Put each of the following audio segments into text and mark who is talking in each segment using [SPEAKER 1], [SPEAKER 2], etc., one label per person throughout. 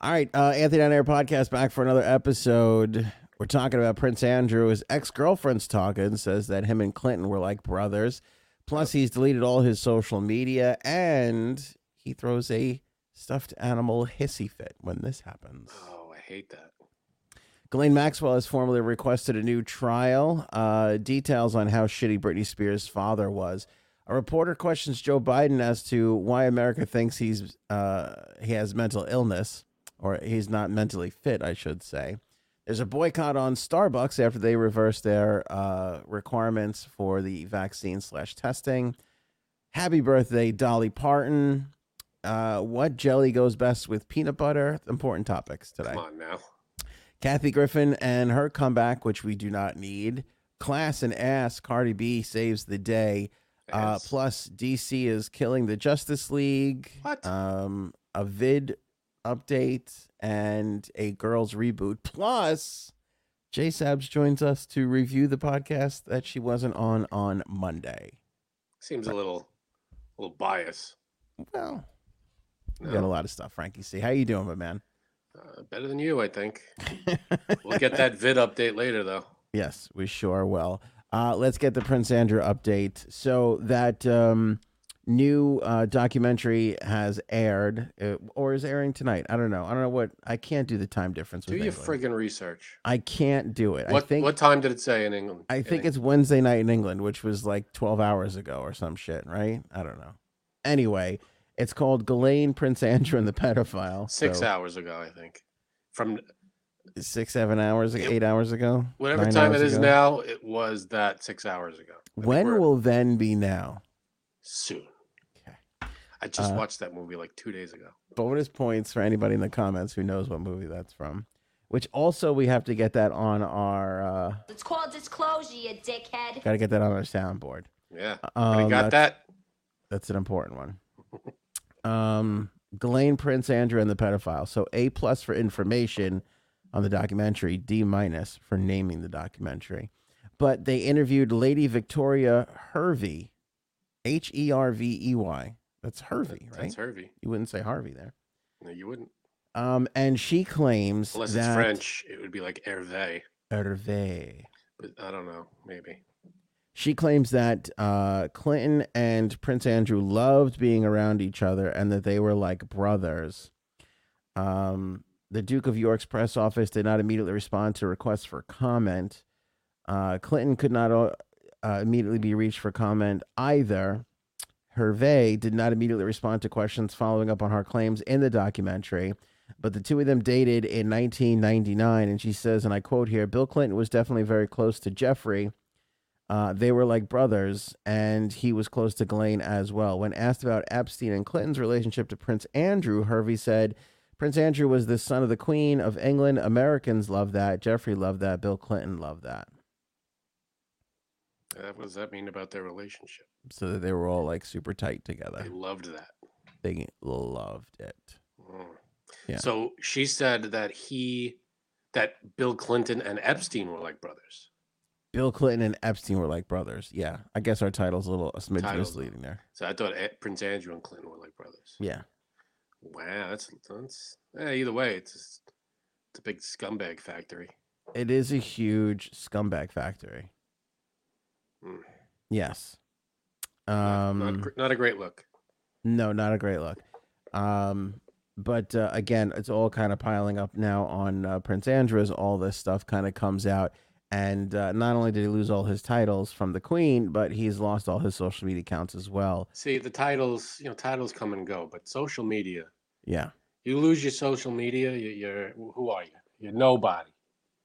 [SPEAKER 1] All right, uh, Anthony on Air podcast back for another episode. We're talking about Prince Andrew. His ex girlfriend's talking, says that him and Clinton were like brothers. Plus, he's deleted all his social media and he throws a stuffed animal hissy fit when this happens.
[SPEAKER 2] Oh, I hate that.
[SPEAKER 1] Ghislaine Maxwell has formally requested a new trial. Uh, details on how shitty Britney Spears' father was. A reporter questions Joe Biden as to why America thinks he's uh, he has mental illness, or he's not mentally fit, I should say. There's a boycott on Starbucks after they reversed their uh, requirements for the vaccine slash testing. Happy birthday, Dolly Parton. Uh, what jelly goes best with peanut butter? Important topics today.
[SPEAKER 2] Come on now.
[SPEAKER 1] Kathy Griffin and her comeback, which we do not need. Class and ass. Cardi B saves the day. Uh,
[SPEAKER 2] Ass.
[SPEAKER 1] plus, DC is killing the Justice League.
[SPEAKER 2] What?
[SPEAKER 1] Um, a vid update and a girls reboot. Plus, J Sabs joins us to review the podcast that she wasn't on on Monday.
[SPEAKER 2] Seems a little, a little bias.
[SPEAKER 1] Well, we got a
[SPEAKER 2] No,
[SPEAKER 1] lot of stuff, Frankie. See, how you doing, my man?
[SPEAKER 2] uh, better than you, I think. We'll get that vid update later, though.
[SPEAKER 1] Yes, we sure will. Uh, let's get the Prince Andrew update. So that um, new uh, documentary has aired, uh, or is airing tonight. I don't know. I don't know what. I can't do the time difference.
[SPEAKER 2] Do
[SPEAKER 1] With
[SPEAKER 2] your
[SPEAKER 1] England.
[SPEAKER 2] friggin' research.
[SPEAKER 1] I can't do it.
[SPEAKER 2] What
[SPEAKER 1] I think.
[SPEAKER 2] what time did it say in England?
[SPEAKER 1] I think it's Wednesday night in England, which was like twelve hours ago or some shit, right? I don't know. Anyway, it's called Ghislaine, Prince Andrew, and the Pedophile.
[SPEAKER 2] six
[SPEAKER 1] so
[SPEAKER 2] hours ago. I think from
[SPEAKER 1] six, seven hours,
[SPEAKER 2] It-
[SPEAKER 1] eight hours ago.
[SPEAKER 2] whatever
[SPEAKER 1] nine
[SPEAKER 2] time it
[SPEAKER 1] hours
[SPEAKER 2] is
[SPEAKER 1] ago.
[SPEAKER 2] now, it was that six hours ago. I think
[SPEAKER 1] When
[SPEAKER 2] we're
[SPEAKER 1] will then be now?
[SPEAKER 2] soon?
[SPEAKER 1] Okay.
[SPEAKER 2] I just
[SPEAKER 1] Uh,
[SPEAKER 2] watched that movie like two days ago.
[SPEAKER 1] bonus points for anybody in the comments who knows what movie that's from. Which also we have to get that on our uh,
[SPEAKER 3] It's called disclosure, you dickhead.
[SPEAKER 1] got to get that on our soundboard.
[SPEAKER 2] Yeah,
[SPEAKER 1] Um,
[SPEAKER 2] I got
[SPEAKER 1] that's,
[SPEAKER 2] that.
[SPEAKER 1] That's an important one. Um, Ghislaine Prince Andrew and the pedophile. So A plus for information on the documentary, D minus for naming the documentary. But they interviewed Lady Victoria Hervey, H E R V E Y. That's Hervey,
[SPEAKER 2] That's-
[SPEAKER 1] right?
[SPEAKER 2] That's Hervey.
[SPEAKER 1] You wouldn't say Harvey there.
[SPEAKER 2] No, you wouldn't
[SPEAKER 1] Um, and she claims
[SPEAKER 2] unless
[SPEAKER 1] that
[SPEAKER 2] it's French. It would be like Hervé,
[SPEAKER 1] Hervé.
[SPEAKER 2] but I don't know. Maybe
[SPEAKER 1] She claims that uh, Clinton and Prince Andrew loved being around each other and that they were like brothers. Um, the Duke of York's press office did not immediately respond to requests for comment. Uh, Clinton could not uh, uh, immediately be reached for comment either. Hervé did not immediately respond to questions following up on her claims in the documentary, but the two of them dated in 1999. And she says, and I quote here Bill Clinton was definitely very close to Jeffrey. Uh, they were like brothers, and he was close to Ghislaine as well. When asked about Epstein and Clinton's relationship to Prince Andrew, Hervey said, Prince Andrew was the son of the Queen of England. Americans love that. Jeffrey loved that. Bill Clinton loved that.
[SPEAKER 2] Uh, what does that mean about their relationship?
[SPEAKER 1] So that they were all like super tight
[SPEAKER 2] They
[SPEAKER 1] together.
[SPEAKER 2] loved that.
[SPEAKER 1] They loved it.
[SPEAKER 2] Mm.
[SPEAKER 1] Yeah.
[SPEAKER 2] So she said that he, that Bill Clinton and Epstein were like brothers.
[SPEAKER 1] Bill Clinton and Epstein were like brothers. Yeah. I guess our title's a little a smidge
[SPEAKER 2] Title's-
[SPEAKER 1] misleading there.
[SPEAKER 2] So I thought A- Prince Andrew and Clinton were like brothers.
[SPEAKER 1] Yeah.
[SPEAKER 2] Wow, that's that's. eh, either way, it's just, it's a big scumbag factory.
[SPEAKER 1] It is a huge scumbag factory.
[SPEAKER 2] Mm.
[SPEAKER 1] Yes.
[SPEAKER 2] Not-
[SPEAKER 1] Um,
[SPEAKER 2] not, gr- not a great look.
[SPEAKER 1] No, not a great look. Um, but uh, again, it's all kind of piling up now on uh, Prince Andrew as all this stuff kind of comes out. And uh, not only did he lose all his titles from the Queen, but he's lost all his social media accounts as well.
[SPEAKER 2] See the titles, you know, titles come and go, but social media.
[SPEAKER 1] Yeah,
[SPEAKER 2] You lose your social media, you, you're who are you? You're nobody.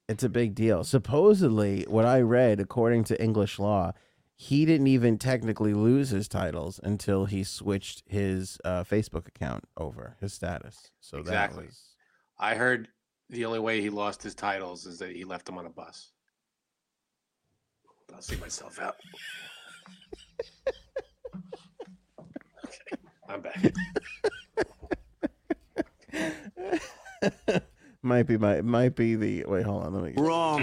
[SPEAKER 1] it's a big deal. Supposedly, what I read, according to English law, he didn't even technically lose his titles until he switched his uh, Facebook account over his status. So
[SPEAKER 2] Exactly.
[SPEAKER 1] that was
[SPEAKER 2] I heard the only way he lost his titles is that he left them on a bus. I'll see myself out. okay, I'm back.
[SPEAKER 1] might be my might be the wait. Hold on, let me.
[SPEAKER 4] Wrong.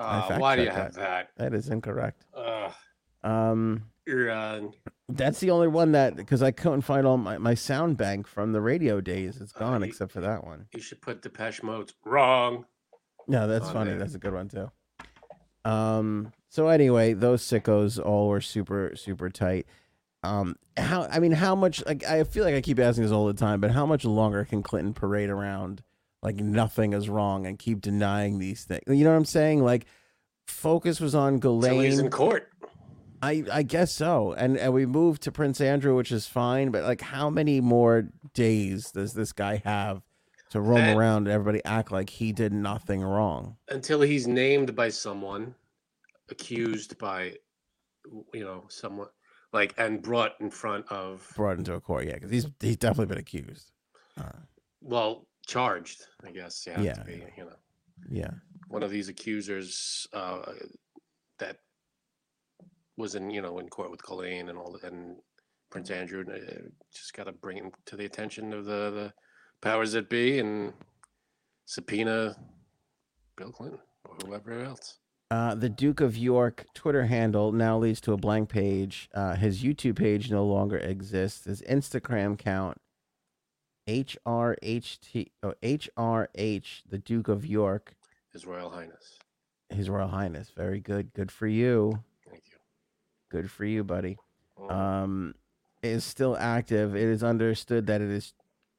[SPEAKER 2] Uh, why do you
[SPEAKER 1] fact-checked
[SPEAKER 2] have that?
[SPEAKER 1] That is incorrect.
[SPEAKER 2] Ugh,
[SPEAKER 1] Um,
[SPEAKER 2] you're uh, on.
[SPEAKER 1] That's the only one that because I couldn't find all my, my sound bank from the radio days. It's
[SPEAKER 2] Uh,
[SPEAKER 1] gone
[SPEAKER 2] you-
[SPEAKER 1] except for that one.
[SPEAKER 2] You should put Depeche Mode's wrong.
[SPEAKER 1] No, that's
[SPEAKER 2] on
[SPEAKER 1] funny.
[SPEAKER 2] there.
[SPEAKER 1] That's a good one too. Um. So anyway, those sickos all were super super tight. Um. How I mean, how much? Like, I feel like I keep asking this all the time, but how much longer can Clinton parade around like nothing is wrong and keep denying these things? You know what I'm saying? Like, focus was on
[SPEAKER 2] Till he's
[SPEAKER 1] Ghislaine.
[SPEAKER 2] in court.
[SPEAKER 1] I I guess so. And and we moved to Prince Andrew, which is fine. But like, how many more days does this guy have to roam
[SPEAKER 2] That-
[SPEAKER 1] around and everybody act like he did nothing wrong?
[SPEAKER 2] until he's named by someone, accused by, you know, someone like, and brought in front of,
[SPEAKER 1] Brought into a court, yeah, because he's he's definitely been accused. Uh,
[SPEAKER 2] well, charged, I guess. Yeah.
[SPEAKER 1] Yeah,
[SPEAKER 2] to be, you know,
[SPEAKER 1] yeah,
[SPEAKER 2] one of these accusers uh, that was in, you know, in court with Colleen and all, the- and Prince Andrew uh, just got to bring him to the attention of the, the powers that be and subpoena Bill Clinton or whoever else.
[SPEAKER 1] Uh, the Duke of York Twitter handle now leads to a blank page. Uh, his YouTube page no longer exists. His Instagram count, HRHT, oh, HRH, the Duke of York,
[SPEAKER 2] His Royal Highness.
[SPEAKER 1] His Royal Highness. Very good. Good for you.
[SPEAKER 2] Thank you.
[SPEAKER 1] Good for you, buddy.
[SPEAKER 2] Mm.
[SPEAKER 1] Um, is still active. It is understood that it is,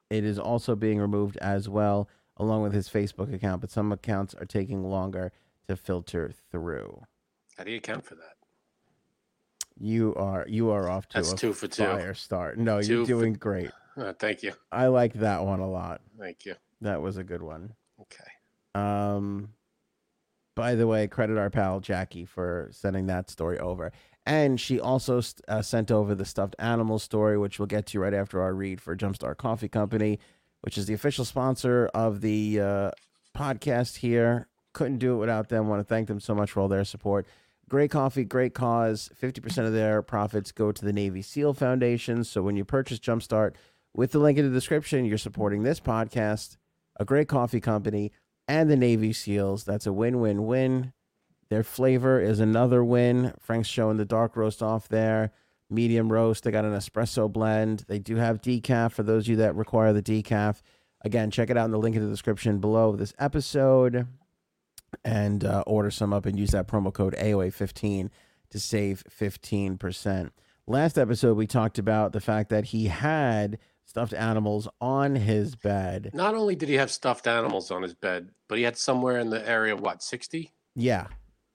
[SPEAKER 1] it is also being removed as well, along with his Facebook account. But some accounts are taking longer to filter through.
[SPEAKER 2] How do you account for that?
[SPEAKER 1] You are you are off to
[SPEAKER 2] That's
[SPEAKER 1] a
[SPEAKER 2] two for two.
[SPEAKER 1] fire start. No, you're
[SPEAKER 2] Two for-
[SPEAKER 1] doing great.
[SPEAKER 2] Uh, thank you.
[SPEAKER 1] I like that one a lot.
[SPEAKER 2] Thank you.
[SPEAKER 1] That was a good one.
[SPEAKER 2] Okay.
[SPEAKER 1] Um, by the way, credit our pal Jackie for sending that story over, and she also st- uh, sent over the stuffed animal story, which we'll get to right after our read for Jumpstart Coffee Company, which is the official sponsor of the uh, podcast here. Couldn't do it without them. Want to thank them so much for all their support. Great coffee, great cause. 50% of their profits go to the Navy SEAL Foundation. So when you purchase Jumpstart with the link in the description, you're supporting this podcast, a great coffee company, and the Navy SEALs. That's a win win win. Their flavor is another win. Frank's showing the dark roast off there, medium roast. They got an espresso blend. They do have decaf for those of you that require the decaf. Again, check it out in the link in the description below this episode and uh, order some up and use that promo code AOA15 to save 15%. Last episode, we talked about the fact that he had stuffed animals on his bed.
[SPEAKER 2] Not only did he have stuffed animals on his bed, but he had somewhere in the area, what, 60?
[SPEAKER 1] Yeah.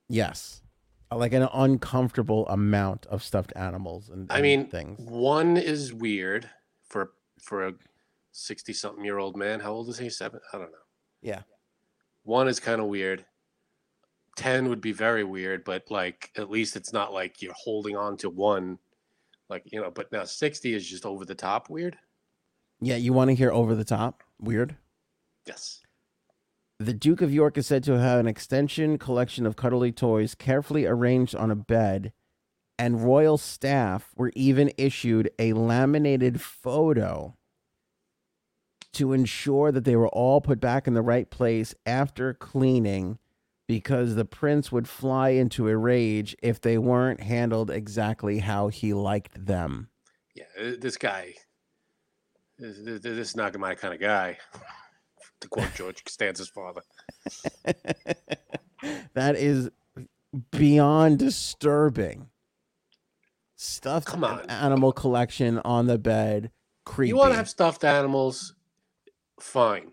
[SPEAKER 1] Yes. Uh, Like an uncomfortable amount of stuffed animals and,
[SPEAKER 2] I
[SPEAKER 1] and
[SPEAKER 2] mean,
[SPEAKER 1] things.
[SPEAKER 2] one is weird for for a 60 something year old man. How old is he? Seven? I don't know.
[SPEAKER 1] Yeah.
[SPEAKER 2] One is kind of weird. 10 would be very weird, but like at least it's not like you're holding on to one. Like, you know, but now 60 is just over the top weird.
[SPEAKER 1] Yeah, you want to hear over the top? Weird.
[SPEAKER 2] Yes.
[SPEAKER 1] The Duke of York is said to have an extension collection of cuddly toys carefully arranged on a bed, and royal staff were even issued a laminated photo to ensure that they were all put back in the right place after cleaning because the prince would fly into a rage if they weren't handled exactly how he liked them.
[SPEAKER 2] Yeah. th- This guy, this, this this is not my kind of guy, to quote George Costanza's father.
[SPEAKER 1] that is beyond disturbing. Stuffed
[SPEAKER 2] Come on.
[SPEAKER 1] animal collection on the bed. Creepy.
[SPEAKER 2] You want to have stuffed animals? Fine.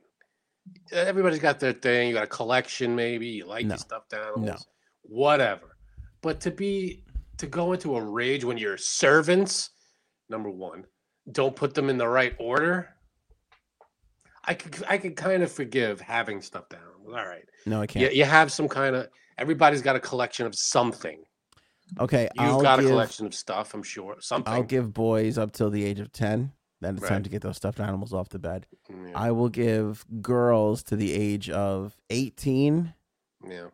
[SPEAKER 2] Uh, Everybody's got their thing. You got a collection, maybe. You like
[SPEAKER 1] No.
[SPEAKER 2] your stuffed animals. Whatever. But to be to go into a rage when your servants, number one, don't put them in the right order. I could I could kind of forgive having stuffed animals. All right.
[SPEAKER 1] no, I
[SPEAKER 2] You,
[SPEAKER 1] can't.
[SPEAKER 2] you have some kind of everybody's got a collection of something.
[SPEAKER 1] okay,
[SPEAKER 2] You've
[SPEAKER 1] I'll
[SPEAKER 2] got
[SPEAKER 1] give,
[SPEAKER 2] a collection of stuff, I'm sure. Something.
[SPEAKER 1] I'll give boys up till the age of ten. Then it's time
[SPEAKER 2] Right.
[SPEAKER 1] to get those stuffed animals off the bed.
[SPEAKER 2] Mm, yeah,
[SPEAKER 1] I will give girls to the age of eighteen,
[SPEAKER 2] yeah.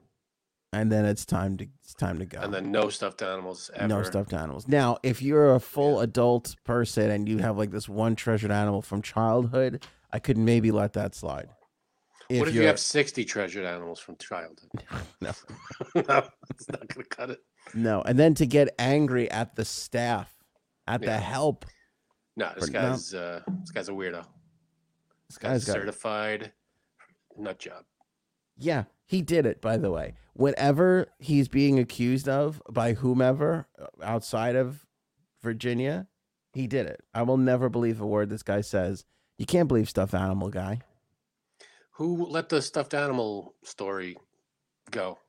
[SPEAKER 1] and then it's time to it's time to go.
[SPEAKER 2] And then no stuffed animals ever.
[SPEAKER 1] No stuffed animals. Now, if you're a full adult person and you have like this one treasured animal from childhood, I could maybe let that slide.
[SPEAKER 2] what if you
[SPEAKER 1] you're-
[SPEAKER 2] have 60 treasured animals from childhood?
[SPEAKER 1] No.
[SPEAKER 2] no, it's not going to cut it.
[SPEAKER 1] no, and then to get angry at the staff at the
[SPEAKER 2] Yeah.
[SPEAKER 1] help.
[SPEAKER 2] No, this
[SPEAKER 1] But no.
[SPEAKER 2] guy's uh, this guy's a weirdo.
[SPEAKER 1] This
[SPEAKER 2] Guy's
[SPEAKER 1] guy's
[SPEAKER 2] a
[SPEAKER 1] got
[SPEAKER 2] certified nut job.
[SPEAKER 1] Yeah, he did it, by the way. Whatever he's being accused of by whomever uh, outside of Virginia, he did it. I will never believe a word this guy says. You can't believe stuff, animal guy.
[SPEAKER 2] Who let the stuffed animal story go?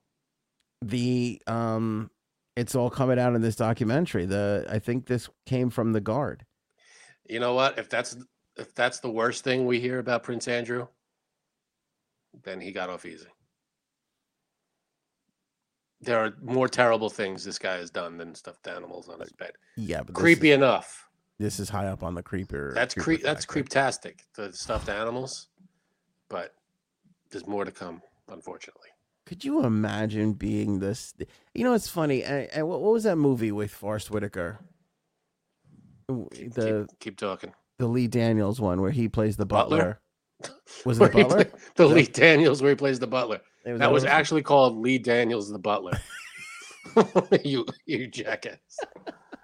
[SPEAKER 1] The um it's all coming out in this documentary. The I think this came from the guard.
[SPEAKER 2] You know what? If that's if that's the worst thing we hear about Prince Andrew, then he got off easy. There are more terrible things this guy has done than stuffed animals on his bed.
[SPEAKER 1] Yeah, but this
[SPEAKER 2] Creepy
[SPEAKER 1] Is,
[SPEAKER 2] enough.
[SPEAKER 1] this is high up on the creeper.
[SPEAKER 2] That's creep. That's
[SPEAKER 1] factor.
[SPEAKER 2] creeptastic. The stuffed animals, but there's more to come, unfortunately.
[SPEAKER 1] Could you imagine being this? You know, it's funny. And, and what, what was that movie with Forrest Whitaker? W-
[SPEAKER 2] Keep, keep-
[SPEAKER 1] The
[SPEAKER 2] keep, talking.
[SPEAKER 1] the Lee Daniels one where he plays the butler.
[SPEAKER 2] Butler?
[SPEAKER 1] Was it the
[SPEAKER 2] Where he
[SPEAKER 1] butler?
[SPEAKER 2] play- the
[SPEAKER 1] No.
[SPEAKER 2] Lee Daniels, where he plays the butler.
[SPEAKER 1] It
[SPEAKER 2] That was
[SPEAKER 1] one?
[SPEAKER 2] actually called Lee Daniels the Butler. you you jackass.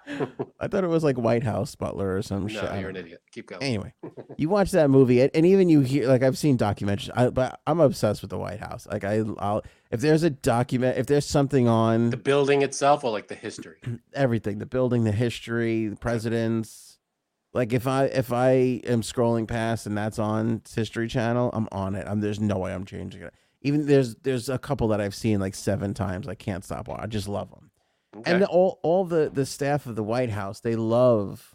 [SPEAKER 1] Oh, I thought it was like White House Butler or some shit.
[SPEAKER 2] No,
[SPEAKER 1] I
[SPEAKER 2] you're an
[SPEAKER 1] don't know.
[SPEAKER 2] idiot. Keep going.
[SPEAKER 1] Anyway, you watch that movie, and, and even you hear like I've seen documentaries, I, but I'm obsessed with the White House. Like I, I'll if there's a document, if there's something on
[SPEAKER 2] The building itself or like the history?
[SPEAKER 1] everything the building the history the presidents like if i if i am scrolling past and that's on history channel i'm on it i'm there's no way i'm changing it even there's there's a couple that i've seen like seven times i can't stop watching i just love them
[SPEAKER 2] Okay.
[SPEAKER 1] and all all the the staff of the white house they love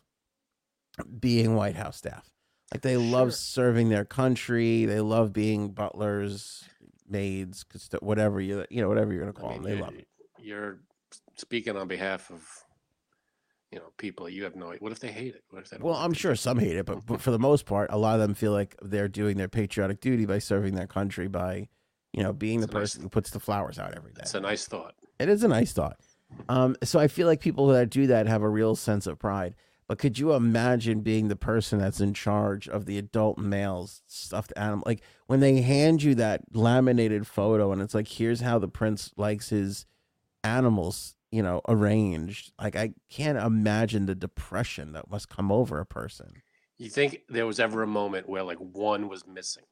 [SPEAKER 1] being white house staff like they
[SPEAKER 2] Sure.
[SPEAKER 1] love serving their country they love being butlers maids custo- whatever you you know whatever you're gonna
[SPEAKER 2] I
[SPEAKER 1] call
[SPEAKER 2] mean,
[SPEAKER 1] them Oh, they
[SPEAKER 2] you-
[SPEAKER 1] love it
[SPEAKER 2] You're speaking on behalf of you know people. You have no. What if they hate it? What if they? don't
[SPEAKER 1] Well,
[SPEAKER 2] like
[SPEAKER 1] I'm
[SPEAKER 2] it?
[SPEAKER 1] sure some hate it, but, but for the most part, a lot of them feel like they're doing their patriotic duty by serving their country by, you know, being the
[SPEAKER 2] It's a nice-
[SPEAKER 1] person who puts the flowers out every day.
[SPEAKER 2] It's a nice thought.
[SPEAKER 1] It is a nice thought. Um, so I feel like people that do that have a real sense of pride. But could you imagine being the person that's in charge of the adult males stuffed animal? Like when they hand you that laminated photo and it's like, here's how the prince likes his animals, you know, arranged. Like I can't imagine the depression that must come over a person.
[SPEAKER 2] You think there was ever a moment where like one was missing,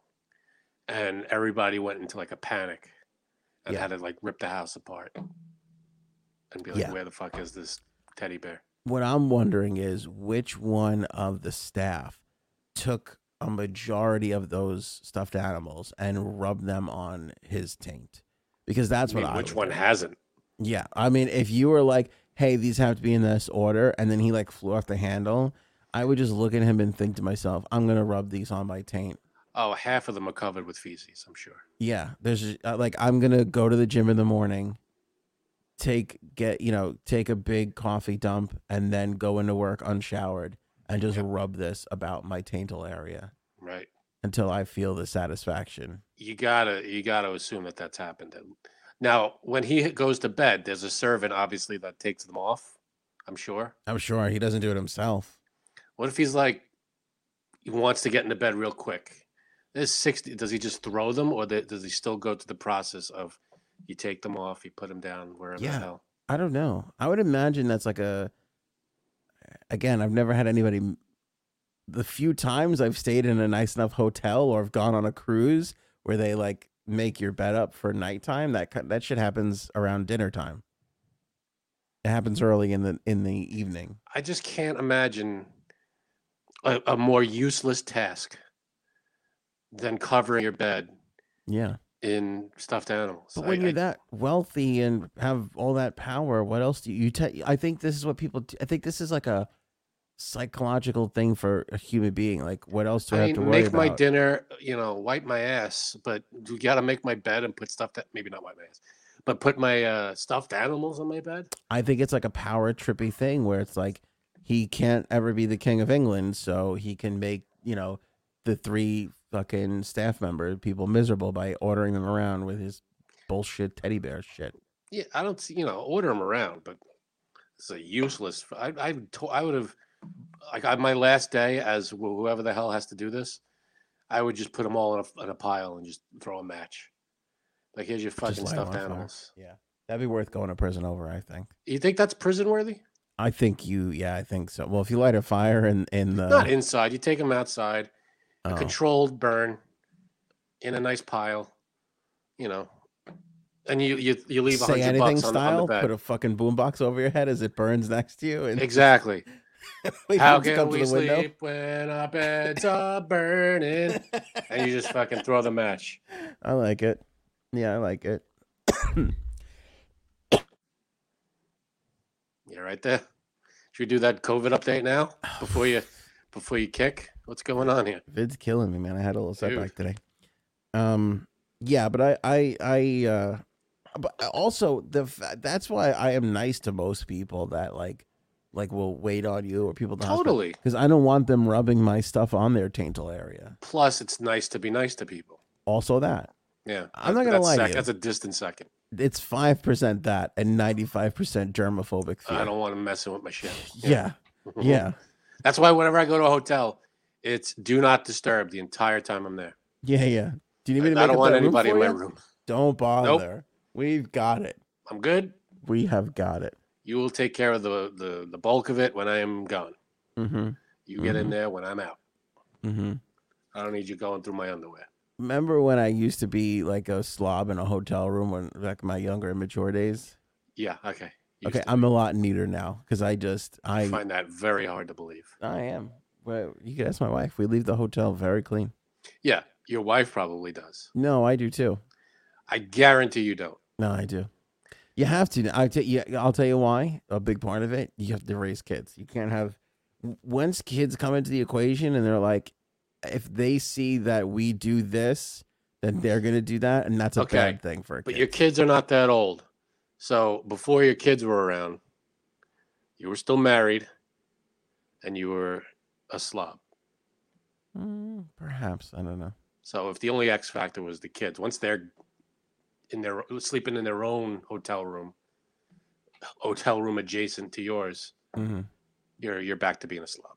[SPEAKER 2] and everybody went into like a panic, and
[SPEAKER 1] Yeah.
[SPEAKER 2] had to like rip the house apart, and be like,
[SPEAKER 1] Yeah.
[SPEAKER 2] "Where the fuck is this teddy bear?"
[SPEAKER 1] what I'm wondering is which one of the staff took a majority of those stuffed animals and rubbed them on his taint. Because that's
[SPEAKER 2] I mean,
[SPEAKER 1] what I
[SPEAKER 2] which
[SPEAKER 1] would
[SPEAKER 2] one
[SPEAKER 1] do.
[SPEAKER 2] hasn't?
[SPEAKER 1] Yeah. I mean, if you were like, hey, these have to be in this order, and then he like flew off the handle, I would just look at him and think to myself, I'm gonna rub these on my taint.
[SPEAKER 2] Oh, half of them are covered with feces. I'm sure.
[SPEAKER 1] Yeah, there's uh, like I'm gonna go to the gym in the morning, take get you know take a big coffee dump, and then go into work unshowered and just
[SPEAKER 2] Yep.
[SPEAKER 1] rub this about my taintal area
[SPEAKER 2] Right.
[SPEAKER 1] until I feel the satisfaction.
[SPEAKER 2] you gotta you gotta assume that that's happened And now when he goes to bed there's a servant obviously that takes them off i'm sure
[SPEAKER 1] I'm sure he doesn't do it himself.
[SPEAKER 2] what if he's like he wants to get into bed real quick there's 60 does he just throw them or th- does he still go to the process of you take them off you put them down wherever
[SPEAKER 1] Yeah.
[SPEAKER 2] the hell
[SPEAKER 1] I don't know. I would imagine that's like a. Again, I've never had anybody. The few times I've stayed in a nice enough hotel or have gone on a cruise where they like make your bed up for nighttime, that ki- that shit happens around dinner time. It happens early in the in the evening.
[SPEAKER 2] i just can't imagine a, a more useless task than covering your bed
[SPEAKER 1] Yeah,
[SPEAKER 2] in stuffed animals
[SPEAKER 1] but
[SPEAKER 2] I-
[SPEAKER 1] when you're
[SPEAKER 2] I-
[SPEAKER 1] that wealthy and have all that power, what else do you? Te- I think this is what people. Do. I think this is like a psychological thing for a human being. Like, what else do I,
[SPEAKER 2] I
[SPEAKER 1] have to
[SPEAKER 2] mean,
[SPEAKER 1] worry
[SPEAKER 2] make
[SPEAKER 1] about?
[SPEAKER 2] my dinner, you know, wipe my ass, but you got to make my bed and put stuff that maybe not wipe my ass, but put my uh, stuffed animals on my bed.
[SPEAKER 1] I think it's like a power trippy thing where it's like he can't ever be the king of England, so he can make you know the three fucking staff member people miserable by ordering them around with his bullshit teddy bear shit.
[SPEAKER 2] Yeah, I don't see, you know, order them around, but it's a useless. f- I, I, would to- I would have, like, on my last day as wh- whoever the hell has to do this, I would just put them all in a, in a pile and just throw a match. Like, here's your fucking
[SPEAKER 1] light 'em
[SPEAKER 2] stuffed
[SPEAKER 1] on fire.
[SPEAKER 2] animals.
[SPEAKER 1] That'd be worth going to prison over, I think.
[SPEAKER 2] You think that's prison worthy?
[SPEAKER 1] I think you. Yeah, I think so. Well, if you light a fire in in the
[SPEAKER 2] Not inside. You take them outside, a
[SPEAKER 1] Uh. oh,
[SPEAKER 2] controlled burn, in a nice pile, you know, and you you, you leave a
[SPEAKER 1] say
[SPEAKER 2] hundred
[SPEAKER 1] anything
[SPEAKER 2] bucks on, the- on
[SPEAKER 1] style,
[SPEAKER 2] the
[SPEAKER 1] put
[SPEAKER 2] bed.
[SPEAKER 1] a fucking boombox over your head as it burns next to you, and
[SPEAKER 2] Exactly.
[SPEAKER 1] wait for
[SPEAKER 2] How
[SPEAKER 1] it to
[SPEAKER 2] can
[SPEAKER 1] come to
[SPEAKER 2] we
[SPEAKER 1] the window.
[SPEAKER 2] sleep when our beds are burning? and you just fucking throw the match.
[SPEAKER 1] I like it. Yeah, I like it.
[SPEAKER 2] Yeah, right there. Should we do that COVID update now before you before you kick? What's going on here?
[SPEAKER 1] Vid's killing me, man. I had a little
[SPEAKER 2] Dude.
[SPEAKER 1] setback today. Um, yeah, but I, I, I, uh, but also the fa- that's why I am nice to most people that like, like will wait on you or people
[SPEAKER 2] Totally.
[SPEAKER 1] because I don't want them rubbing my stuff on their taintal area.
[SPEAKER 2] Plus, it's nice to be nice to people.
[SPEAKER 1] Also, that
[SPEAKER 2] Yeah,
[SPEAKER 1] I'm
[SPEAKER 2] that-
[SPEAKER 1] not gonna
[SPEAKER 2] that's
[SPEAKER 1] lie to
[SPEAKER 2] sec-
[SPEAKER 1] you.
[SPEAKER 2] That's a distant second.
[SPEAKER 1] it's five percent that and ninety five percent germophobic fear.
[SPEAKER 2] I don't want to messing with my shit.
[SPEAKER 1] yeah, yeah,
[SPEAKER 2] That's why whenever I go to a hotel, it's do not disturb the entire time I'm there.
[SPEAKER 1] yeah, yeah. Do you need me to
[SPEAKER 2] I
[SPEAKER 1] make
[SPEAKER 2] don't
[SPEAKER 1] up
[SPEAKER 2] want
[SPEAKER 1] that room
[SPEAKER 2] anybody
[SPEAKER 1] for
[SPEAKER 2] in my
[SPEAKER 1] you?
[SPEAKER 2] room.
[SPEAKER 1] Don't bother. We've got it.
[SPEAKER 2] I'm good.
[SPEAKER 1] We have got it.
[SPEAKER 2] You will take care of the the, the bulk of it when I am gone.
[SPEAKER 1] Mm-hmm.
[SPEAKER 2] You get in
[SPEAKER 1] Mhm.
[SPEAKER 2] there when I'm out.
[SPEAKER 1] Mm-hmm.
[SPEAKER 2] I don't need you going through my underwear.
[SPEAKER 1] Remember when I used to be like a slob in a hotel room when like my younger immature days?
[SPEAKER 2] Yeah. Okay. You
[SPEAKER 1] Okay,
[SPEAKER 2] still
[SPEAKER 1] I'm a lot neater now because I just I
[SPEAKER 2] find that very hard to believe.
[SPEAKER 1] I am. Well, you could ask my wife. We leave the hotel very clean.
[SPEAKER 2] Yeah, your wife probably does.
[SPEAKER 1] No, I do too.
[SPEAKER 2] I guarantee you don't.
[SPEAKER 1] No, I do. You have to. I t- yeah, I'll tell you why. A big part of it. You have to raise kids. You can't have. Once kids come into the equation and they're like, if they see that we do this, then they're gonna do that, and that's a
[SPEAKER 2] Okay,
[SPEAKER 1] bad thing for a kid.
[SPEAKER 2] But your kids are not that old. So before your kids were around, you were still married and you were a slob.
[SPEAKER 1] Mm, perhaps I don't know.
[SPEAKER 2] So if the only X factor was the kids, once they're in their sleeping in their own hotel room, hotel room adjacent to yours,
[SPEAKER 1] hmm
[SPEAKER 2] you're you're back to being a slob.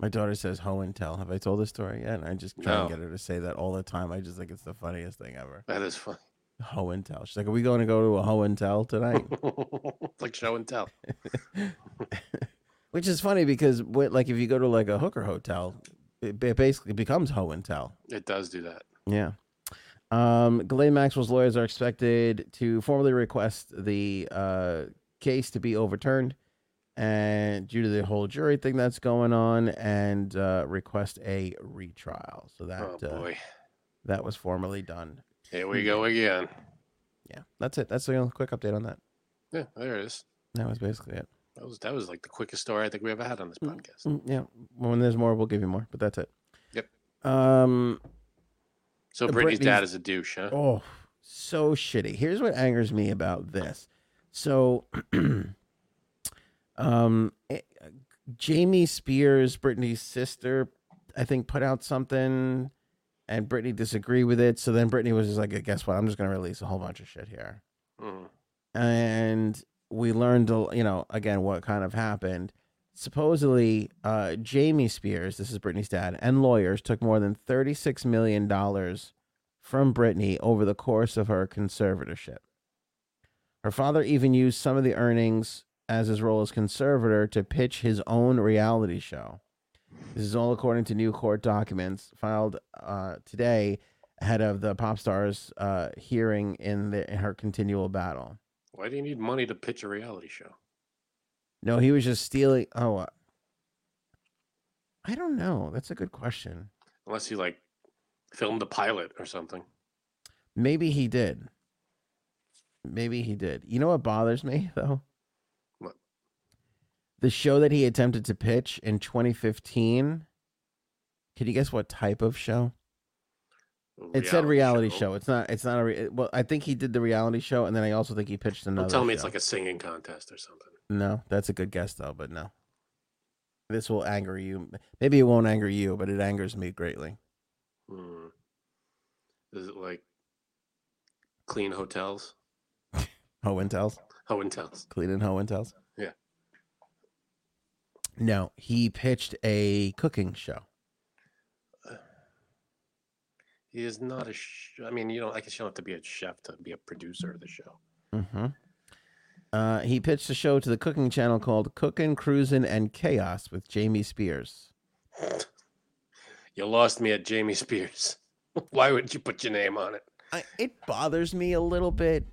[SPEAKER 1] My daughter says ho and tell. Have I told this story yet? And I just try and
[SPEAKER 2] No.
[SPEAKER 1] get her to say that all the time. I just think it's the funniest thing ever.
[SPEAKER 2] That is funny.
[SPEAKER 1] Ho and tell. She's like, Are we going to go to a ho and tell tonight?
[SPEAKER 2] It's like show and tell.
[SPEAKER 1] Which is funny because, what, like, if you go to like a hooker hotel, it ba- basically becomes ho and tell.
[SPEAKER 2] It does do that.
[SPEAKER 1] Yeah. Um, Ghislaine Maxwell's lawyers are expected to formally request the uh, case to be overturned, and due to the whole jury thing that's going on, and uh, request a retrial. So that
[SPEAKER 2] Oh
[SPEAKER 1] uh, hmm.
[SPEAKER 2] boy.
[SPEAKER 1] that was formally done.
[SPEAKER 2] Here we go again.
[SPEAKER 1] Yeah, that's it. That's the only quick update on that.
[SPEAKER 2] Yeah, there it is.
[SPEAKER 1] That was basically it.
[SPEAKER 2] That was that was like the quickest story I think we ever had on this
[SPEAKER 1] Mm.
[SPEAKER 2] podcast.
[SPEAKER 1] Mm, Yeah, when there's more, we'll give you more. But that's it.
[SPEAKER 2] Yep.
[SPEAKER 1] Um.
[SPEAKER 2] So
[SPEAKER 1] Uh,
[SPEAKER 2] Brittany's dad
[SPEAKER 1] Britney's-
[SPEAKER 2] is a douche, huh?
[SPEAKER 1] Oh, so shitty. Here's what angers me about this. So, um, eh, Jamie Spears, Brittany's sister, I think put out something, and Brittany disagreed with it. So then Brittany was just like, "Guess what? I'm just gonna release a whole bunch of shit here."
[SPEAKER 2] Mm.
[SPEAKER 1] and we learned, a- you know, again, what kind of happened. Supposedly, uh, Jamie Spears, this is Britney's dad, and lawyers took more than $36 million from Britney over the course of her conservatorship. Her father even used some of the earnings as his role as conservator to pitch his own reality show. This is all according to new court documents filed uh, today ahead of the pop star's uh, hearing in, the, in her continual battle.
[SPEAKER 2] Why do you need money to pitch a reality show?
[SPEAKER 1] No, he was just stealing. Oh, uh, I don't know. That's a good question.
[SPEAKER 2] Unless he like filmed a pilot or something.
[SPEAKER 1] Maybe he did. Maybe he did. You know what bothers me though?
[SPEAKER 2] What?
[SPEAKER 1] The show that he attempted to pitch in 2015. Can you guess what type of show?
[SPEAKER 2] A
[SPEAKER 1] It said reality show. It's not. It's not a. Re- well, I think he did the reality show, and then I also think he pitched another.
[SPEAKER 2] Don't tell me it's
[SPEAKER 1] show.
[SPEAKER 2] like a singing contest or something.
[SPEAKER 1] No, that's a good guess though, but no. This will anger you. Maybe it won't anger you, but it angers me greatly.
[SPEAKER 2] Mm. Is it like clean hotels?
[SPEAKER 1] Ho and tells.
[SPEAKER 2] Hotels.
[SPEAKER 1] Cleaning Ho and tells.
[SPEAKER 2] Yeah.
[SPEAKER 1] No, he pitched a cooking show.
[SPEAKER 2] He is not a. Sh- I mean, you don't. I guess you don't have to be a chef to be a producer of the show.
[SPEAKER 1] Mm-hmm. Uh, he pitched a show to the Cooking Channel called Cookin', Cruisin', and Chaos with Jamie Spears.
[SPEAKER 2] You lost me at Jamie Spears. Why would you put your name on it?
[SPEAKER 1] I, it bothers me a little bit.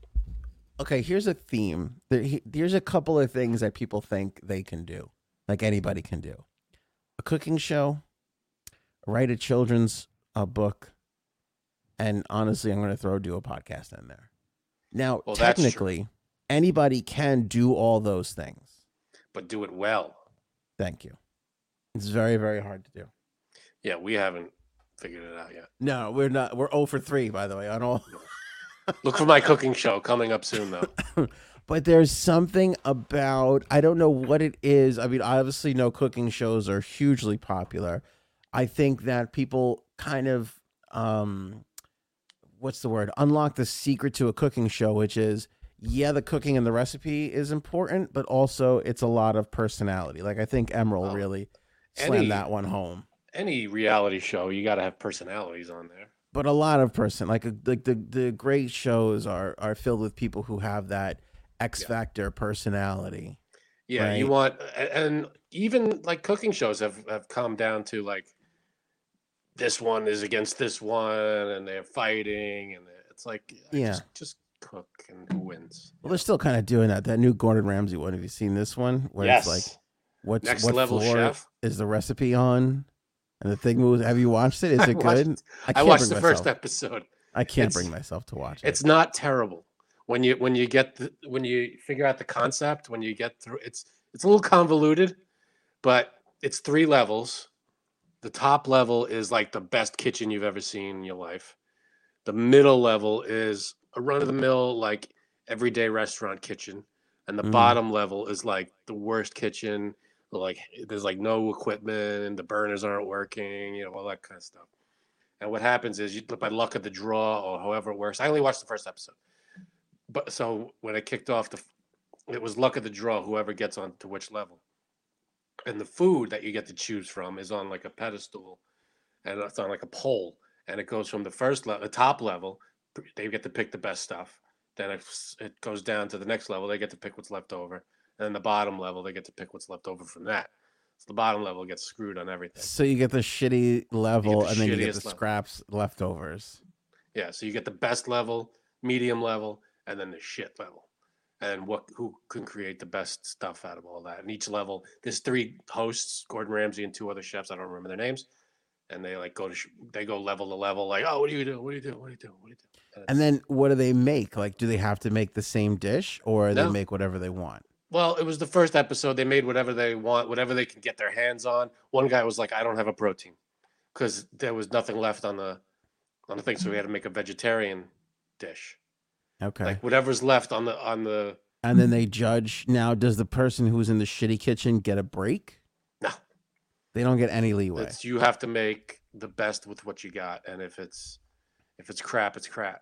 [SPEAKER 1] Okay, here's a theme. There, he, here's a couple of things that people think they can do, like anybody can do: a cooking show, write a children's uh, book, and honestly, I'm going to throw do a podcast in there. Now,
[SPEAKER 2] Well, that's true.
[SPEAKER 1] technically, anybody can do all those things.
[SPEAKER 2] But do it well.
[SPEAKER 1] Thank you. It's very, very hard to do.
[SPEAKER 2] Yeah, we haven't figured it out yet.
[SPEAKER 1] No, we're not. We're 0 for 3, by the way, on all.
[SPEAKER 2] Look for my cooking show coming up soon, though.
[SPEAKER 1] But there's something about, I don't know what it is. I mean, obviously, no cooking shows are hugely popular. I think that people kind of, um, what's the word? Unlock the secret to a cooking show, which is, yeah, the cooking and the recipe is important, but also it's a lot of personality. Like, I think Emerald
[SPEAKER 2] Oh.
[SPEAKER 1] really slammed
[SPEAKER 2] Any-
[SPEAKER 1] that one home.
[SPEAKER 2] Any reality show, you got to have personalities on there.
[SPEAKER 1] but a lot of person like a- like the the great shows are are filled with people who have that X
[SPEAKER 2] Yeah.
[SPEAKER 1] factor personality.
[SPEAKER 2] Yeah, you
[SPEAKER 1] Right.
[SPEAKER 2] want, a- and even like cooking shows have have come down to like this one is against this one, and they're fighting, and they're- it's like I
[SPEAKER 1] Yeah.
[SPEAKER 2] just, just cook and who wins.
[SPEAKER 1] Well, they're still kind of doing that. That new Gordon Ramsay one. Have you seen this one? Where it's like what's
[SPEAKER 2] next
[SPEAKER 1] what
[SPEAKER 2] level
[SPEAKER 1] floor
[SPEAKER 2] chef.
[SPEAKER 1] is the recipe on? And the thing moves. Have you watched it? Is
[SPEAKER 2] I
[SPEAKER 1] it
[SPEAKER 2] watched-
[SPEAKER 1] good?
[SPEAKER 2] I watched the
[SPEAKER 1] bring
[SPEAKER 2] first
[SPEAKER 1] myself-
[SPEAKER 2] episode.
[SPEAKER 1] I can't
[SPEAKER 2] it's-
[SPEAKER 1] bring myself to watch it.
[SPEAKER 2] It's not terrible when you when you get the, when you figure out the concept when you get through. It's it's a little convoluted, but it's three levels. The top level is like the best kitchen you've ever seen in your life. The middle level is a run of the mill like everyday restaurant kitchen, and the
[SPEAKER 1] Mm.
[SPEAKER 2] bottom level is like the worst kitchen. Like there's like no equipment, and the burners aren't working, you know, all that kind of stuff. And what happens is, you, by luck of the draw or however it works, I only watched the first episode. But so when I kicked off, the it was luck of the draw, whoever gets on to which level. And the food that you get to choose from is on like a pedestal, and it's on like a pole, and it goes from the first level, the top level, they get to pick the best stuff. Then it, it goes down to the next level, they get to pick what's left over, and then the bottom level, they get to pick what's left over from that. So the bottom level gets screwed on everything.
[SPEAKER 1] so you get the shitty level,
[SPEAKER 2] the
[SPEAKER 1] and then you get
[SPEAKER 2] shittiest
[SPEAKER 1] the
[SPEAKER 2] level.
[SPEAKER 1] scraps leftovers.
[SPEAKER 2] Yeah, so you get the best level, medium level, and then the shit level. And what who can create the best stuff out of all that? And each level, there's three hosts, Gordon Ramsay and two other chefs. I don't remember their names. And they like go to sh- they go level to level, like, oh, what do you do? What do you do? What do you do? What do you do?
[SPEAKER 1] And
[SPEAKER 2] it's-
[SPEAKER 1] then what do they make? Like, do they have to make the same dish, or they
[SPEAKER 2] No.
[SPEAKER 1] make whatever they want?
[SPEAKER 2] well, it was the first episode. They made whatever they want, whatever they can get their hands on. One guy was like, I don't have a protein because there was nothing left on the on the thing, so we had to make a vegetarian dish.
[SPEAKER 1] Okay.
[SPEAKER 2] Like whatever's left on the on the
[SPEAKER 1] and then they judge. Now, does the person who's in the shitty kitchen get a break?
[SPEAKER 2] No.
[SPEAKER 1] They don't get any leeway.
[SPEAKER 2] It's you have to make the best with what you got, and if it's if it's crap, it's crap.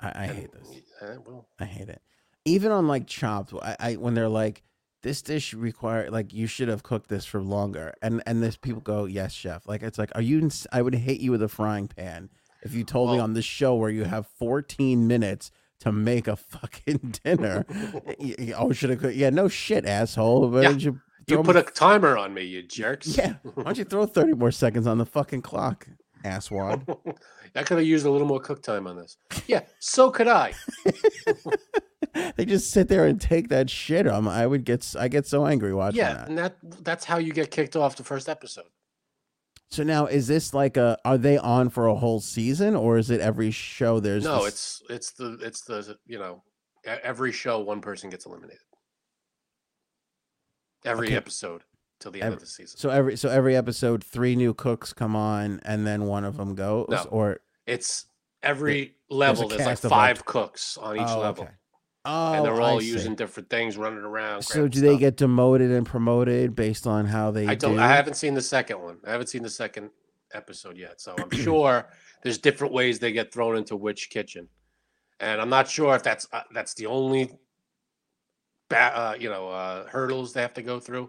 [SPEAKER 1] I, I
[SPEAKER 2] And,
[SPEAKER 1] hate this.
[SPEAKER 2] eh, well,
[SPEAKER 1] I hate it. Even on like chopped, I, I when they're like, this dish require like you should have cooked this for longer, and and this people go, yes, chef. Like it's like, are you? ins- I would hate you with a frying pan if you told me
[SPEAKER 2] Well-
[SPEAKER 1] on this show where you have 14 minutes to make a fucking dinner. Y- y- oh, should have cooked? Yeah, no shit, asshole. Why
[SPEAKER 2] Yeah,
[SPEAKER 1] didn't you?
[SPEAKER 2] you
[SPEAKER 1] throw
[SPEAKER 2] put
[SPEAKER 1] me-
[SPEAKER 2] a timer on me, you jerks.
[SPEAKER 1] yeah. Why don't you throw 30 more seconds on the fucking clock, asswad?
[SPEAKER 2] I could have used a little more cook time on this. Yeah, so could I.
[SPEAKER 1] they just sit there and take that shit. Um, I would get s- I get so angry watching
[SPEAKER 2] yeah,
[SPEAKER 1] that.
[SPEAKER 2] and that that's how you get kicked off the first episode.
[SPEAKER 1] So now is this like a are they on for a whole season or is it every show there's
[SPEAKER 2] no,
[SPEAKER 1] this-
[SPEAKER 2] it's it's the it's the you know e- every show one person gets eliminated. Every
[SPEAKER 1] Okay.
[SPEAKER 2] episode till the end
[SPEAKER 1] Every-
[SPEAKER 2] of the season.
[SPEAKER 1] so every so every episode three new cooks come on and then one of them goes
[SPEAKER 2] No.
[SPEAKER 1] or
[SPEAKER 2] It's every level. There's like
[SPEAKER 1] cast of,
[SPEAKER 2] five
[SPEAKER 1] like-
[SPEAKER 2] cooks on each
[SPEAKER 1] oh,
[SPEAKER 2] level.
[SPEAKER 1] okay. Oh,
[SPEAKER 2] and they're all
[SPEAKER 1] I see.
[SPEAKER 2] using different things, running around.
[SPEAKER 1] So
[SPEAKER 2] grabbing
[SPEAKER 1] do they
[SPEAKER 2] stuff.
[SPEAKER 1] get demoted and promoted based on how they
[SPEAKER 2] I don't.
[SPEAKER 1] do?
[SPEAKER 2] I haven't seen the second one. I haven't seen the second episode yet. So I'm sure there's different ways they get thrown into which kitchen, and I'm not sure if that's uh, that's the only, ba- uh, you know, uh, hurdles they have to go through.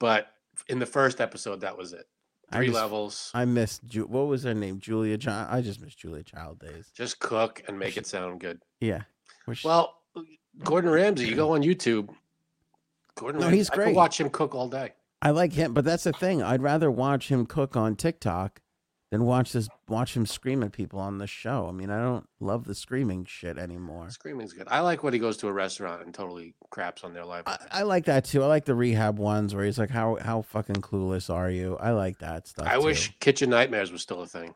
[SPEAKER 2] But in the first episode, that was it.
[SPEAKER 1] I
[SPEAKER 2] Three
[SPEAKER 1] just-
[SPEAKER 2] levels.
[SPEAKER 1] I miss Ju- what was her name? Julia Child. I just miss Julia Child days.
[SPEAKER 2] Just cook and make it sound good.
[SPEAKER 1] Yeah. Which,
[SPEAKER 2] Well, Gordon Ramsay, you go on YouTube. Gordon
[SPEAKER 1] No,
[SPEAKER 2] Ramsay,
[SPEAKER 1] he's
[SPEAKER 2] I
[SPEAKER 1] great.
[SPEAKER 2] could watch him cook all day.
[SPEAKER 1] I like him, but that's the thing. I'd rather watch him cook on TikTok than watch this watch him scream at people on the show. I mean, I don't love the screaming shit anymore.
[SPEAKER 2] Screaming's good. I like when he goes to a restaurant and totally craps on their life.
[SPEAKER 1] I, I like that too. I like the rehab ones where he's like, "How how fucking clueless are you?" I like that stuff.
[SPEAKER 2] I
[SPEAKER 1] too.
[SPEAKER 2] wish Kitchen Nightmares was still a thing.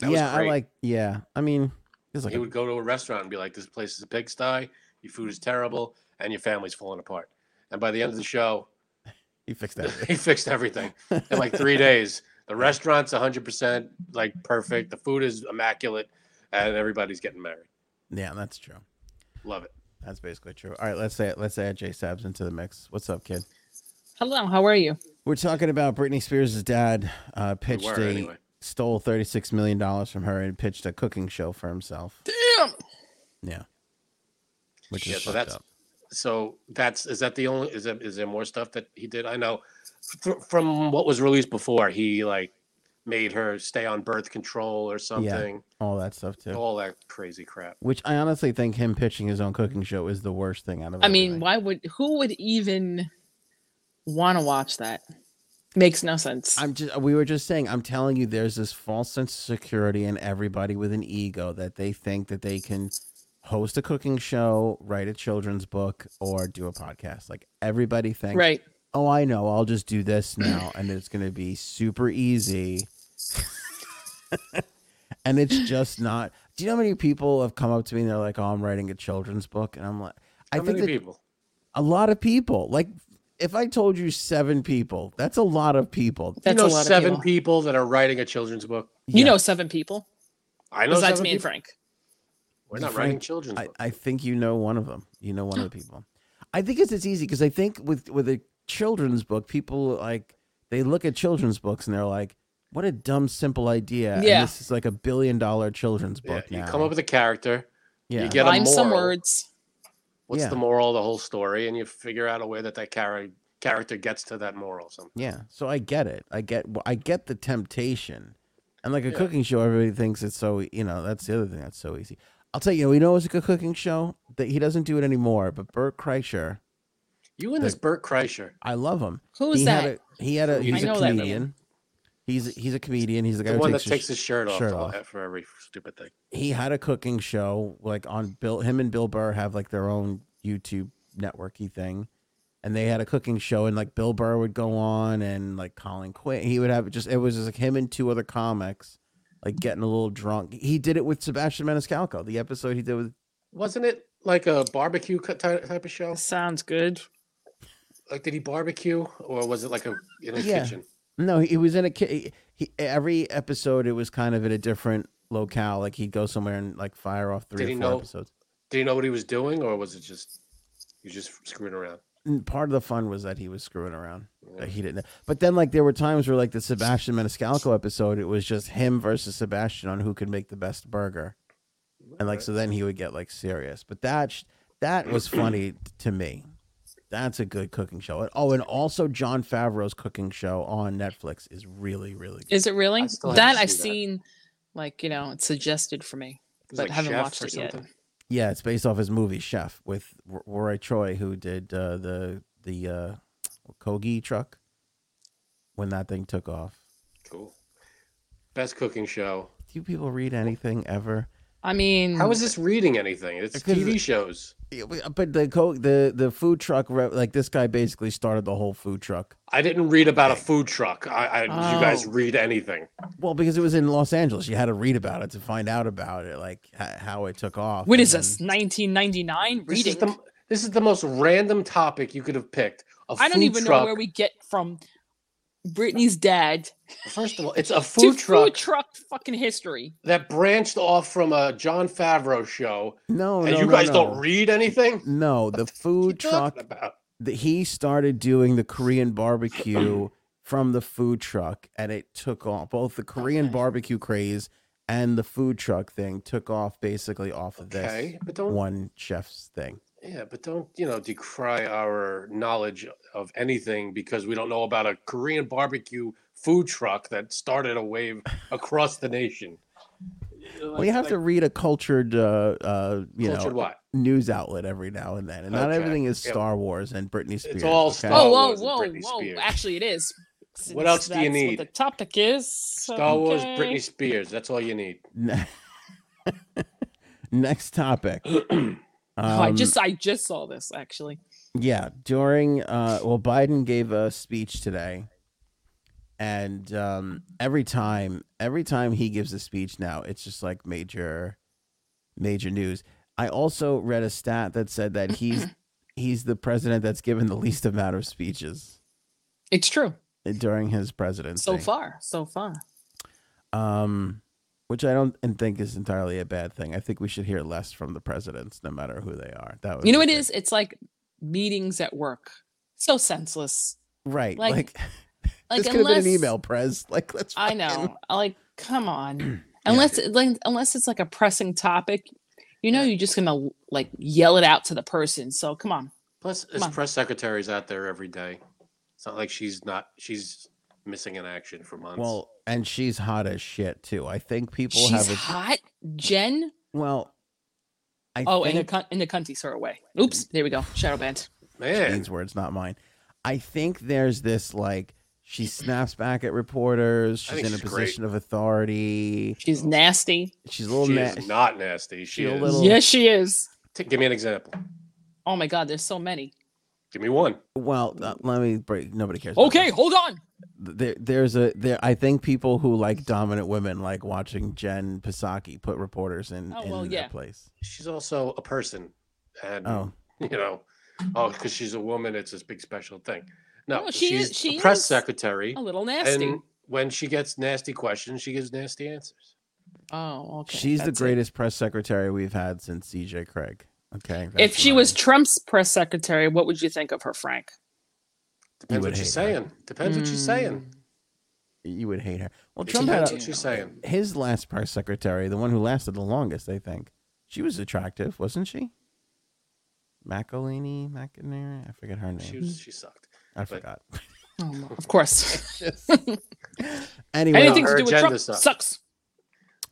[SPEAKER 2] That was
[SPEAKER 1] yeah, I
[SPEAKER 2] great.
[SPEAKER 1] like. Yeah, I mean, it's like
[SPEAKER 2] he
[SPEAKER 1] a-
[SPEAKER 2] would go to a restaurant and be like, "This place is a pigsty. Your food is terrible, and your family's falling apart." And by the end of the show,
[SPEAKER 1] he fixed that.
[SPEAKER 2] he fixed everything in like three days. The restaurant's 100 percent like perfect. The food is immaculate, and everybody's getting married.
[SPEAKER 1] yeah, that's true.
[SPEAKER 2] Love it.
[SPEAKER 1] That's basically true. All right, let's say let's add Jay Sabs into the mix. What's up, kid?
[SPEAKER 4] Hello, how are you?
[SPEAKER 1] We're talking about Britney Spears' dad uh,
[SPEAKER 2] We
[SPEAKER 1] pitched
[SPEAKER 2] were,
[SPEAKER 1] a
[SPEAKER 2] anyway.
[SPEAKER 1] stole thirty six million dollars from her and pitched a cooking show for himself.
[SPEAKER 4] Damn.
[SPEAKER 1] Yeah, which
[SPEAKER 2] Yeah,
[SPEAKER 1] is
[SPEAKER 2] so
[SPEAKER 1] fucked
[SPEAKER 2] that's-
[SPEAKER 1] up.
[SPEAKER 2] So that's is that the only is that is there more stuff that he did? I know fr- from what was released before, he like made her stay on birth control or something.
[SPEAKER 1] all that stuff too.
[SPEAKER 2] All that crazy crap.
[SPEAKER 1] Which I honestly think him pitching his own cooking show is the worst thing out of.
[SPEAKER 4] I mean,
[SPEAKER 1] everything.
[SPEAKER 4] why would who would even want to watch that? Makes no sense.
[SPEAKER 1] I'm just we were just saying, I'm telling you, there's this false sense of security in everybody with an ego that they think that they can host a cooking show, write a children's book, or do a podcast. Like everybody thinks
[SPEAKER 4] right.
[SPEAKER 1] oh I know, I'll just do this now and it's gonna be super easy. and it's just not do you know how many people have come up to me and they're like, Oh, I'm writing a children's book? And I'm like I
[SPEAKER 2] How
[SPEAKER 1] think
[SPEAKER 2] many
[SPEAKER 1] that
[SPEAKER 2] people?
[SPEAKER 1] a lot of people, like if I told you seven people, that's a lot of people.
[SPEAKER 4] That's
[SPEAKER 2] you know
[SPEAKER 4] a lot
[SPEAKER 2] seven
[SPEAKER 4] of people.
[SPEAKER 2] that are writing a children's book.
[SPEAKER 4] You
[SPEAKER 1] Yeah.
[SPEAKER 4] know seven people
[SPEAKER 2] I know
[SPEAKER 4] besides
[SPEAKER 2] seven
[SPEAKER 4] me and
[SPEAKER 2] people.
[SPEAKER 4] Frank.
[SPEAKER 2] We're not
[SPEAKER 1] Frank,
[SPEAKER 2] writing children's
[SPEAKER 1] I,
[SPEAKER 2] books.
[SPEAKER 1] I think you know one of them. You know one of the people. I think it's as easy because I think with with a children's book, people like they look at children's books and they're like, "What a dumb, simple idea!" and
[SPEAKER 4] Yeah.
[SPEAKER 1] this is like a billion dollar children's
[SPEAKER 2] Yeah,
[SPEAKER 1] book.
[SPEAKER 2] you
[SPEAKER 1] now.
[SPEAKER 2] come up with a character.
[SPEAKER 1] yeah,
[SPEAKER 2] you get a
[SPEAKER 4] Find some
[SPEAKER 2] moral.
[SPEAKER 4] words.
[SPEAKER 2] What's
[SPEAKER 1] Yeah.
[SPEAKER 2] the moral of the whole story? And you figure out a way that that char- character gets to that moral. Something.
[SPEAKER 1] yeah. So I get it. I get. well, I get the temptation. And like a
[SPEAKER 2] Yeah.
[SPEAKER 1] cooking show, everybody thinks it's so. You know, that's the other thing that's so easy. I'll tell you, you know, it's a good cooking show that he doesn't do it anymore. But Bert Kreischer,
[SPEAKER 2] You and
[SPEAKER 1] The-
[SPEAKER 2] this Bert Kreischer.
[SPEAKER 1] I love him.
[SPEAKER 4] Who is
[SPEAKER 1] he
[SPEAKER 4] that?
[SPEAKER 1] Had a, he had a.
[SPEAKER 2] I
[SPEAKER 1] He's a
[SPEAKER 4] know that name.
[SPEAKER 1] comedian. He's he's a comedian. He's the guy
[SPEAKER 2] The
[SPEAKER 1] who
[SPEAKER 2] one
[SPEAKER 1] takes
[SPEAKER 2] that
[SPEAKER 1] his-
[SPEAKER 2] takes his shirt off,
[SPEAKER 1] shirt
[SPEAKER 2] to-
[SPEAKER 1] off.
[SPEAKER 2] for every stupid thing.
[SPEAKER 1] he had a cooking show like on Bill. Him and Bill Burr have like their own YouTube networky thing, and they had a cooking show. And like Bill Burr would go on, and like Colin Quinn, he would have just it was just like him and two other comics, like getting a little drunk. He did it with Sebastian Maniscalco. The episode he did with
[SPEAKER 2] Wasn't it like a barbecue cut- ty- type of show?
[SPEAKER 4] Sounds good.
[SPEAKER 2] Like, did he barbecue, or was it like a in a
[SPEAKER 1] Yeah.
[SPEAKER 2] kitchen?
[SPEAKER 1] No, he was in a ki- he, every episode. It was kind of at a different locale. Like he'd go somewhere and like fire off three
[SPEAKER 2] Did
[SPEAKER 1] or
[SPEAKER 2] he
[SPEAKER 1] four
[SPEAKER 2] know-
[SPEAKER 1] episodes.
[SPEAKER 2] Did he know what he was doing, or was it just he was just screwing around?
[SPEAKER 1] And part of the fun was that he was screwing around.
[SPEAKER 2] Yeah.
[SPEAKER 1] that he didn't know. But then like there were times where like the Sebastian Maniscalco episode, it was just him versus Sebastian on who could make the best burger. And like
[SPEAKER 2] Alright.
[SPEAKER 1] so then he would get like serious. But that sh- that was funny to me. That's a good cooking show. And, oh, and also John Favreau's cooking show on Netflix is really really good.
[SPEAKER 4] Is it really?
[SPEAKER 2] I still haven't
[SPEAKER 4] that I've
[SPEAKER 2] seen that.
[SPEAKER 4] seen like, you know, it's suggested for me.
[SPEAKER 2] It was
[SPEAKER 4] but
[SPEAKER 2] like
[SPEAKER 4] haven't
[SPEAKER 2] Chef
[SPEAKER 4] watched
[SPEAKER 2] or
[SPEAKER 4] it yet.
[SPEAKER 2] something.
[SPEAKER 1] Yeah, it's based off his movie Chef with R- Roy Choi who did uh, the the uh, Kogi truck when that thing took off.
[SPEAKER 2] Cool. Best cooking show.
[SPEAKER 1] Do people read anything ever?
[SPEAKER 4] I mean,
[SPEAKER 1] Mm.
[SPEAKER 2] How is this reading anything? It's
[SPEAKER 1] Because-
[SPEAKER 2] TV shows.
[SPEAKER 1] Yeah, but but the co- the the food truck re- like this guy basically started the whole food truck.
[SPEAKER 2] I didn't read about a food truck. I, I did you guys
[SPEAKER 4] Oh.
[SPEAKER 2] read anything?
[SPEAKER 1] Well, because it was in Los Angeles, you had to read about it to find out about it, like h- how it took off.
[SPEAKER 4] what
[SPEAKER 1] and
[SPEAKER 4] is this?
[SPEAKER 1] then-
[SPEAKER 4] 1999
[SPEAKER 2] This is
[SPEAKER 4] reading.
[SPEAKER 2] the this is the most random topic you could have picked. A
[SPEAKER 4] I don't
[SPEAKER 2] food
[SPEAKER 4] even know
[SPEAKER 2] truck-
[SPEAKER 4] where we get from Britney's dad
[SPEAKER 2] First of all, it's a
[SPEAKER 4] to
[SPEAKER 2] food truck
[SPEAKER 4] food truck fucking history.
[SPEAKER 2] that branched off from a John Favreau show,
[SPEAKER 1] No,
[SPEAKER 2] and
[SPEAKER 1] Oh, no,
[SPEAKER 2] you
[SPEAKER 1] no,
[SPEAKER 2] guys
[SPEAKER 1] no.
[SPEAKER 2] don't read anything.
[SPEAKER 1] No, the
[SPEAKER 2] What
[SPEAKER 1] food
[SPEAKER 2] you talking
[SPEAKER 1] truck
[SPEAKER 2] about?
[SPEAKER 1] that he started doing the Korean barbecue from the food truck, and it took off. Both the Korean
[SPEAKER 4] Okay.
[SPEAKER 1] barbecue craze and the food truck thing took off basically off of this
[SPEAKER 2] Okay, but don't
[SPEAKER 1] one chef's thing.
[SPEAKER 2] yeah, but don't you know decry our knowledge of anything because we don't know about a Korean barbecue food truck that started a wave across the nation.
[SPEAKER 1] Well, you have to read a cultured, uh, uh, you
[SPEAKER 2] cultured
[SPEAKER 1] know,
[SPEAKER 2] what?
[SPEAKER 1] news outlet every now and then, and not
[SPEAKER 2] Okay.
[SPEAKER 1] everything is
[SPEAKER 2] Yeah.
[SPEAKER 1] Star Wars and Britney Spears.
[SPEAKER 2] all
[SPEAKER 1] okay?
[SPEAKER 2] Star
[SPEAKER 4] Oh, whoa,
[SPEAKER 2] Wars and
[SPEAKER 4] whoa,
[SPEAKER 2] Britney
[SPEAKER 4] whoa!
[SPEAKER 2] Spears.
[SPEAKER 4] Actually, it is. Since
[SPEAKER 2] else do you
[SPEAKER 4] that's
[SPEAKER 2] need?
[SPEAKER 4] What the topic is
[SPEAKER 2] Star Wars,
[SPEAKER 4] okay.
[SPEAKER 2] Britney Spears. That's all you need.
[SPEAKER 1] Ne- Next topic.
[SPEAKER 4] Oh, I
[SPEAKER 1] Um,
[SPEAKER 4] just I just saw this actually.
[SPEAKER 1] Yeah, during uh well Biden gave a speech today. And um every time every time he gives a speech now, it's just like major major news. I also read a stat that said that he's he's the president that's given the least amount of speeches
[SPEAKER 4] It's true.
[SPEAKER 1] during his presidency.
[SPEAKER 4] So far, so far.
[SPEAKER 1] Um which I don't think is entirely a bad thing. I think we should hear less from the presidents, no matter who they are. That would
[SPEAKER 4] You know
[SPEAKER 1] be
[SPEAKER 4] what it
[SPEAKER 1] good.
[SPEAKER 4] is? It's like meetings at work. So senseless.
[SPEAKER 1] right. Like,
[SPEAKER 4] Like- Like
[SPEAKER 1] this could have been an
[SPEAKER 4] unless-
[SPEAKER 1] email, Prez. Like let's.
[SPEAKER 4] I
[SPEAKER 1] fucking-
[SPEAKER 4] know. Like, come on. Unless it- like, unless it's like a pressing topic, you know, you're just gonna like yell it out to the person. So come on.
[SPEAKER 2] Plus, there's
[SPEAKER 4] Come on.
[SPEAKER 2] press secretaries out there every day. It's not like she's not. She's missing in action for months.
[SPEAKER 1] Well, and she's hot as shit too. I think people
[SPEAKER 4] She's
[SPEAKER 1] have a
[SPEAKER 4] hot, Jen.
[SPEAKER 1] well. I
[SPEAKER 4] Oh, in the
[SPEAKER 1] think,
[SPEAKER 4] con- in the cunty sort of way. Oops, there we go. Shadow band.
[SPEAKER 2] man,
[SPEAKER 1] Jane's words, not mine. I think there's this like she snaps back at reporters.
[SPEAKER 2] I
[SPEAKER 1] She's in
[SPEAKER 2] think
[SPEAKER 1] a
[SPEAKER 2] she's great.
[SPEAKER 1] position of authority.
[SPEAKER 4] She's nasty.
[SPEAKER 1] She's a little
[SPEAKER 2] she
[SPEAKER 1] na-
[SPEAKER 2] is not nasty. She
[SPEAKER 1] she a
[SPEAKER 2] is.
[SPEAKER 1] little-
[SPEAKER 4] Yes, she is.
[SPEAKER 2] T- give me an example.
[SPEAKER 4] Oh my God, there's so many.
[SPEAKER 2] Give me one.
[SPEAKER 1] Well, uh, let me break. Nobody cares. about
[SPEAKER 4] Okay,
[SPEAKER 1] this.
[SPEAKER 4] hold on.
[SPEAKER 1] There, there's a there. I think people who like dominant women like watching Jen Psaki put reporters in
[SPEAKER 4] Oh,
[SPEAKER 1] in
[SPEAKER 4] well,
[SPEAKER 1] their
[SPEAKER 4] yeah. Mm-hmm.
[SPEAKER 1] place.
[SPEAKER 2] She's also a person, and
[SPEAKER 1] Oh,
[SPEAKER 2] you know, oh, because she's a woman, it's this big special thing. No,
[SPEAKER 4] No, she
[SPEAKER 2] she's
[SPEAKER 4] is- she
[SPEAKER 2] a press
[SPEAKER 4] is
[SPEAKER 2] secretary,
[SPEAKER 4] A little nasty.
[SPEAKER 2] and when she gets nasty questions, she gives nasty answers.
[SPEAKER 4] oh, okay.
[SPEAKER 1] She's the
[SPEAKER 4] that's it.
[SPEAKER 1] greatest press secretary we've had since CJ Craig. Okay.
[SPEAKER 4] If
[SPEAKER 1] that's
[SPEAKER 4] she
[SPEAKER 1] mine.
[SPEAKER 4] was Trump's press secretary, what would you think of her, Frank?
[SPEAKER 2] Depends
[SPEAKER 1] would
[SPEAKER 2] what she's
[SPEAKER 1] hate her.
[SPEAKER 2] saying. Depends what she's saying.
[SPEAKER 1] you would hate her. Well,
[SPEAKER 2] It
[SPEAKER 1] Trump had
[SPEAKER 2] depends
[SPEAKER 1] a-
[SPEAKER 2] what she's saying.
[SPEAKER 1] his last press secretary, the one who lasted the longest, I think. She was attractive, wasn't she? McElhaney, McInerney, I forget her name.
[SPEAKER 2] She was. She sucked.
[SPEAKER 1] I forgot.
[SPEAKER 4] Oh, of course.
[SPEAKER 1] Anyway,
[SPEAKER 4] Anything
[SPEAKER 2] her
[SPEAKER 4] to do with
[SPEAKER 2] agenda
[SPEAKER 4] Trump
[SPEAKER 2] sucks.
[SPEAKER 4] sucks.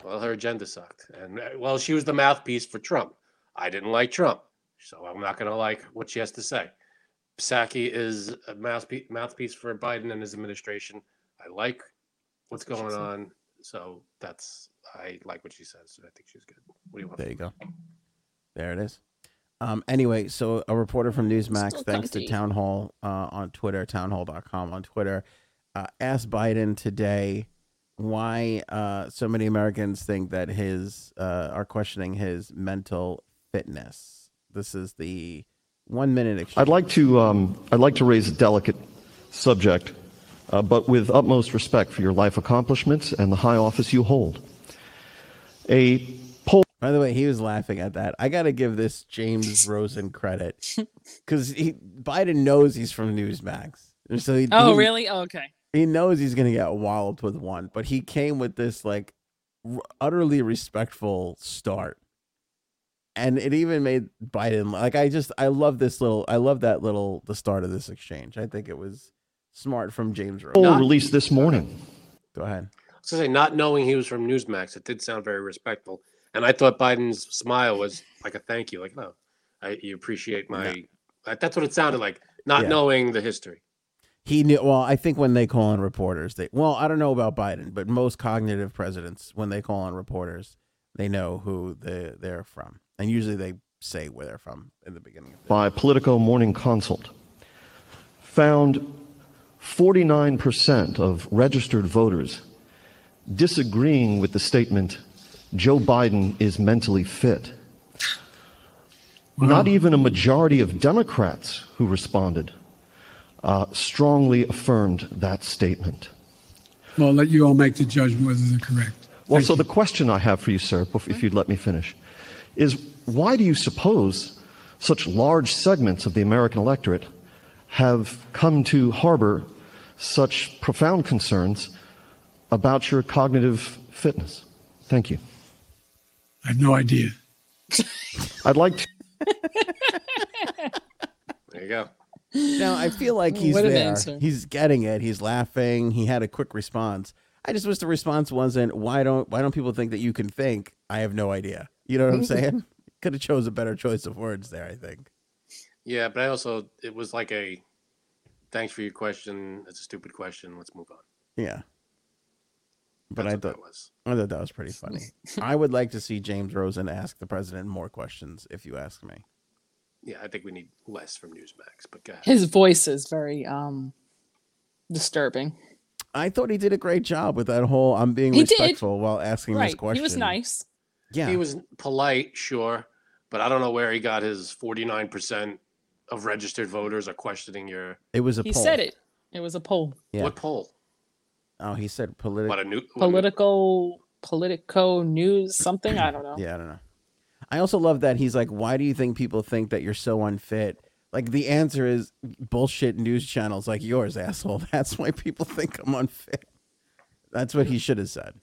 [SPEAKER 2] Well, her agenda sucked, and uh, well, she was the mouthpiece for Trump. I didn't like Trump, so I'm not going to like what she has to say. Psaki is a mouthpiece mouthpiece for Biden and his administration. I like what's
[SPEAKER 4] That's what
[SPEAKER 2] going
[SPEAKER 4] she said.
[SPEAKER 2] on, so that's I like what she says. and I think she's good. What do you want?
[SPEAKER 1] there you go. There it is. Um, anyway, so a reporter from Newsmax,
[SPEAKER 4] Still
[SPEAKER 1] thanks to
[SPEAKER 4] cunty.
[SPEAKER 1] Town Hall uh, on Twitter, townhall.com on Twitter, uh, asked Biden today why uh, so many Americans think that his uh, are questioning his mental fitness. This is the one minute exchange.
[SPEAKER 5] I'd like to um, I'd like to raise a delicate subject, uh, but with utmost respect for your life accomplishments and the high office you hold. A poll
[SPEAKER 1] By the way, he was laughing at that. I got to give this James Rosen credit because Biden knows he's from Newsmax. And so he,
[SPEAKER 4] Oh,
[SPEAKER 1] he-
[SPEAKER 4] really? Oh, okay.
[SPEAKER 1] he knows he's gonna get walloped with one, but he came with this like r- utterly respectful start, and it even made Biden like I just I love this little I love that little the start of this exchange. I think it was smart from James Rowe.
[SPEAKER 5] poll released this morning.
[SPEAKER 1] Go ahead.
[SPEAKER 2] So say not knowing he was from Newsmax, it did sound very respectful, and I thought Biden's smile was like a thank you, like oh, I, you appreciate my. That's what it sounded like, not
[SPEAKER 1] Yeah.
[SPEAKER 2] knowing the history.
[SPEAKER 1] He knew. Well, I think when they call on reporters, they well I don't know about Biden, but most cognitive presidents when they call on reporters, they know who they they're from, and usually they say where they're from in the beginning of the
[SPEAKER 5] by Politico Morning Consult found 49% of registered voters disagreeing with the statement Joe Biden is mentally fit. Not even a majority of Democrats who responded uh, strongly affirmed that statement.
[SPEAKER 6] Well, I'll let you all make the judgment whether they're correct.
[SPEAKER 5] Well, so the question I have for you, sir, bef- if you'd let me finish, is why do you suppose such large segments of the American electorate have come to harbor such profound concerns about your cognitive fitness? Thank you.
[SPEAKER 6] I have no idea.
[SPEAKER 5] I'd like to.
[SPEAKER 2] There you go.
[SPEAKER 1] Now I feel like he's
[SPEAKER 4] What an
[SPEAKER 1] there.
[SPEAKER 4] answer.
[SPEAKER 1] He's getting it. He's laughing. He had a quick response. I just wish the response wasn't why don't why don't people think that you can think? I have no idea. You know what I'm saying? Could have chose a better choice of words there, I think.
[SPEAKER 2] Yeah, but I also it was like a thanks for your question. It's a stupid question. Let's move on.
[SPEAKER 1] Yeah. But
[SPEAKER 2] That's
[SPEAKER 1] I
[SPEAKER 2] what
[SPEAKER 1] thought
[SPEAKER 2] that was
[SPEAKER 1] I thought that was pretty funny. I would like to see James Rosen ask the president more questions if you ask me.
[SPEAKER 2] yeah. I think we need less from Newsmax, but go ahead.
[SPEAKER 4] His voice is very um disturbing.
[SPEAKER 1] I thought he did a great job with that whole I'm being
[SPEAKER 4] He did.
[SPEAKER 1] respectful while asking this
[SPEAKER 4] Right.
[SPEAKER 1] question.
[SPEAKER 4] He was nice.
[SPEAKER 1] Yeah.
[SPEAKER 2] He was polite, sure, but I don't know where he got his forty nine percent of registered voters are questioning your
[SPEAKER 1] it was a
[SPEAKER 4] He
[SPEAKER 1] poll.
[SPEAKER 4] said it. It was a poll.
[SPEAKER 1] Yeah.
[SPEAKER 2] what poll?
[SPEAKER 1] Oh, he said
[SPEAKER 2] What
[SPEAKER 1] political.
[SPEAKER 2] a new what a new-
[SPEAKER 4] Political politico news something. I don't know.
[SPEAKER 1] Yeah, I don't know. I also love that he's like, why do you think people think that you're so unfit? Like the answer is bullshit news channels like yours, asshole. That's why people think I'm unfit. That's what he should have said.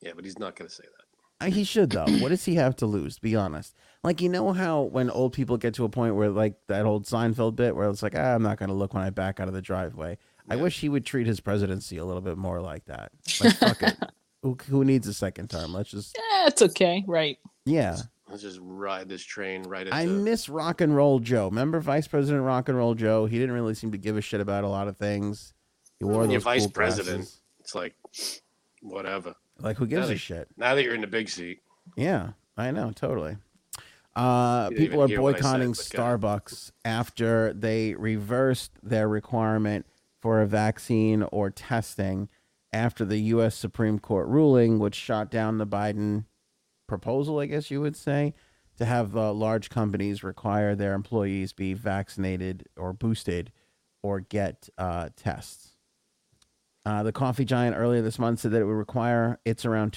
[SPEAKER 2] Yeah, but he's not going to say that.
[SPEAKER 1] Uh, He should though. What does he have to lose? Be honest. Like you know how when old people get to a point where like that old Seinfeld bit where it's like ah, I'm not gonna look when I back out of the driveway. I wish he would treat his presidency a little bit more like that. Like fuck it. Who, who needs a second term? Let's just
[SPEAKER 4] Eh, it's okay. Right.
[SPEAKER 1] yeah.
[SPEAKER 2] Let's just ride this train right into
[SPEAKER 1] I
[SPEAKER 2] the
[SPEAKER 1] miss Rock and Roll Joe. Remember Vice President Rock and Roll Joe? He didn't really seem to give a shit about a lot of things. He wore
[SPEAKER 2] When you're
[SPEAKER 1] those
[SPEAKER 2] vice
[SPEAKER 1] cool
[SPEAKER 2] president.
[SPEAKER 1] glasses.
[SPEAKER 2] It's like whatever.
[SPEAKER 1] Like who gives a
[SPEAKER 2] Really?
[SPEAKER 1] shit?
[SPEAKER 2] Now that you're in the big seat,
[SPEAKER 1] Yeah, I know, totally. Uh,
[SPEAKER 2] You didn't
[SPEAKER 1] people
[SPEAKER 2] even
[SPEAKER 1] are
[SPEAKER 2] hear what I said,
[SPEAKER 1] boycotting
[SPEAKER 2] but go ahead.
[SPEAKER 1] Starbucks after they reversed their requirement for a vaccine or testing after the U.S. Supreme Court ruling, which shot down the Biden proposal, I guess you would say, to have uh, large companies require their employees be vaccinated or boosted or get uh, tests. Uh, the coffee giant earlier this month said that it would require its around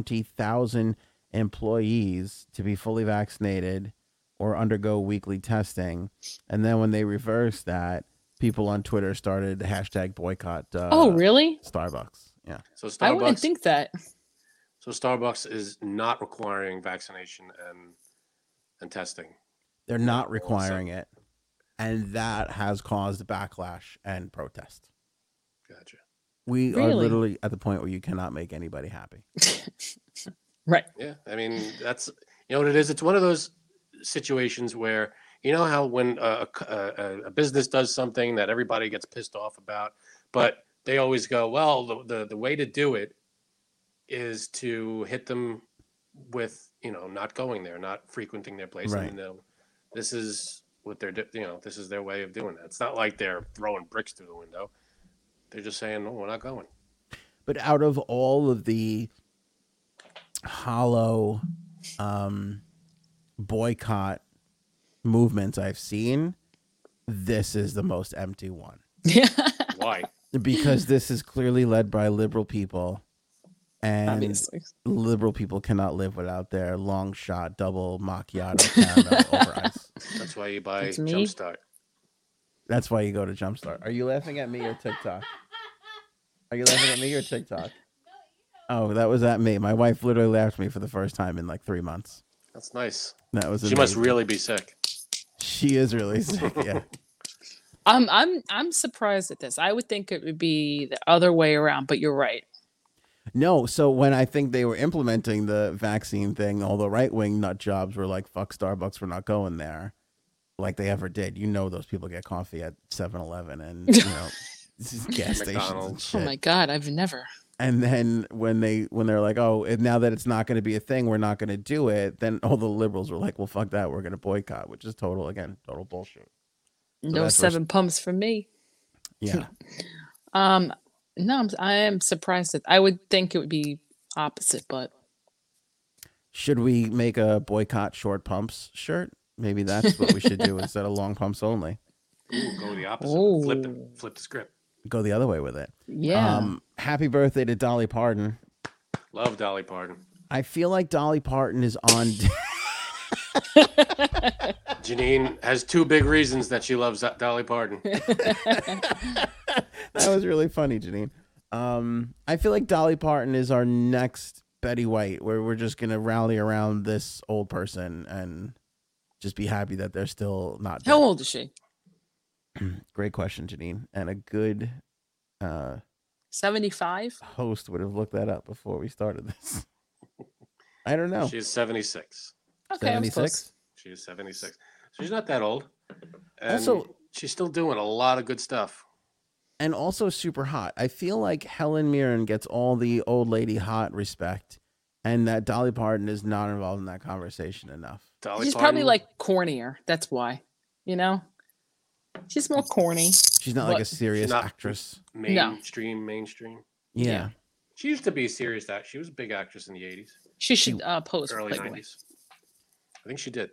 [SPEAKER 1] 220,000 employees to be fully vaccinated or undergo weekly testing. And then when they reversed that, people on Twitter started the hashtag boycott uh,
[SPEAKER 4] oh, really?
[SPEAKER 1] Starbucks. Yeah.
[SPEAKER 2] so
[SPEAKER 4] I wouldn't
[SPEAKER 2] Starbucks.
[SPEAKER 4] think that.
[SPEAKER 2] so Starbucks is not requiring vaccination and and testing.
[SPEAKER 1] They're not requiring it. And that has caused backlash and protest.
[SPEAKER 2] Gotcha.
[SPEAKER 1] We are
[SPEAKER 4] Really?
[SPEAKER 1] literally at the point where you cannot make anybody happy.
[SPEAKER 4] Right.
[SPEAKER 2] Yeah, I mean that's you know what it is. It's one of those situations where you know how when a, a c- a- a- a business does something that everybody gets pissed off about, but they always go, well, the the, the way to do it is to hit them with you know not going there, not frequenting their place,
[SPEAKER 1] Right.
[SPEAKER 2] and you know, this is what they're do- you know this is their way of doing that. It's not like they're throwing bricks through the window. They're just saying, no, we're not going.
[SPEAKER 1] but out of all of the hollow um, boycott movements I've seen, this is the most empty one
[SPEAKER 4] Yeah.
[SPEAKER 2] Why?
[SPEAKER 1] because this is clearly led by liberal people, and
[SPEAKER 4] Obviously.
[SPEAKER 1] liberal people cannot live without their long shot double macchiato caramel over ice.
[SPEAKER 2] That's why you buy
[SPEAKER 4] It's me.
[SPEAKER 2] Jumpstart.
[SPEAKER 1] That's why you go to Jumpstart. Are you laughing at me or TikTok? Are you laughing at me or TikTok? Oh, that was at me. My wife literally laughed at me for the first time in like three months.
[SPEAKER 2] That's nice.
[SPEAKER 1] That was
[SPEAKER 2] She must
[SPEAKER 1] amazing.
[SPEAKER 2] really be sick.
[SPEAKER 1] She is really sick. Yeah.
[SPEAKER 4] I'm I'm I'm surprised at this. I would think it would be the other way around, but you're right.
[SPEAKER 1] No, so when I think they were implementing the vaccine thing, all the right wing nut jobs were like, fuck Starbucks, we're not going there. Like they ever did. You know, those people get coffee at 7 Eleven and, you know, this is gas stations and
[SPEAKER 2] McDonald's.
[SPEAKER 1] shit.
[SPEAKER 4] Oh my god, I've never.
[SPEAKER 1] and then when they when they're like oh and now that it's not going to be a thing we're not going to do it then all the liberals were like well fuck that we're going to boycott which is total again total bullshit
[SPEAKER 4] No
[SPEAKER 1] that's where-
[SPEAKER 4] seven pumps for me.
[SPEAKER 1] yeah
[SPEAKER 4] Um, no, I'm I am surprised that I would think it would be opposite, but
[SPEAKER 1] should we make a boycott short pumps shirt maybe that's what we should do instead of long pumps only
[SPEAKER 2] Ooh, go the opposite. Flip it.
[SPEAKER 4] Ooh.
[SPEAKER 2] Flip the script.
[SPEAKER 1] go the other way with it
[SPEAKER 4] yeah,
[SPEAKER 1] Um, happy birthday to dolly parton
[SPEAKER 2] Love Dolly Parton.
[SPEAKER 1] i feel like dolly parton is on
[SPEAKER 2] Janine has two big reasons that she loves Do- Dolly Parton.
[SPEAKER 1] that was really funny, Janine. Um, I feel like Dolly Parton is our next Betty White, where we're just gonna rally around this old person and just be happy that they're still not.
[SPEAKER 4] how
[SPEAKER 1] Dead.
[SPEAKER 4] old is she?
[SPEAKER 1] Great question, Janine, and a good uh,
[SPEAKER 4] Seventy five.
[SPEAKER 1] host would have looked that up before we started this. I don't know.
[SPEAKER 2] She's 76.
[SPEAKER 4] Okay, I was close.
[SPEAKER 2] She's 76. She's not that old. And
[SPEAKER 1] Also-
[SPEAKER 2] she's still doing a lot of good stuff.
[SPEAKER 1] and also super hot. I feel like Helen Mirren gets all the old lady hot respect, and that Dolly Parton is not involved in that conversation enough.
[SPEAKER 2] Dolly
[SPEAKER 4] She's probably
[SPEAKER 2] Parton-
[SPEAKER 4] like cornier. That's why, you know, she's more corny.
[SPEAKER 1] She's not like a
[SPEAKER 4] What?
[SPEAKER 1] serious
[SPEAKER 2] not-
[SPEAKER 1] actress.
[SPEAKER 4] No.
[SPEAKER 2] mainstream, mainstream.
[SPEAKER 1] Yeah.
[SPEAKER 4] Yeah.
[SPEAKER 2] She used to be a serious act. She was a big actress in the 80s,
[SPEAKER 4] She should uh, pose for
[SPEAKER 2] early
[SPEAKER 4] Playboy
[SPEAKER 2] 90s. I think she did.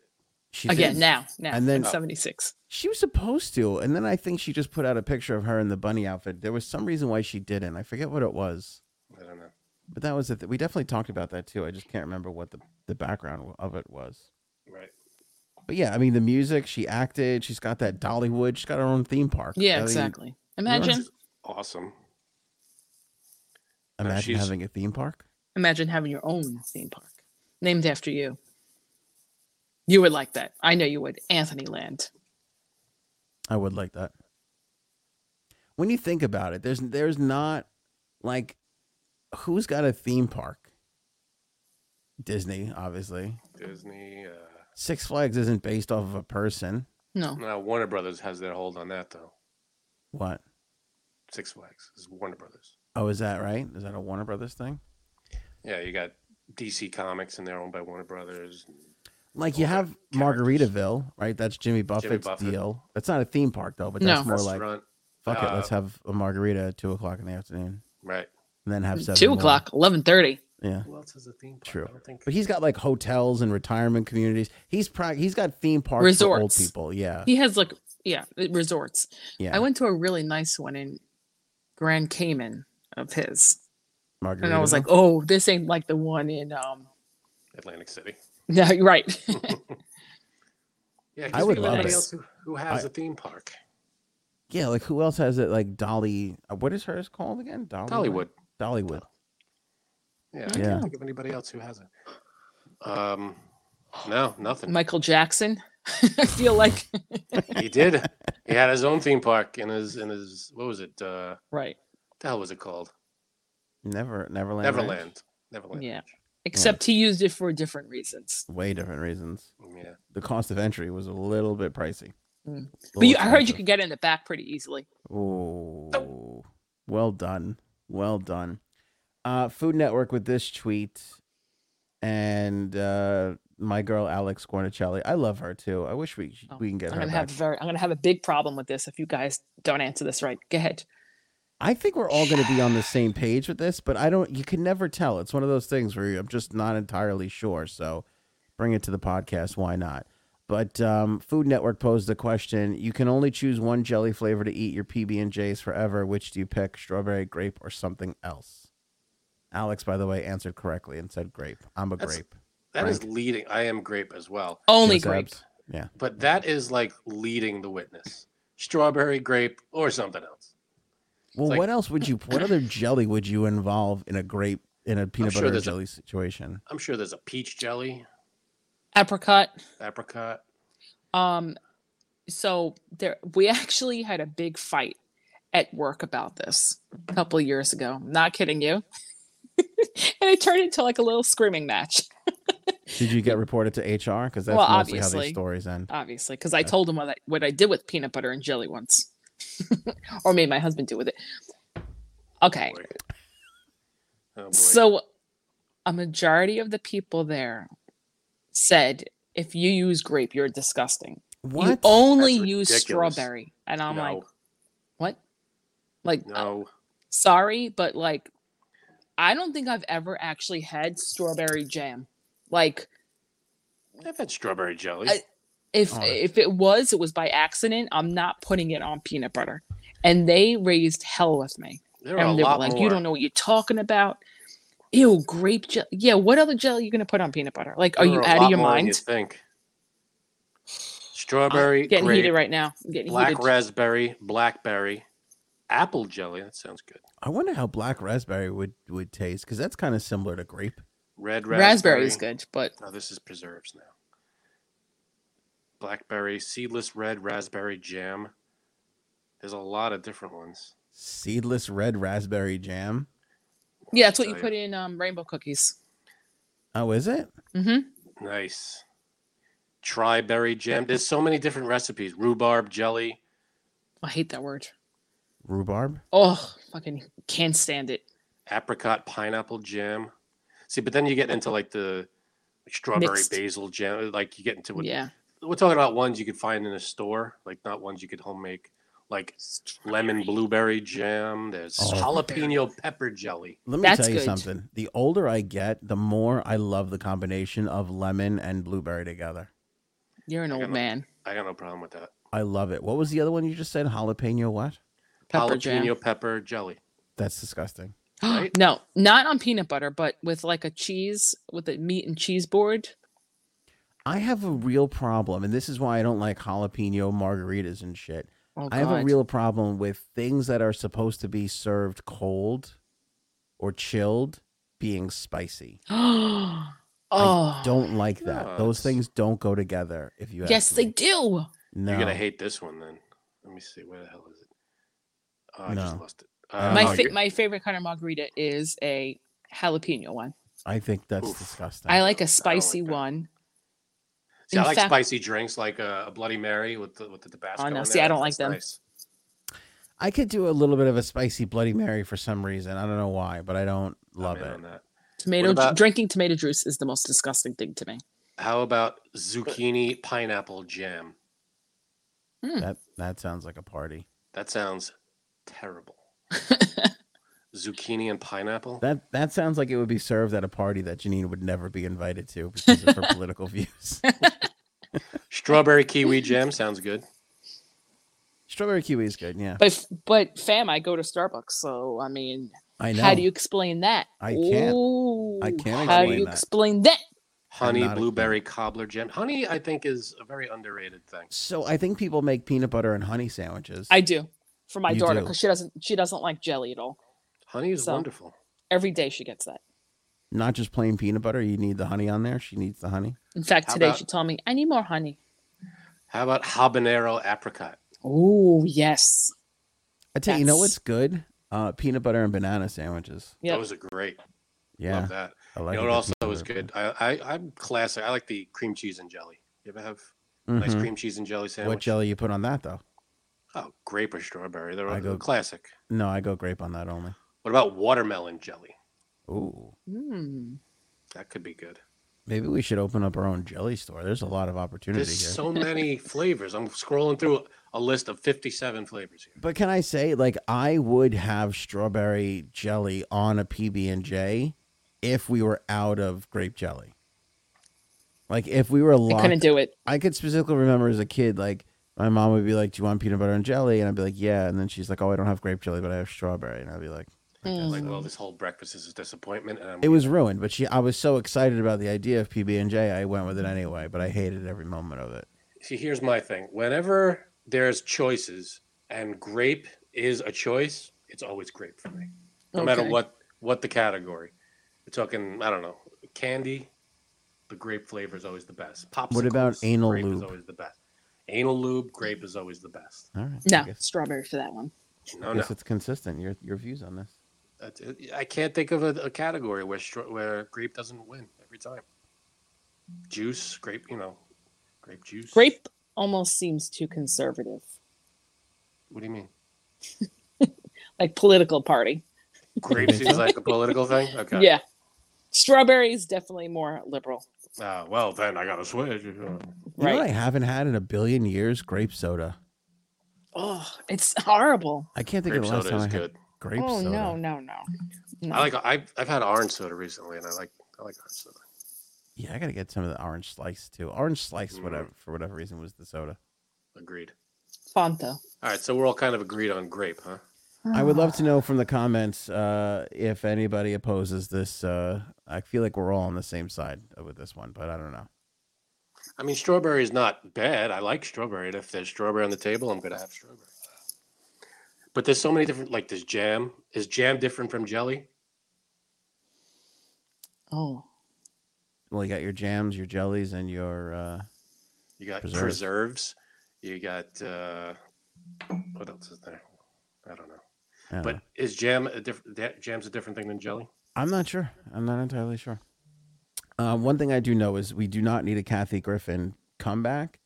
[SPEAKER 1] She
[SPEAKER 4] again
[SPEAKER 1] did.
[SPEAKER 4] now. Now
[SPEAKER 1] And then-
[SPEAKER 4] I'm 76.
[SPEAKER 1] She was supposed to, and then I think she just put out a picture of her in the bunny outfit. There was some reason why she didn't. I forget what it was,
[SPEAKER 2] I don't know.
[SPEAKER 1] but that was it. We definitely talked about that too. I just can't remember what the the background of it was.
[SPEAKER 2] Right.
[SPEAKER 1] But yeah, I mean the music. She acted. She's got that Dollywood. She's got her own theme park. I
[SPEAKER 4] Yeah,
[SPEAKER 1] mean,
[SPEAKER 4] exactly. Imagine,
[SPEAKER 2] Awesome. No,
[SPEAKER 1] Imagine
[SPEAKER 2] she's-
[SPEAKER 1] having a theme park.
[SPEAKER 4] imagine having your own theme park named after you. You would like that. I know you would. Anthony Land.
[SPEAKER 1] I would like that. When you think about it, there's there's not like who's got a theme park? Disney, obviously.
[SPEAKER 2] Disney. Uh,
[SPEAKER 1] Six Flags isn't based off of a person.
[SPEAKER 4] No.
[SPEAKER 2] now, Warner Brothers has their hold on that, though.
[SPEAKER 1] What?
[SPEAKER 2] Six Flags is Warner Brothers.
[SPEAKER 1] Oh, is that right? Is that a Warner Brothers thing?
[SPEAKER 2] Yeah, you got DC Comics, and they're owned by Warner Brothers.
[SPEAKER 1] Like you
[SPEAKER 2] Well,
[SPEAKER 1] have
[SPEAKER 2] they're characters.
[SPEAKER 1] Margaritaville, right? That's Jimmy Buffett's
[SPEAKER 2] Buffett.
[SPEAKER 1] deal. That's not a theme park though, but
[SPEAKER 4] No.
[SPEAKER 1] that's more like
[SPEAKER 2] Restaurant.
[SPEAKER 1] fuck it,
[SPEAKER 2] uh,
[SPEAKER 1] let's have a margarita at two o'clock in the afternoon.
[SPEAKER 2] Right.
[SPEAKER 1] And then have seven.
[SPEAKER 4] Two
[SPEAKER 1] more.
[SPEAKER 4] o'clock, eleven thirty.
[SPEAKER 1] Yeah.
[SPEAKER 2] Who else has a theme park?
[SPEAKER 1] True.
[SPEAKER 2] I don't think.
[SPEAKER 1] But he's got like hotels and retirement communities. He's pra- he's got theme parks for old
[SPEAKER 4] Resorts.
[SPEAKER 1] people. Yeah.
[SPEAKER 4] He has like yeah uh, resorts.
[SPEAKER 1] Yeah.
[SPEAKER 4] I went to a really nice one in Grand Cayman of his,
[SPEAKER 1] Margaritaville.
[SPEAKER 4] and I was like, oh, this ain't like the one in um.
[SPEAKER 2] Atlantic City.
[SPEAKER 4] No, you're right.
[SPEAKER 2] Yeah,
[SPEAKER 1] I
[SPEAKER 2] I
[SPEAKER 1] would
[SPEAKER 2] would
[SPEAKER 4] love
[SPEAKER 2] anybody
[SPEAKER 4] it.
[SPEAKER 2] else who, who has
[SPEAKER 1] I-
[SPEAKER 2] a theme park.
[SPEAKER 1] yeah, like who else has it? Like Dolly. uh, What is hers called again? Dollywood.
[SPEAKER 2] Dollywood.
[SPEAKER 1] Dollywood.
[SPEAKER 2] Yeah, I
[SPEAKER 1] Yeah.
[SPEAKER 2] can't think of anybody else who has it. Um, no, nothing.
[SPEAKER 4] Michael Jackson. I feel like
[SPEAKER 2] he did. He had his own theme park in his in his what was it? Uh,
[SPEAKER 4] right.
[SPEAKER 2] the hell was it called?
[SPEAKER 1] Never, Neverland. Ranch.
[SPEAKER 2] Neverland. Neverland.
[SPEAKER 4] Yeah. Except he used it for different reasons.
[SPEAKER 1] Way different reasons.
[SPEAKER 2] Yeah.
[SPEAKER 1] The cost of entry was a little bit pricey.
[SPEAKER 4] Mm.
[SPEAKER 1] Little
[SPEAKER 4] But you, I heard you
[SPEAKER 1] expensive.
[SPEAKER 4] could get in the back pretty easily.
[SPEAKER 1] Oh, well done. Well done. Uh, Food Network with this tweet and uh, my girl Alex Guarnicelli. I love her too. I wish we
[SPEAKER 4] Oh,
[SPEAKER 1] we can get
[SPEAKER 4] I'm
[SPEAKER 1] her
[SPEAKER 4] gonna
[SPEAKER 1] back.
[SPEAKER 4] have very I'm gonna have a big problem with this if you guys don't answer this right. Go ahead.
[SPEAKER 1] I think we're all going to be on the same page with this, but I don't. You can never tell. It's one of those things where I'm just not entirely sure. So, bring it to the podcast. Why not? But um, Food Network posed the question: You can only choose one jelly flavor to eat your PB and J's forever. Which do you pick? Strawberry, grape, or something else? Alex, by the way, answered correctly and said grape. I'm a
[SPEAKER 2] That's-
[SPEAKER 1] grape.
[SPEAKER 2] That is leading. I am grape as well,
[SPEAKER 4] Only
[SPEAKER 1] Yes,
[SPEAKER 4] grape.
[SPEAKER 1] Abs? Yeah.
[SPEAKER 2] but that is like leading the witness. Strawberry, grape, or something else.
[SPEAKER 1] Well,
[SPEAKER 2] like-
[SPEAKER 1] what else would you? What other jelly would you involve in a grape in a peanut
[SPEAKER 2] sure
[SPEAKER 1] butter
[SPEAKER 2] there's a-
[SPEAKER 1] jelly situation?
[SPEAKER 2] I'm sure there's a peach jelly,
[SPEAKER 4] Apricot.
[SPEAKER 2] apricot.
[SPEAKER 4] Um so there we actually had a big fight at work about this a couple of years ago. Not kidding you. and it turned into like a little screaming match.
[SPEAKER 1] Did you get reported to HR? Because that's mostly
[SPEAKER 4] Well,
[SPEAKER 1] how
[SPEAKER 4] obviously.
[SPEAKER 1] these stories end.
[SPEAKER 4] obviously, because I told him what I, what I did with peanut butter and jelly once, or made my husband do with it. Okay,
[SPEAKER 2] Boy. Oh, boy.
[SPEAKER 4] so a majority of the people there said, "If you use grape, you're disgusting. You
[SPEAKER 1] What?
[SPEAKER 4] only
[SPEAKER 2] That's
[SPEAKER 4] use
[SPEAKER 2] ridiculous.
[SPEAKER 4] strawberry." And I'm like,
[SPEAKER 2] no,
[SPEAKER 4] "What? Like,
[SPEAKER 2] no.
[SPEAKER 4] sorry, but like, I don't think I've ever actually had strawberry jam. Like,
[SPEAKER 2] I've had strawberry jelly.
[SPEAKER 4] I- if
[SPEAKER 1] Oh,
[SPEAKER 4] if it was it was by accident i'm not putting it on peanut butter and they raised hell with me
[SPEAKER 2] there are a
[SPEAKER 4] and they were
[SPEAKER 2] lot
[SPEAKER 4] like
[SPEAKER 2] more.
[SPEAKER 4] you don't know what you're talking about ew grape jelly yeah what other jelly are you going to put on peanut butter like are
[SPEAKER 2] There
[SPEAKER 4] you
[SPEAKER 2] a
[SPEAKER 4] out
[SPEAKER 2] lot
[SPEAKER 4] of your
[SPEAKER 2] more than you
[SPEAKER 4] mind
[SPEAKER 2] think
[SPEAKER 4] I'm
[SPEAKER 2] strawberry,
[SPEAKER 4] Uh, getting
[SPEAKER 2] grape,
[SPEAKER 4] heated right now I'm getting
[SPEAKER 2] black
[SPEAKER 4] heated
[SPEAKER 2] raspberry, blackberry, apple jelly. That sounds good.
[SPEAKER 1] I wonder how black raspberry would would taste because that's kind of similar to grape.
[SPEAKER 2] Red raspberry.
[SPEAKER 4] raspberry is good but
[SPEAKER 2] No, Oh, this is preserves now. Blackberry, seedless red raspberry jam. There's a lot of different ones.
[SPEAKER 1] Seedless red raspberry jam.
[SPEAKER 4] yeah that's what
[SPEAKER 2] Oh,
[SPEAKER 4] you
[SPEAKER 2] yeah.
[SPEAKER 4] put in um, rainbow cookies Mm-hmm.
[SPEAKER 1] Oh, is it?
[SPEAKER 2] Nice. Try berry jam. There's so many different recipes. Rhubarb jelly.
[SPEAKER 4] I hate that word.
[SPEAKER 1] Rhubarb?
[SPEAKER 4] Oh, fucking can't stand it.
[SPEAKER 2] apricot pineapple jam. See, but then you get into like the strawberry
[SPEAKER 4] Mixed.
[SPEAKER 2] basil jam. Like you get into what
[SPEAKER 4] Yeah.
[SPEAKER 2] we're talking about ones you could find in a store, like not ones you could home make, like lemon blueberry jam. There's
[SPEAKER 1] Oh.
[SPEAKER 2] jalapeno pepper jelly.
[SPEAKER 1] Let me
[SPEAKER 4] That's
[SPEAKER 1] tell you
[SPEAKER 4] good.
[SPEAKER 1] something. The older I get, the more I love the combination of lemon and blueberry together.
[SPEAKER 4] You're an
[SPEAKER 2] I
[SPEAKER 4] old
[SPEAKER 2] got no-
[SPEAKER 4] man.
[SPEAKER 2] I got no problem with that.
[SPEAKER 1] I love it. What was the other one you just said? Jalapeno what?
[SPEAKER 4] Pepper
[SPEAKER 2] jalapeno
[SPEAKER 4] jam.
[SPEAKER 2] pepper jelly.
[SPEAKER 1] That's disgusting.
[SPEAKER 2] right?
[SPEAKER 4] No, not on peanut butter, but with like a cheese, with a meat and cheese board.
[SPEAKER 1] I have a real problem, and this is why I don't like jalapeno margaritas and shit.
[SPEAKER 4] Oh,
[SPEAKER 1] I have a
[SPEAKER 4] God.
[SPEAKER 1] real problem with things that are supposed to be served cold or chilled being spicy.
[SPEAKER 4] oh,
[SPEAKER 1] I don't like that.
[SPEAKER 2] Yeah,
[SPEAKER 1] Those
[SPEAKER 2] it's-
[SPEAKER 1] things don't go together. If you ask
[SPEAKER 4] yes, they
[SPEAKER 1] me.
[SPEAKER 4] do.
[SPEAKER 1] No.
[SPEAKER 2] You're gonna hate this one then. Let me see. Where the hell is it? Oh, I just
[SPEAKER 1] No.
[SPEAKER 2] lost it.
[SPEAKER 1] Uh,
[SPEAKER 4] my
[SPEAKER 1] no,
[SPEAKER 4] fa- my favorite kind of margarita is a jalapeno one.
[SPEAKER 1] I think that's
[SPEAKER 2] Oof.
[SPEAKER 1] disgusting.
[SPEAKER 4] I like
[SPEAKER 2] I
[SPEAKER 4] a
[SPEAKER 2] don't
[SPEAKER 4] spicy
[SPEAKER 2] like that.
[SPEAKER 4] one.
[SPEAKER 2] See, I
[SPEAKER 4] in
[SPEAKER 2] like
[SPEAKER 4] fact-
[SPEAKER 2] spicy drinks, like uh, a, a Bloody Mary with the, with the Tabasco.
[SPEAKER 4] Oh, no,
[SPEAKER 2] in
[SPEAKER 4] see, I
[SPEAKER 2] there.
[SPEAKER 4] don't like
[SPEAKER 2] That's
[SPEAKER 4] them.
[SPEAKER 2] nice.
[SPEAKER 1] I could do a little bit of a spicy Bloody Mary for some reason. I don't know why, but I don't
[SPEAKER 2] I'm
[SPEAKER 1] love
[SPEAKER 2] in
[SPEAKER 1] it.
[SPEAKER 2] on that.
[SPEAKER 4] Tomato
[SPEAKER 2] What about-
[SPEAKER 4] drinking tomato juice is the most disgusting thing to me.
[SPEAKER 2] How about zucchini pineapple jam?
[SPEAKER 4] Mm.
[SPEAKER 1] That that sounds like a party.
[SPEAKER 2] That sounds terrible. zucchini and pineapple?
[SPEAKER 1] That that sounds like it would be served at a party that Janine would never be invited to because of her political views.
[SPEAKER 2] Strawberry kiwi jam sounds good.
[SPEAKER 1] Strawberry kiwi is good, yeah.
[SPEAKER 4] But f- but fam, I go to Starbucks, so I mean,
[SPEAKER 1] I know.
[SPEAKER 4] how do you explain that?
[SPEAKER 1] I can't.
[SPEAKER 4] Ooh,
[SPEAKER 1] I can't
[SPEAKER 4] How do
[SPEAKER 1] explain
[SPEAKER 4] you
[SPEAKER 1] that.
[SPEAKER 4] explain that?
[SPEAKER 2] Honey
[SPEAKER 1] not a-
[SPEAKER 2] blueberry cobbler jam. Honey, I think, is a very underrated thing.
[SPEAKER 1] so I think people make peanut butter and honey sandwiches.
[SPEAKER 4] I do for my
[SPEAKER 1] You
[SPEAKER 4] daughter
[SPEAKER 1] do.
[SPEAKER 4] because she doesn't she doesn't like jelly at all.
[SPEAKER 2] Honey is
[SPEAKER 4] So-
[SPEAKER 2] wonderful.
[SPEAKER 4] Every day she gets that.
[SPEAKER 1] Not just plain peanut butter. You need the honey on there. She needs the honey.
[SPEAKER 4] In fact,
[SPEAKER 2] How
[SPEAKER 4] today
[SPEAKER 2] about-
[SPEAKER 4] she told me I need more honey.
[SPEAKER 2] How about habanero apricot?
[SPEAKER 4] Oh yes,
[SPEAKER 1] I tell you, you know
[SPEAKER 4] That's-
[SPEAKER 1] what's good? Uh, peanut butter and banana sandwiches.
[SPEAKER 4] yeah.
[SPEAKER 2] Those are great.
[SPEAKER 1] Yeah,
[SPEAKER 2] Love that.
[SPEAKER 1] I like
[SPEAKER 2] you
[SPEAKER 1] a
[SPEAKER 2] know what
[SPEAKER 1] good
[SPEAKER 2] also
[SPEAKER 1] peanut
[SPEAKER 2] is
[SPEAKER 1] butter.
[SPEAKER 2] good? I, I, I'm classic. I like the cream cheese and jelly. You ever have nice
[SPEAKER 1] Mhm.
[SPEAKER 2] cream cheese and jelly sandwich?
[SPEAKER 1] What jelly you put on that though?
[SPEAKER 2] Oh, grape or strawberry. They're
[SPEAKER 1] I
[SPEAKER 2] all
[SPEAKER 1] go-
[SPEAKER 2] classic.
[SPEAKER 1] No, I go grape on that only.
[SPEAKER 2] What about watermelon jelly?
[SPEAKER 1] Ooh,
[SPEAKER 4] Mm.
[SPEAKER 2] That could be good.
[SPEAKER 1] maybe we should open up our own jelly store. There's a lot of opportunity
[SPEAKER 2] There's
[SPEAKER 1] here.
[SPEAKER 2] so many flavors. I'm scrolling through a list of 57 flavors here.
[SPEAKER 1] But can I say, like, I would have strawberry jelly on a PB and J if we were out of grape jelly. Like, if we were
[SPEAKER 4] I
[SPEAKER 1] locked,
[SPEAKER 4] couldn't do it.
[SPEAKER 1] I could specifically remember as a kid, like, my mom would be like, "Do you want peanut butter and jelly?" And I'd be like, "Yeah." And then she's like, "Oh, I don't have grape jelly, but I have strawberry." And I'd be like,
[SPEAKER 4] Mm.
[SPEAKER 2] Like, well, this whole breakfast is a disappointment. And I'm,
[SPEAKER 1] "It was ruined." But she, I was so excited about the idea of PB and J, I went with it anyway. But I hated every moment of it.
[SPEAKER 2] see, here's my thing. Whenever there's choices and grape is a choice, it's always grape for me, no matter
[SPEAKER 4] Okay.
[SPEAKER 2] what what the category. We're talking, I don't know, candy. The grape flavor is always the best. Popsicles,
[SPEAKER 1] What about anal
[SPEAKER 2] grape Is
[SPEAKER 1] lube?
[SPEAKER 2] always the best. Anal lube, grape is always the best.
[SPEAKER 1] All right,
[SPEAKER 4] No
[SPEAKER 1] I guess,
[SPEAKER 4] strawberry for that one.
[SPEAKER 2] No,
[SPEAKER 1] I
[SPEAKER 2] Oh, no,
[SPEAKER 1] guess it's consistent. Your your views on this?
[SPEAKER 2] That's it. I can't think of a, a category where stra- where grape doesn't win every time. Juice, grape, you know, grape juice.
[SPEAKER 4] Grape almost seems too conservative,
[SPEAKER 2] What do you mean?
[SPEAKER 4] like political party.
[SPEAKER 2] Grape seems like a political thing. Okay.
[SPEAKER 4] Yeah, strawberry is definitely more liberal.
[SPEAKER 2] Uh, well, then I gotta switch. you know.
[SPEAKER 1] You know what I
[SPEAKER 4] Right.
[SPEAKER 1] haven't had in a billion years? Grape soda.
[SPEAKER 4] Oh, it's horrible.
[SPEAKER 1] I can't think
[SPEAKER 2] Grape
[SPEAKER 1] of the last
[SPEAKER 2] soda
[SPEAKER 1] time
[SPEAKER 2] is
[SPEAKER 1] I had
[SPEAKER 2] good.
[SPEAKER 1] grape
[SPEAKER 4] oh
[SPEAKER 1] soda.
[SPEAKER 4] no, no, no. no.
[SPEAKER 2] I like. I've, I've had orange soda recently, and I like. I like orange soda.
[SPEAKER 1] Yeah, I gotta get some of the orange slice too. Orange slice,
[SPEAKER 2] Mm.
[SPEAKER 1] whatever for whatever reason, was the soda.
[SPEAKER 2] Agreed.
[SPEAKER 4] Fanta.
[SPEAKER 2] All right, so we're all kind of agreed on grape, huh?
[SPEAKER 1] I would love to know from the comments uh, if anybody opposes this. Uh, I feel like we're all on the same side with this one, but I don't know.
[SPEAKER 2] I mean, strawberry is not bad. I like strawberry, and if there's strawberry on the table, I'm gonna have strawberry. But there's so many different. Like, there's jam. Is jam different from jelly?
[SPEAKER 4] Oh,
[SPEAKER 1] Well, you got your jams, your jellies, and your uh,
[SPEAKER 2] You got
[SPEAKER 1] Preserves.
[SPEAKER 2] preserves. You got uh, what else is there? I don't know.
[SPEAKER 1] I don't
[SPEAKER 2] But
[SPEAKER 1] know.
[SPEAKER 2] is jam a different? Jam's a different thing than jelly.
[SPEAKER 1] I'm not sure. I'm not entirely sure. Uh, one thing I do know is we do not need a Kathy Griffin comeback.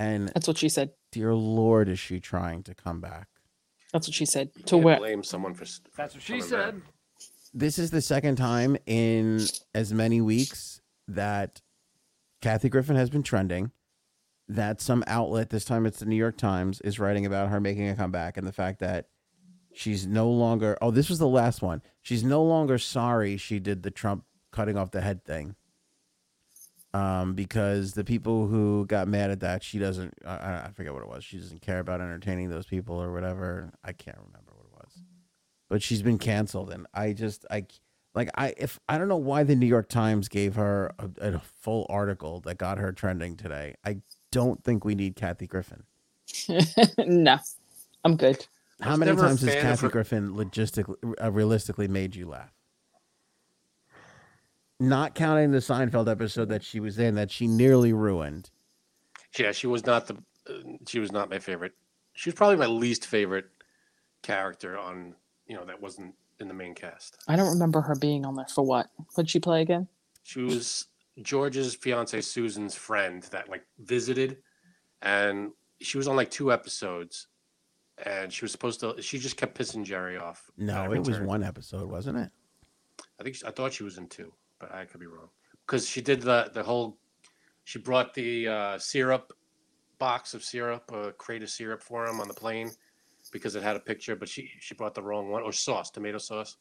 [SPEAKER 1] And
[SPEAKER 4] That's what she said.
[SPEAKER 1] dear Lord, is she trying to come back?
[SPEAKER 4] That's what she said. To
[SPEAKER 2] Can't
[SPEAKER 4] where
[SPEAKER 2] blame someone for. s-
[SPEAKER 7] That's what she
[SPEAKER 2] coming back.
[SPEAKER 7] said.
[SPEAKER 1] This is the second time in as many weeks that Kathy Griffin has been trending. That some outlet, this time it's the New York Times, is writing about her making a comeback and the fact that she's no longer. Oh, this was the last one. She's no longer sorry she did the Trump cutting off the head thing. um, because the people who got mad at that, she doesn't, I, I- I forget what it was. She doesn't care about entertaining those people or whatever. I can't remember what it was, but she's been canceled. And I just, I, c- like, I, if, I don't know why the New York Times gave her a, a full article that got her trending today. I don't think we need Kathy Griffin.
[SPEAKER 4] no, I'm good.
[SPEAKER 2] I
[SPEAKER 1] How
[SPEAKER 2] was
[SPEAKER 1] many
[SPEAKER 2] never a
[SPEAKER 1] times has
[SPEAKER 2] fan of
[SPEAKER 1] Kathy
[SPEAKER 2] her-
[SPEAKER 1] Griffin logistically, uh, realistically made you laugh? Not counting the Seinfeld episode that she was in that she nearly ruined.
[SPEAKER 2] Yeah, she was not the. uh, She was not my favorite. She was probably my least favorite character on. You know that wasn't in the main cast.
[SPEAKER 4] I don't remember her being on there for what. What'd she play again?
[SPEAKER 2] She was George's fiance Susan's friend that like visited, and she was on like two episodes, and she was supposed to. She just kept pissing Jerry off. at
[SPEAKER 1] No,
[SPEAKER 2] every
[SPEAKER 1] it was
[SPEAKER 2] turn.
[SPEAKER 1] one episode, wasn't it?
[SPEAKER 2] I think she, I thought she was in two, but I could be wrong because she did the the whole. She brought the uh, syrup box of syrup, a crate of syrup for him on the plane because it had a picture, but she she brought the wrong one or sauce, tomato sauce.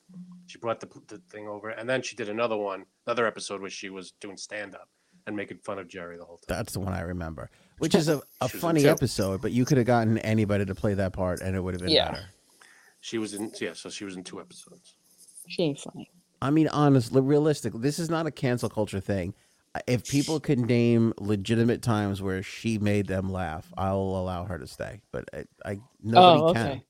[SPEAKER 2] She brought the, the thing over, and then she did another one, another episode where she was doing stand up and making fun of Jerry the whole time.
[SPEAKER 1] That's the one I remember, which is a, a
[SPEAKER 2] She was in
[SPEAKER 1] funny
[SPEAKER 2] two.
[SPEAKER 1] episode, but you could have gotten anybody to play that part and it would have been
[SPEAKER 4] Yeah.
[SPEAKER 1] better.
[SPEAKER 2] She was in yeah, so she was in two episodes.
[SPEAKER 4] She ain't funny.
[SPEAKER 1] I mean, honestly, realistically, this is not a cancel culture thing. If people could name legitimate times where she made them laugh, I'll allow her to stay. But I, I nobody
[SPEAKER 4] oh,
[SPEAKER 1] can.
[SPEAKER 4] okay.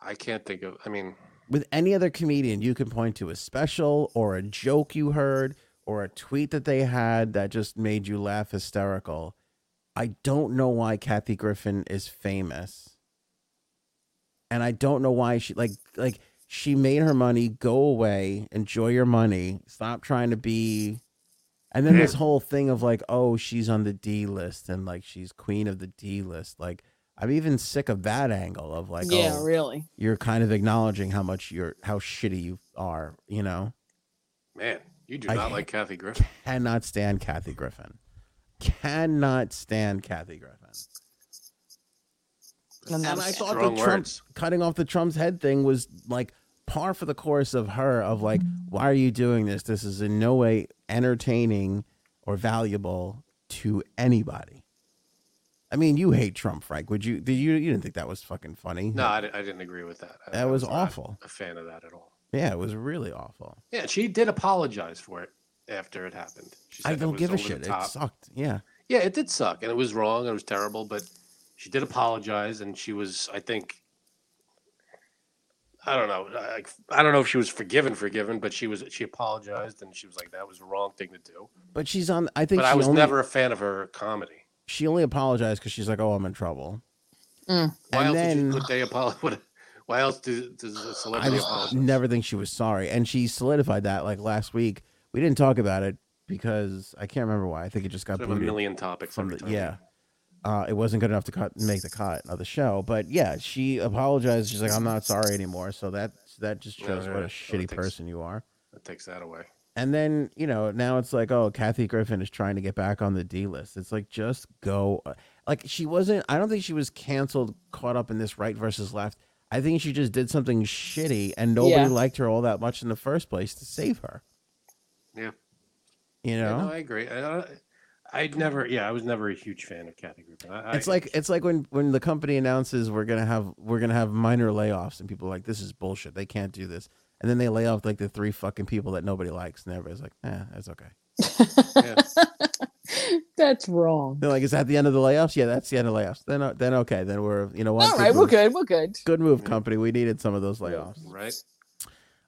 [SPEAKER 2] I can't think of. I mean,
[SPEAKER 1] With any other comedian, you can point to a special or a joke you heard or a tweet that they had that just made you laugh hysterical. I don't know why Kathy Griffin is famous. and I don't know why she like like she made her money go away, enjoy your money, stop trying to be and then this whole thing of like, oh, she's on the D list and like she's queen of the D list. Like I'm even sick of that angle of like,
[SPEAKER 4] yeah,
[SPEAKER 1] oh,
[SPEAKER 4] really.
[SPEAKER 1] you're kind of acknowledging how much you're how shitty you are, you know?
[SPEAKER 2] man, you do
[SPEAKER 1] I
[SPEAKER 2] not
[SPEAKER 1] can't-
[SPEAKER 2] like Kathy Griffin.
[SPEAKER 1] Cannot stand Kathy Griffin. Cannot stand Kathy Griffin.
[SPEAKER 4] I'm not
[SPEAKER 1] and
[SPEAKER 4] a
[SPEAKER 1] I
[SPEAKER 4] fan.
[SPEAKER 1] thought
[SPEAKER 2] Strong
[SPEAKER 1] the Trump
[SPEAKER 2] words.
[SPEAKER 1] cutting off the Trump's head thing was like par for the course of her of like, why are you doing this? This is in no way entertaining or valuable to anybody. I mean, you hate Trump, Frank. Would you? Did you? You didn't think that was fucking funny?
[SPEAKER 2] No, I, di- I didn't agree with that. I-
[SPEAKER 1] That
[SPEAKER 2] I
[SPEAKER 1] was
[SPEAKER 2] not
[SPEAKER 1] awful.
[SPEAKER 2] A fan of that at all.
[SPEAKER 1] Yeah, it was really awful.
[SPEAKER 2] Yeah, she did apologize for it after it happened. She
[SPEAKER 1] I
[SPEAKER 2] said it
[SPEAKER 1] don't
[SPEAKER 2] was
[SPEAKER 1] give a
[SPEAKER 2] over the
[SPEAKER 1] shit. It
[SPEAKER 2] top.
[SPEAKER 1] sucked. Yeah.
[SPEAKER 2] Yeah, it did suck, and it was wrong, and it was terrible, but she did apologize, and she was, I think, I don't know, like I don't know if she was forgiven, forgiven, but she was, she apologized, and she was like, that was the wrong thing to do.
[SPEAKER 1] But she's on. I think
[SPEAKER 2] But
[SPEAKER 1] she
[SPEAKER 2] I was
[SPEAKER 1] only
[SPEAKER 2] never a fan of her comedy.
[SPEAKER 1] she only apologized because she's like, oh, I'm in trouble.
[SPEAKER 2] Why
[SPEAKER 1] And
[SPEAKER 2] else did
[SPEAKER 1] then-
[SPEAKER 2] you, would they apologize? Why else do, does a
[SPEAKER 1] I
[SPEAKER 2] celebrity
[SPEAKER 1] just
[SPEAKER 2] apologize?
[SPEAKER 1] never think she was sorry. And she solidified that like last week. We didn't talk about it because I can't remember why. I think it just got
[SPEAKER 2] Sort of a
[SPEAKER 1] booted
[SPEAKER 2] million topics.
[SPEAKER 1] from
[SPEAKER 2] every
[SPEAKER 1] the
[SPEAKER 2] time.
[SPEAKER 1] yeah. Uh, it wasn't good enough to cut make the cut of the show, but yeah, she apologized. She's like, "I'm not sorry anymore." So that that just
[SPEAKER 2] Yeah,
[SPEAKER 1] shows
[SPEAKER 2] yeah,
[SPEAKER 1] what a
[SPEAKER 2] yeah.
[SPEAKER 1] shitty
[SPEAKER 2] Politics.
[SPEAKER 1] person you are.
[SPEAKER 2] that takes that away.
[SPEAKER 1] And then you know now it's like, oh, Kathy Griffin is trying to get back on the D list. It's like just go, uh, like she wasn't. I don't think she was canceled, caught up in this right versus left. I think she just did something shitty, and nobody
[SPEAKER 4] Yeah.
[SPEAKER 1] liked her all that much in the first place to save her.
[SPEAKER 2] Yeah.
[SPEAKER 1] You know,
[SPEAKER 2] Yeah, no, I agree. I, don't- I'd never, yeah, I was never a huge fan of Kathy Griffin. I, I-
[SPEAKER 1] it's like it's like when when the company announces we're gonna have we're gonna have minor layoffs and people are like this is bullshit they can't do this and then they lay off like the three fucking people that nobody likes and everybody's like eh that's okay
[SPEAKER 2] yeah.
[SPEAKER 4] That's wrong.
[SPEAKER 1] they're like is that the end of the layoffs yeah that's the end of layoffs then o- then okay then we're you know what
[SPEAKER 4] All right, we're
[SPEAKER 1] move.
[SPEAKER 4] good. We're good.
[SPEAKER 1] good move company we needed some of those layoffs
[SPEAKER 2] right?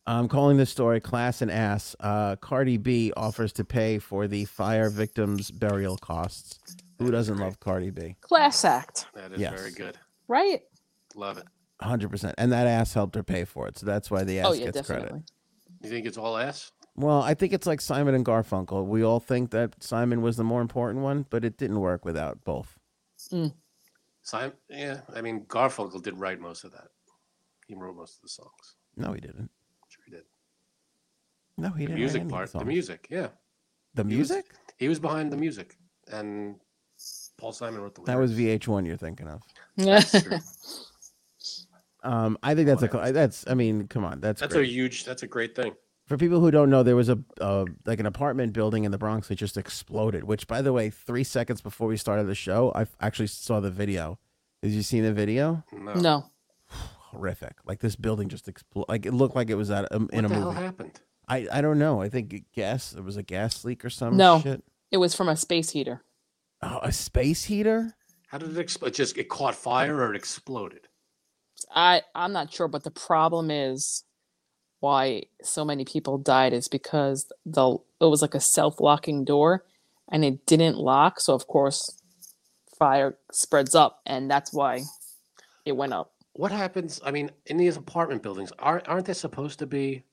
[SPEAKER 1] I'm calling this story class and ass. Uh, Cardi B offers to pay for the fire victims' burial costs. Who doesn't love Cardi B?
[SPEAKER 4] Class act,
[SPEAKER 2] That is very
[SPEAKER 1] Yes.
[SPEAKER 2] good.
[SPEAKER 4] right?
[SPEAKER 2] Love it.
[SPEAKER 1] 100%. And that ass helped her pay for it. So that's why the ass
[SPEAKER 4] oh yeah,
[SPEAKER 1] gets
[SPEAKER 4] definitely.
[SPEAKER 1] credit.
[SPEAKER 2] You think it's all ass?
[SPEAKER 1] Well, I think it's like Simon and Garfunkel. We all think that Simon was the more important one, but it didn't work without both.
[SPEAKER 2] Simon, yeah, I mean Garfunkel did write most of that. He wrote most of the songs.
[SPEAKER 1] No, he didn't.
[SPEAKER 2] Sure he did.
[SPEAKER 1] No, he
[SPEAKER 2] The
[SPEAKER 1] didn't. write any
[SPEAKER 2] music
[SPEAKER 1] of
[SPEAKER 2] part, the
[SPEAKER 1] songs.
[SPEAKER 2] music, yeah.
[SPEAKER 1] The
[SPEAKER 2] He was-
[SPEAKER 1] music?
[SPEAKER 2] He was behind the music, and Paul Simon wrote the lyrics.
[SPEAKER 1] That was VH1 you're thinking of.
[SPEAKER 2] That's true.
[SPEAKER 1] Um, I think that's a
[SPEAKER 2] Whatever.
[SPEAKER 1] cl- that's. I mean, come on, that's
[SPEAKER 2] That's a
[SPEAKER 1] great.
[SPEAKER 2] huge. That's a great thing.
[SPEAKER 1] for people who don't know, there was a uh, like an apartment building in the Bronx that just exploded. Which, by the way, three seconds before we started the show, I f- actually saw the video. Did you see the video?
[SPEAKER 2] No.
[SPEAKER 4] No.
[SPEAKER 1] Horrific! Like this building just exploded. Like it looked like it was at um,
[SPEAKER 2] What
[SPEAKER 1] in a
[SPEAKER 2] the hell
[SPEAKER 1] movie.
[SPEAKER 2] happened?
[SPEAKER 1] I I don't know. I think it gas. It was a gas leak or some
[SPEAKER 4] No.
[SPEAKER 1] shit.
[SPEAKER 4] It was from a space heater.
[SPEAKER 1] Oh, a space heater.
[SPEAKER 2] How did it explode? Just it caught fire or it exploded?
[SPEAKER 4] I I'm not sure, but the problem is why so many people died is because the it was like a self-locking door and it didn't lock, so of course fire spreads up and that's why it went up.
[SPEAKER 2] What happens? I mean, in these apartment buildings, aren't aren't there supposed to be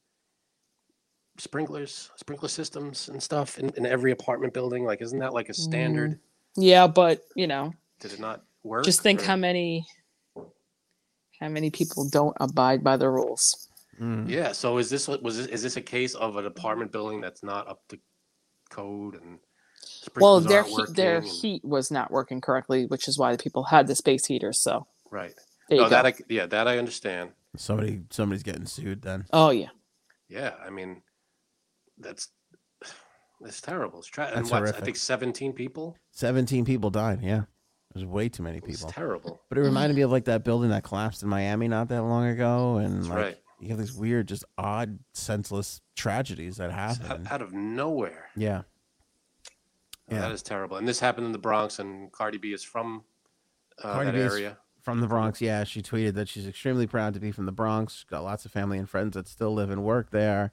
[SPEAKER 2] sprinklers, sprinkler systems, and stuff in, in every apartment building? Like, isn't that like a standard?
[SPEAKER 4] Yeah, but you know,
[SPEAKER 2] Did it not work?
[SPEAKER 4] Mm. just think
[SPEAKER 2] or-
[SPEAKER 4] how many how many people don't abide by the rules.
[SPEAKER 1] Mm.
[SPEAKER 2] Yeah. So is this what was this, is this a case of an apartment building that's not up to code and
[SPEAKER 4] Well,
[SPEAKER 2] sprinklers
[SPEAKER 4] their
[SPEAKER 2] aren't
[SPEAKER 4] heat, their
[SPEAKER 2] working and-
[SPEAKER 4] heat was not working correctly, which is why the people had the space heater. So
[SPEAKER 2] right?
[SPEAKER 4] there you
[SPEAKER 2] no,
[SPEAKER 4] go.
[SPEAKER 2] Oh, that I, yeah, that I understand.
[SPEAKER 1] Somebody somebody's getting sued then.
[SPEAKER 4] oh yeah,
[SPEAKER 2] Yeah, I mean, that's that's terrible. It's tra- and
[SPEAKER 1] That's
[SPEAKER 2] what, I
[SPEAKER 1] horrific.
[SPEAKER 2] think seventeen people.
[SPEAKER 1] Seventeen people died. Yeah, there's way too many
[SPEAKER 2] It's
[SPEAKER 1] people.
[SPEAKER 2] terrible.
[SPEAKER 1] But it reminded me of like that building that collapsed in Miami not that long ago, and
[SPEAKER 2] That's
[SPEAKER 1] like
[SPEAKER 2] right.
[SPEAKER 1] you have these weird, just odd, senseless tragedies that
[SPEAKER 2] It's
[SPEAKER 1] happen.
[SPEAKER 2] out, out of nowhere.
[SPEAKER 1] yeah,
[SPEAKER 2] Yeah.
[SPEAKER 1] Yeah.
[SPEAKER 2] Oh, That is terrible. And this happened in the Bronx, and Cardi B is from uh,
[SPEAKER 1] Cardi
[SPEAKER 2] that
[SPEAKER 1] B is-
[SPEAKER 2] area.
[SPEAKER 1] from the Bronx. Yeah, she tweeted that she's extremely proud to be from the Bronx. She's got lots of family and friends that still live and work there.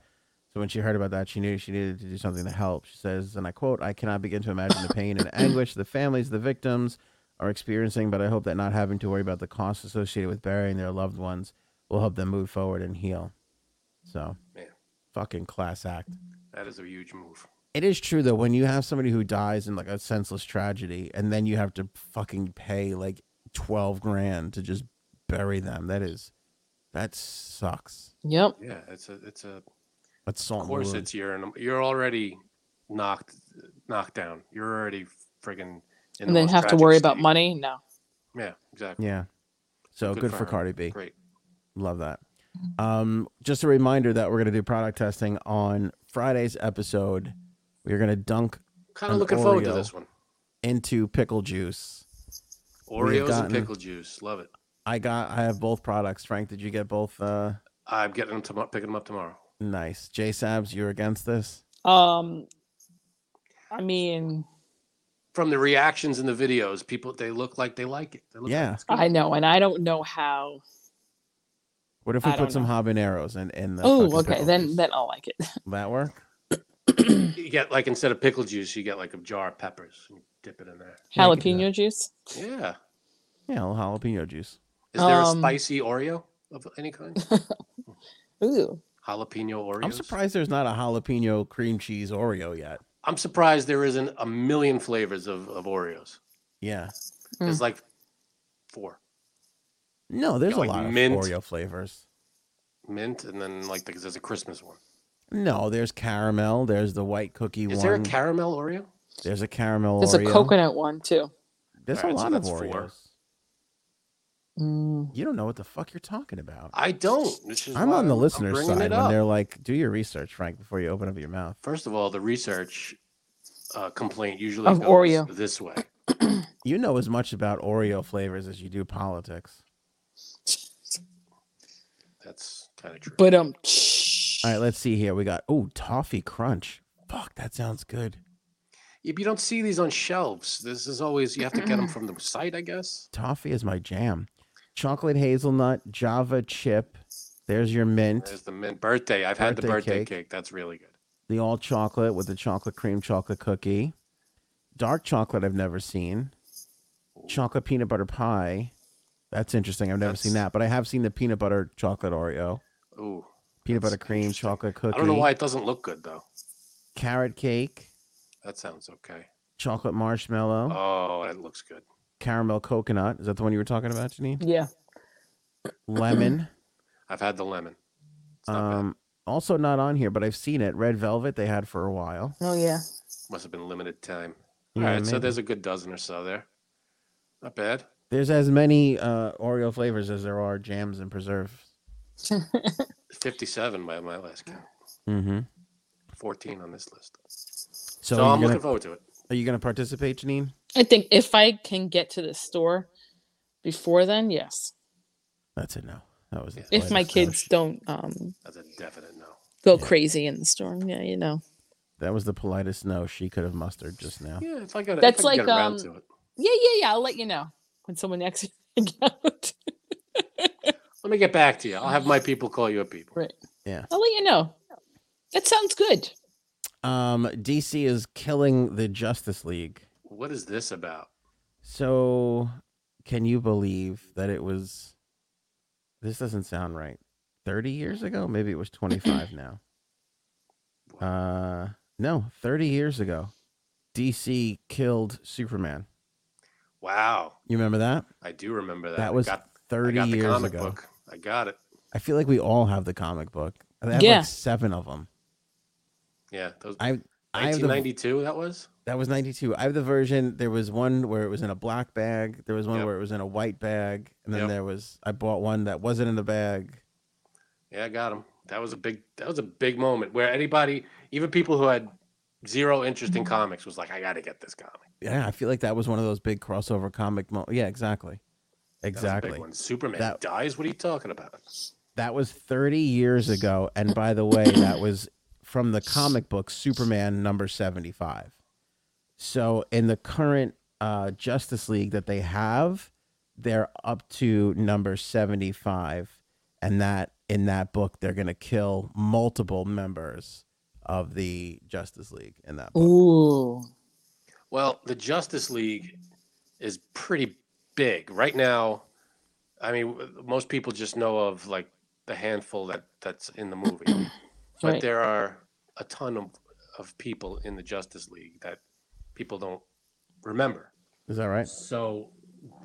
[SPEAKER 1] So when she heard about that, she knew she needed to do something to help. She says, and I quote, "I cannot begin to imagine the pain and anguish the families, the victims, are experiencing, but I hope that not having to worry about the costs associated with burying their loved ones will help them move forward and heal." So,
[SPEAKER 2] Man.
[SPEAKER 1] fucking class act.
[SPEAKER 2] That is a huge move.
[SPEAKER 1] It is true though when you have somebody who dies in like a senseless tragedy and then you have to fucking pay like 12 grand to just bury them. That is that sucks.
[SPEAKER 4] yep.
[SPEAKER 2] Yeah, it's a it's a.
[SPEAKER 1] That's salt
[SPEAKER 2] Of
[SPEAKER 1] and
[SPEAKER 2] course,
[SPEAKER 1] wound.
[SPEAKER 2] it's you're in a- you're already knocked knocked down. You're already friggin' in the
[SPEAKER 4] and then
[SPEAKER 2] most
[SPEAKER 4] have to
[SPEAKER 2] tragic
[SPEAKER 4] worry about
[SPEAKER 2] state.
[SPEAKER 4] money. No,
[SPEAKER 2] Yeah, exactly.
[SPEAKER 1] Yeah. So good, for
[SPEAKER 2] her.
[SPEAKER 1] Cardi B.
[SPEAKER 2] Great.
[SPEAKER 1] Love that. Um, just a reminder that we're gonna do product testing on Friday's episode. We're gonna dunk
[SPEAKER 2] Kind of
[SPEAKER 1] An
[SPEAKER 2] looking forward to
[SPEAKER 1] Oreo.
[SPEAKER 2] this one.
[SPEAKER 1] into pickle juice. We have
[SPEAKER 2] Oreos
[SPEAKER 1] gotten-
[SPEAKER 2] and pickle juice. Love it.
[SPEAKER 1] I got I have both products. Frank, did you get both? Uh,
[SPEAKER 2] I'm getting them tomorrow. Picking them up tomorrow.
[SPEAKER 1] nice. J Sabs, you're against this?
[SPEAKER 4] um, I mean,
[SPEAKER 2] From the reactions in the videos, people they look like they like it. They look like
[SPEAKER 1] Yeah.
[SPEAKER 2] it's good.
[SPEAKER 4] I know, and I don't know how.
[SPEAKER 1] What if we
[SPEAKER 4] I
[SPEAKER 1] put
[SPEAKER 4] don't
[SPEAKER 1] some
[SPEAKER 4] know.
[SPEAKER 1] habaneros in, in the
[SPEAKER 4] Oh,
[SPEAKER 1] fucking
[SPEAKER 4] okay,
[SPEAKER 1] pickle
[SPEAKER 4] then
[SPEAKER 1] juice?
[SPEAKER 4] then I'll like it.
[SPEAKER 1] Will that work?
[SPEAKER 2] You get like instead of pickle juice, you get like a jar of peppers and you dip it in there.
[SPEAKER 1] Yeah, I can do
[SPEAKER 4] Jalapeno juice.
[SPEAKER 2] Yeah.
[SPEAKER 1] Yeah, a little jalapeno juice.
[SPEAKER 2] Is there
[SPEAKER 4] Um,
[SPEAKER 2] a spicy Oreo of any kind?
[SPEAKER 4] Ooh,
[SPEAKER 2] Jalapeno Oreos.
[SPEAKER 1] I'm surprised there's not a jalapeno cream cheese Oreo yet.
[SPEAKER 2] I'm surprised there isn't a million flavors of, of Oreos.
[SPEAKER 1] Yeah.
[SPEAKER 4] Hmm.
[SPEAKER 2] There's like four
[SPEAKER 1] No, there's
[SPEAKER 2] Got,
[SPEAKER 1] a
[SPEAKER 2] like,
[SPEAKER 1] lot
[SPEAKER 2] mint.
[SPEAKER 1] of Oreo flavors.
[SPEAKER 2] mint, and then like because there's a Christmas one.
[SPEAKER 1] No, there's caramel. There's the white cookie one.
[SPEAKER 2] Is there a caramel Oreo?
[SPEAKER 1] there's a caramel
[SPEAKER 4] there's
[SPEAKER 1] Oreo.
[SPEAKER 4] a coconut one too.
[SPEAKER 1] There's a
[SPEAKER 2] Alright, so
[SPEAKER 1] lot of
[SPEAKER 2] that's four.
[SPEAKER 1] Oreos.
[SPEAKER 4] Mm.
[SPEAKER 1] You don't know what the fuck you're talking about.
[SPEAKER 2] I don't. Which is
[SPEAKER 1] I'm
[SPEAKER 2] why
[SPEAKER 1] on the
[SPEAKER 2] I'm
[SPEAKER 1] listener's
[SPEAKER 2] bringing
[SPEAKER 1] side
[SPEAKER 2] it
[SPEAKER 1] when
[SPEAKER 2] up.
[SPEAKER 1] they're like, do your research, Frank, before you open up your mouth.
[SPEAKER 2] First of all, the research uh, complaint usually
[SPEAKER 4] Of
[SPEAKER 2] goes
[SPEAKER 4] Oreo.
[SPEAKER 2] this way.
[SPEAKER 1] You know as much about Oreo flavors as you do politics.
[SPEAKER 2] That's kind of true.
[SPEAKER 4] But um,
[SPEAKER 1] All right, let's see here. We got, oh, toffee crunch. Fuck, that sounds good.
[SPEAKER 2] If you don't see these on shelves, this is always you have to get them from the site, I guess.
[SPEAKER 1] toffee is my jam. Chocolate hazelnut, Java chip. There's your mint,
[SPEAKER 2] There's the mint birthday. I've had the
[SPEAKER 1] Birthday
[SPEAKER 2] birthday
[SPEAKER 1] cake.
[SPEAKER 2] cake. That's really good.
[SPEAKER 1] the all chocolate with the chocolate cream chocolate cookie. Dark chocolate I've never seen. Chocolate peanut butter pie. That's interesting. I've never seen
[SPEAKER 2] That's-
[SPEAKER 1] that, but I have seen the peanut butter chocolate Oreo.
[SPEAKER 2] Ooh,
[SPEAKER 1] peanut butter cream,
[SPEAKER 2] interesting.
[SPEAKER 1] chocolate cookie,
[SPEAKER 2] I don't know why it doesn't look good though.
[SPEAKER 1] carrot cake,
[SPEAKER 2] That sounds okay.
[SPEAKER 1] chocolate marshmallow,
[SPEAKER 2] Oh, that looks good.
[SPEAKER 1] caramel coconut. Is that the one you were talking about, Janine?
[SPEAKER 4] Yeah.
[SPEAKER 1] Lemon.
[SPEAKER 2] I've had the lemon. It's not bad.
[SPEAKER 1] Um, also not on here, but I've seen it. Red velvet they had for a while.
[SPEAKER 4] Oh yeah.
[SPEAKER 2] Must have been limited time.
[SPEAKER 1] Yeah,
[SPEAKER 2] All right, so
[SPEAKER 1] maybe.
[SPEAKER 2] there's a good dozen or so there. Not bad.
[SPEAKER 1] There's as many uh, Oreo flavors as there are jams and preserves.
[SPEAKER 2] 57 by my last count.
[SPEAKER 1] Mm-hmm.
[SPEAKER 2] 14 on this list.
[SPEAKER 1] So,
[SPEAKER 2] So,
[SPEAKER 1] are,
[SPEAKER 2] I'm
[SPEAKER 1] you
[SPEAKER 2] looking
[SPEAKER 1] gonna,
[SPEAKER 2] forward to it.
[SPEAKER 1] are you going to participate, Janine?
[SPEAKER 4] I think if I can get to the store before then, yes.
[SPEAKER 1] That's a no. That was the
[SPEAKER 4] If my
[SPEAKER 1] lightest no.
[SPEAKER 4] kids don't um
[SPEAKER 2] That's a definite no.
[SPEAKER 4] go crazy in the store, yeah, you know.
[SPEAKER 1] That was the politest no she could have mustered just now.
[SPEAKER 2] Yeah, if I got
[SPEAKER 4] That's
[SPEAKER 2] if I can
[SPEAKER 4] like,
[SPEAKER 2] get around
[SPEAKER 4] um,
[SPEAKER 2] to it.
[SPEAKER 4] Yeah, yeah, yeah. I'll let you know when someone exits out.
[SPEAKER 2] Let me get back to you. I'll have my people call your people.
[SPEAKER 4] Right. I'll let you know. That sounds good.
[SPEAKER 1] Um, DC is killing the Justice League.
[SPEAKER 2] What is this about?
[SPEAKER 1] So, can you believe that it was? This doesn't sound right. Thirty years ago, maybe it was twenty-five now. Uh, no, thirty years ago, DC killed Superman.
[SPEAKER 2] Wow.
[SPEAKER 1] You remember that?
[SPEAKER 2] I do remember that.
[SPEAKER 1] That
[SPEAKER 2] Uh, I
[SPEAKER 1] was
[SPEAKER 2] got, I
[SPEAKER 1] thirty
[SPEAKER 2] got the
[SPEAKER 1] years
[SPEAKER 2] comic
[SPEAKER 1] ago.
[SPEAKER 2] book. I got it.
[SPEAKER 1] I feel like we all have the comic book. I have
[SPEAKER 4] Yeah.
[SPEAKER 1] like seven of them.
[SPEAKER 2] Yeah. That was
[SPEAKER 1] I, I have the
[SPEAKER 2] 1992, that was?
[SPEAKER 1] That was 92. I have the version. There was one where it was in a black bag. There was one
[SPEAKER 2] Yep.
[SPEAKER 1] where it was in a white bag. And then
[SPEAKER 2] Yep.
[SPEAKER 1] there was, I bought one that wasn't in a bag.
[SPEAKER 2] Yeah, I got him. That was a big that was a big moment where anybody, even people who had zero interest in comics was like, I gotta get this comic.
[SPEAKER 1] Yeah, I feel like that was one of those big crossover comic. Mo- yeah, exactly.
[SPEAKER 2] That was a big
[SPEAKER 1] Exactly.
[SPEAKER 2] one. Superman
[SPEAKER 1] That-
[SPEAKER 2] dies? What are you talking about?
[SPEAKER 1] That was 30 years ago. And by the way, that was from the comic book Superman number 75. So in the current uh, Justice League that they have, they're up to number 75. And that in that book, they're going to kill multiple members of the Justice League in that book.
[SPEAKER 4] Ooh.
[SPEAKER 2] Well, the Justice League is pretty big right now. I mean, w- most people just know of like the handful that that's in the movie, but
[SPEAKER 4] Right.
[SPEAKER 2] there are a ton of, of people in the Justice League that people don't remember.
[SPEAKER 1] Is that right?
[SPEAKER 2] So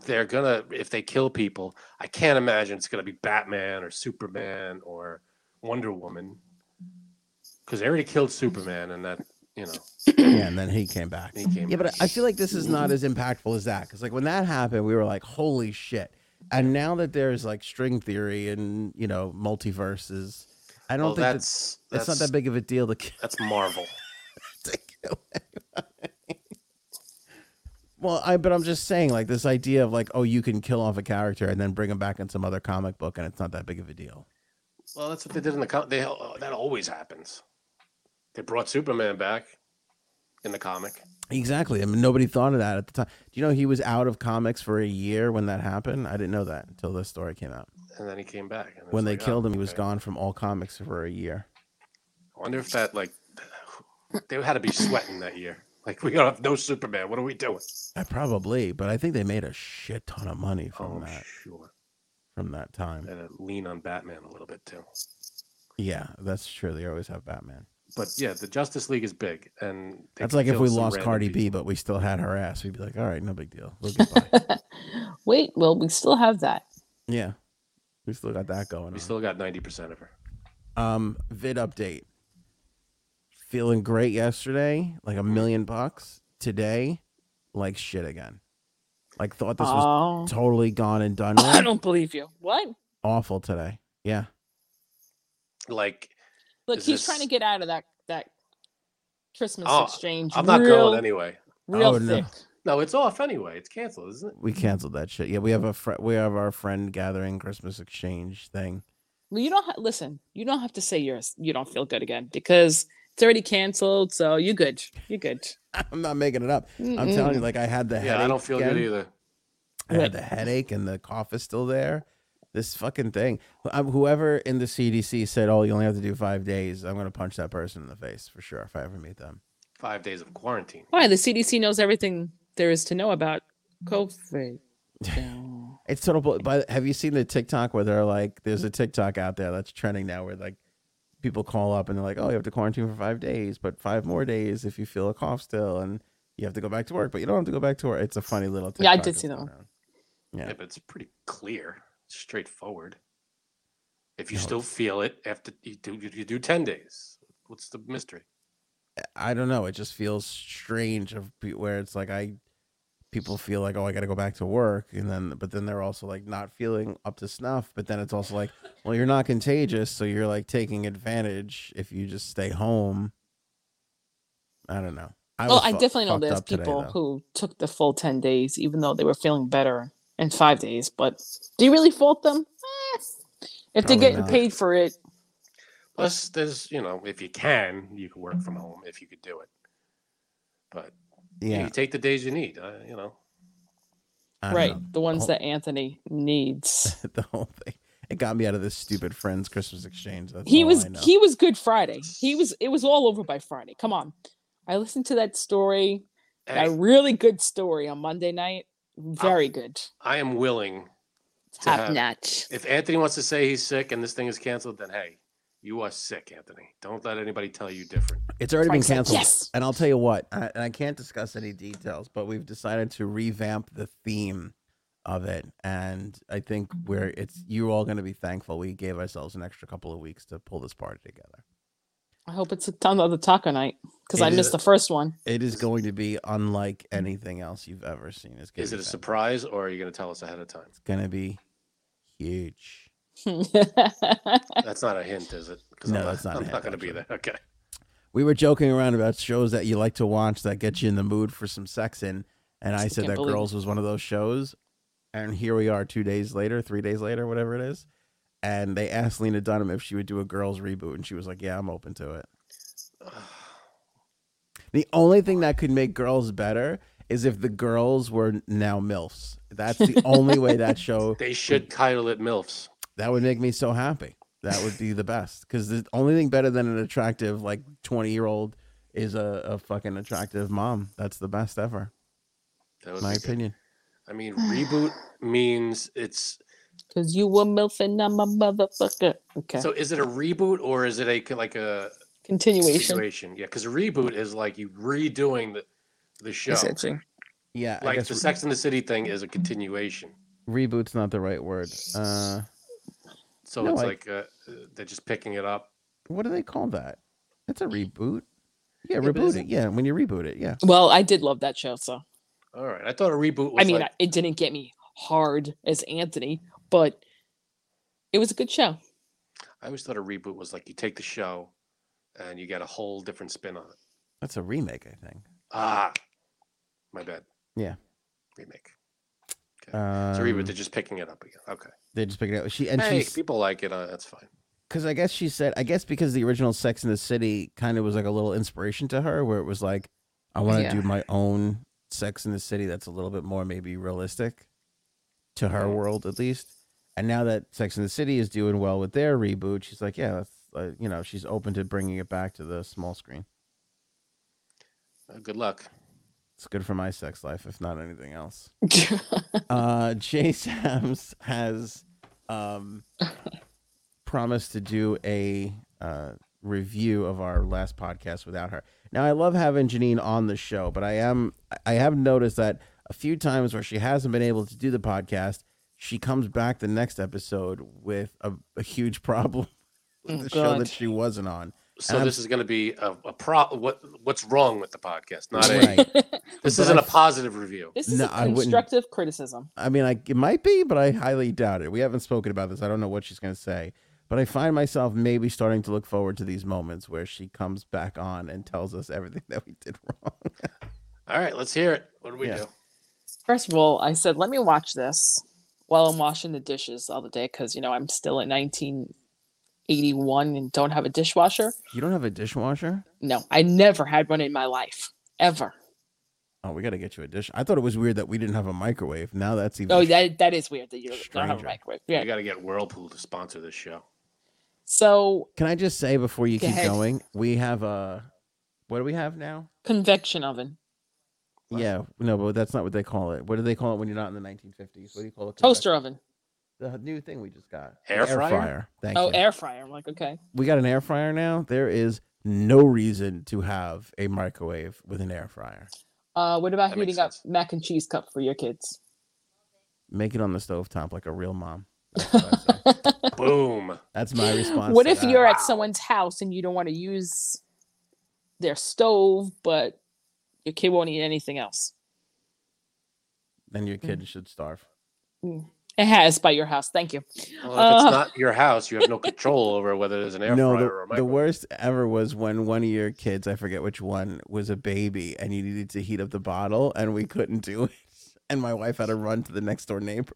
[SPEAKER 2] they're gonna if they kill people, I can't imagine it's gonna be Batman or Superman or Wonder Woman because they already killed Superman and that you know
[SPEAKER 1] Yeah, and then he came back.
[SPEAKER 2] he came.
[SPEAKER 1] Yeah,
[SPEAKER 2] back.
[SPEAKER 1] but I feel like this is not as impactful as that because, like, when that happened, we were like, "Holy shit!" And now that there's like string theory and you know multiverses, I don't
[SPEAKER 2] Well,
[SPEAKER 1] think that-
[SPEAKER 2] that's
[SPEAKER 1] it's not that big of a deal to kill.
[SPEAKER 2] That's Marvel.
[SPEAKER 1] Well, I but I'm just saying, like, this idea of like, oh, you can kill off a character and then bring him back in some other comic book, and it's not that big of a deal.
[SPEAKER 2] Well, that's what they did in the comic. They oh, that always happens. They brought Superman back in the comic.
[SPEAKER 1] Exactly. I mean, nobody thought of that at the time. Do you know he was out of comics for a year when that happened? I didn't know that until this story came out.
[SPEAKER 2] And then he came back. and it's
[SPEAKER 1] When they
[SPEAKER 2] like, oh,
[SPEAKER 1] killed him, he was
[SPEAKER 2] okay.
[SPEAKER 1] gone from all comics for a year.
[SPEAKER 2] I wonder if that like they had to be sweating that year. Like we don't have no Superman. What are we doing?
[SPEAKER 1] I Uh, probably, but I think they made a shit ton of money
[SPEAKER 2] Oh,
[SPEAKER 1] from
[SPEAKER 2] I'm
[SPEAKER 1] that
[SPEAKER 2] sure.
[SPEAKER 1] from that time.
[SPEAKER 2] And lean on Batman a little bit too.
[SPEAKER 1] Yeah, that's true. They always have Batman.
[SPEAKER 2] But yeah, the Justice League is big, and they
[SPEAKER 1] That's like if
[SPEAKER 2] killed
[SPEAKER 1] we
[SPEAKER 2] some
[SPEAKER 1] lost
[SPEAKER 2] random
[SPEAKER 1] Cardi
[SPEAKER 2] people.
[SPEAKER 1] B, but we still had her ass, we'd be like, all right, no big deal. We'll get by.
[SPEAKER 4] Wait, well, we still have that.
[SPEAKER 1] yeah, we still got that going.
[SPEAKER 2] We
[SPEAKER 1] on.
[SPEAKER 2] still got ninety percent of her.
[SPEAKER 1] Um, vid update. Feeling great yesterday, like a million bucks. Today, like shit again. Like thought this was
[SPEAKER 4] oh,
[SPEAKER 1] totally gone and done
[SPEAKER 4] I
[SPEAKER 1] with.
[SPEAKER 4] don't believe you. What?
[SPEAKER 1] Awful today. Yeah.
[SPEAKER 2] Like
[SPEAKER 4] Look,
[SPEAKER 2] Is
[SPEAKER 4] he's trying
[SPEAKER 2] this-
[SPEAKER 4] to get out of that that Christmas
[SPEAKER 2] Oh,
[SPEAKER 4] exchange.
[SPEAKER 2] I'm not
[SPEAKER 4] real,
[SPEAKER 2] going anyway.
[SPEAKER 4] real
[SPEAKER 1] Oh, no.
[SPEAKER 4] thick.
[SPEAKER 2] No, it's off anyway. It's canceled, isn't it?
[SPEAKER 1] We canceled that shit. Yeah, we have a fr- we have our friend gathering Christmas exchange thing.
[SPEAKER 4] Well, you don't ha- listen. You don't have to say yours. You don't feel good again because it's already canceled. So you're good. You're good.
[SPEAKER 1] I'm not making it up. I'm telling you, like I had the headache.
[SPEAKER 2] Yeah, I don't feel good
[SPEAKER 1] again.
[SPEAKER 2] either.
[SPEAKER 1] I had the headache, and the cough is still there. This fucking thing. Wh- um, Whoever in the CDC said, "Oh, you only have to do five days," I'm gonna punch that person in the face for sure if I ever meet them.
[SPEAKER 2] Five days of quarantine.
[SPEAKER 4] Why the CDC knows everything there is to know about COVID. No.
[SPEAKER 1] It's total. bull- But have you seen the TikTok where they're like, "There's a TikTok out there that's trending now where like people call up and they're like, "Oh, you have to quarantine for five days, but five more days if you feel a cough still, and you have to go back to work, but you don't have to go back to work." It's a funny little.
[SPEAKER 4] Yeah, I
[SPEAKER 1] TikTok
[SPEAKER 4] did
[SPEAKER 1] that's
[SPEAKER 4] see that
[SPEAKER 1] going
[SPEAKER 4] one.
[SPEAKER 1] around.
[SPEAKER 2] Yeah,
[SPEAKER 1] Yeah.
[SPEAKER 2] but it's pretty clear, straightforward. If you
[SPEAKER 1] No,
[SPEAKER 2] still feel it after you do, you do ten days. What's the mystery?
[SPEAKER 1] I don't know. It just feels strange of pe- where it's like I people feel like, "Oh, I got to go back to work," and then but then they're also like not feeling up to snuff. But then it's also like, well, you're not contagious, so you're like taking advantage if you just stay home. I don't know. I
[SPEAKER 4] well,
[SPEAKER 1] was
[SPEAKER 4] I
[SPEAKER 1] fu-
[SPEAKER 4] definitely know
[SPEAKER 1] fucked
[SPEAKER 4] there's
[SPEAKER 1] up today,
[SPEAKER 4] people
[SPEAKER 1] though.
[SPEAKER 4] who took the full 10 days, even though they were feeling better in five days. But do you really fault them? Eh, If they're
[SPEAKER 1] Probably
[SPEAKER 4] getting
[SPEAKER 1] not.
[SPEAKER 4] paid for it,
[SPEAKER 2] Plus, there's you know, if you can, you can work from home if you could do it. But yeah,
[SPEAKER 1] yeah,
[SPEAKER 2] you take the days you need. Uh, you know,
[SPEAKER 1] I don't
[SPEAKER 4] right?
[SPEAKER 1] know.
[SPEAKER 4] The ones
[SPEAKER 1] whole-
[SPEAKER 4] that Anthony needs.
[SPEAKER 1] the whole thing. It got me out of this stupid friends Christmas exchange. That's
[SPEAKER 4] he
[SPEAKER 1] all
[SPEAKER 4] was
[SPEAKER 1] I know.
[SPEAKER 4] he was good Friday. He was it was all over by Friday. Come on, I listened to that story.
[SPEAKER 2] Hey,
[SPEAKER 4] A really good story on Monday night. Very good.
[SPEAKER 2] I am willing.
[SPEAKER 4] Top
[SPEAKER 2] have-
[SPEAKER 4] notch.
[SPEAKER 2] If Anthony wants to say he's sick and this thing is canceled, then hey, you are sick, Anthony. Don't let anybody tell you different.
[SPEAKER 1] It's already been
[SPEAKER 4] Frank's
[SPEAKER 1] canceled.
[SPEAKER 4] like, "Yes."
[SPEAKER 1] And I'll tell you what, I, and I can't discuss any details, but we've decided to revamp the theme of it. And I think we're, it's, you're all going to be thankful we gave ourselves an extra couple of weeks to pull this party together.
[SPEAKER 4] I hope it's another taco night because
[SPEAKER 1] It
[SPEAKER 4] I
[SPEAKER 1] is
[SPEAKER 4] missed
[SPEAKER 1] a-
[SPEAKER 4] the first one.
[SPEAKER 1] It is going to be unlike anything else you've ever seen. It's gonna
[SPEAKER 2] Is
[SPEAKER 1] be
[SPEAKER 2] it a
[SPEAKER 1] fan-
[SPEAKER 2] surprise or are you going to tell us ahead of time?
[SPEAKER 1] It's going to be huge.
[SPEAKER 2] That's not a hint, is it? 'Cause
[SPEAKER 1] No,
[SPEAKER 2] I'm not,
[SPEAKER 1] that's not a
[SPEAKER 2] I'm
[SPEAKER 1] hint,
[SPEAKER 2] not going to be
[SPEAKER 1] actually.
[SPEAKER 2] there. Okay.
[SPEAKER 1] We were joking around about shows that you like to watch that get you in the mood for some sexing. And I
[SPEAKER 4] I
[SPEAKER 1] said
[SPEAKER 4] can't
[SPEAKER 1] that
[SPEAKER 4] believe it.
[SPEAKER 1] Girls was one of those shows. And here we are two days later, three days later, whatever it is. And they asked Lena Dunham if she would do a Girls reboot. And she was like, Yeah, I'm open to it. The only thing that could make Girls better is if the girls were now MILFs. That's the only way that show
[SPEAKER 2] They should title it MILFs.
[SPEAKER 1] that would make me so happy. That would be the best because the only thing better than an attractive like twenty year old is a, a fucking attractive mom. That's the best ever,
[SPEAKER 2] That would
[SPEAKER 1] my
[SPEAKER 2] be good.
[SPEAKER 1] opinion.
[SPEAKER 2] I mean, reboot means it's.
[SPEAKER 4] Cause you were milfing, I'm a motherfucker. Okay.
[SPEAKER 2] So is it a reboot or is it a like a
[SPEAKER 4] Continuation.
[SPEAKER 2] situation? Yeah, because a reboot is like you redoing the the show.
[SPEAKER 4] Essentially.
[SPEAKER 1] Yeah, I
[SPEAKER 2] Like
[SPEAKER 1] guess
[SPEAKER 2] the Sex and the City thing is a continuation.
[SPEAKER 1] re- reboot's not the right word. Uh,
[SPEAKER 2] So
[SPEAKER 1] No,
[SPEAKER 2] it's
[SPEAKER 1] I-
[SPEAKER 2] like uh, uh, they're just picking it up.
[SPEAKER 1] what do they call that? It's a reboot. Yeah,
[SPEAKER 2] but
[SPEAKER 1] reboot it.
[SPEAKER 2] isn't-
[SPEAKER 1] Yeah, when you reboot it. Yeah,
[SPEAKER 4] Well, I did love that show. So
[SPEAKER 2] All right, I thought a reboot was.
[SPEAKER 4] I mean,
[SPEAKER 2] like,
[SPEAKER 4] it didn't get me hard as Anthony, but it was a good show.
[SPEAKER 2] I always thought a reboot was like you take the show, and you get a whole different spin on it.
[SPEAKER 1] that's a remake, I think.
[SPEAKER 2] Ah, my bad.
[SPEAKER 1] Yeah.
[SPEAKER 2] remake.
[SPEAKER 1] Um,
[SPEAKER 2] So reboot, they're just picking it up again. Okay,
[SPEAKER 1] they just picked it up. She and
[SPEAKER 2] hey,
[SPEAKER 1] she's
[SPEAKER 2] people like it. Uh, that's fine.
[SPEAKER 1] because I guess she said, I guess because the original Sex in the City kind of was like a little inspiration to her, where it was like, I want to
[SPEAKER 4] Yeah.
[SPEAKER 1] do my own Sex in the City that's a little bit more maybe realistic to her world at least. And now that Sex in the City is doing well with their reboot, she's like, yeah, that's, uh, you know, she's open to bringing it back to the small screen.
[SPEAKER 2] Uh, good luck.
[SPEAKER 1] It's good for my sex life, if not anything else. uh Jay Sams has um promised to do a uh review of our last podcast without her. Now I love having Janine on the show, but I am I have noticed that a few times where she hasn't been able to do the podcast, she comes back the next episode with a, a huge problem with
[SPEAKER 4] Oh,
[SPEAKER 1] the show
[SPEAKER 4] God.
[SPEAKER 1] that she wasn't on.
[SPEAKER 2] So
[SPEAKER 1] And I'm-
[SPEAKER 2] this is going to be a, a pro. What what's wrong with the podcast? Not a.
[SPEAKER 1] Right.
[SPEAKER 2] This
[SPEAKER 1] But
[SPEAKER 2] isn't
[SPEAKER 1] I
[SPEAKER 2] a positive review.
[SPEAKER 4] This is
[SPEAKER 1] No,
[SPEAKER 4] a
[SPEAKER 1] I wouldn't-
[SPEAKER 4] constructive criticism.
[SPEAKER 1] I mean, I, it might be, but I highly doubt it. We haven't spoken about this. I don't know what she's going to say, but I find myself maybe starting to look forward to these moments where she comes back on and tells us everything that we did wrong.
[SPEAKER 2] All right, let's hear it. What do we
[SPEAKER 1] Yeah.
[SPEAKER 2] do?
[SPEAKER 4] First of all, I said, let me watch this while I'm washing the dishes the other day because, you know, I'm still at 1981 and don't have a dishwasher.
[SPEAKER 1] You don't have a dishwasher?
[SPEAKER 4] No, I never had one in my life, ever.
[SPEAKER 1] Oh, we got to get you a dish. I thought it was weird that we didn't have a microwave. Now that's even.
[SPEAKER 4] Oh, that that is weird that you don't have a
[SPEAKER 1] Stranger.
[SPEAKER 4] microwave.
[SPEAKER 2] We
[SPEAKER 4] Yeah.
[SPEAKER 2] got to get Whirlpool to sponsor this show.
[SPEAKER 4] So
[SPEAKER 1] Can I just say before you
[SPEAKER 4] Go
[SPEAKER 1] keep
[SPEAKER 4] ahead.
[SPEAKER 1] going, we have a. What do we have now?
[SPEAKER 4] convection oven,
[SPEAKER 1] Yeah, no, but that's not what they call it. What do they call it when you're not in the 1950s? What do you call it?
[SPEAKER 4] toaster oven.
[SPEAKER 1] the new thing we just got.
[SPEAKER 2] Air
[SPEAKER 1] The
[SPEAKER 2] fryer?
[SPEAKER 1] Thank
[SPEAKER 4] Oh,
[SPEAKER 1] you.
[SPEAKER 4] air fryer. I'm like, okay.
[SPEAKER 1] we got an air fryer now. There is no reason to have a microwave with an air fryer.
[SPEAKER 4] Uh, what about
[SPEAKER 2] That makes
[SPEAKER 4] heating up
[SPEAKER 2] sense.
[SPEAKER 4] mac and cheese cup for your kids?
[SPEAKER 1] Make it on the stovetop like a real mom. That's, what I say.
[SPEAKER 2] Boom.
[SPEAKER 1] That's my response.
[SPEAKER 4] what
[SPEAKER 1] to
[SPEAKER 4] if
[SPEAKER 1] that.
[SPEAKER 4] you're at someone's house and you don't want to use their stove, but your kid won't eat anything else?
[SPEAKER 1] Then your kid should starve.
[SPEAKER 4] It has by your house. Thank you.
[SPEAKER 2] Well, if
[SPEAKER 4] Uh.
[SPEAKER 2] it's not your house, you have no control over whether there's an air
[SPEAKER 1] no,
[SPEAKER 2] fryer
[SPEAKER 1] the,
[SPEAKER 2] or a
[SPEAKER 1] the
[SPEAKER 2] microwave.
[SPEAKER 1] worst ever was when one of your kids, I forget which one, was a baby and you needed to heat up the bottle and we couldn't do it. And my wife had to run to the next door neighbor.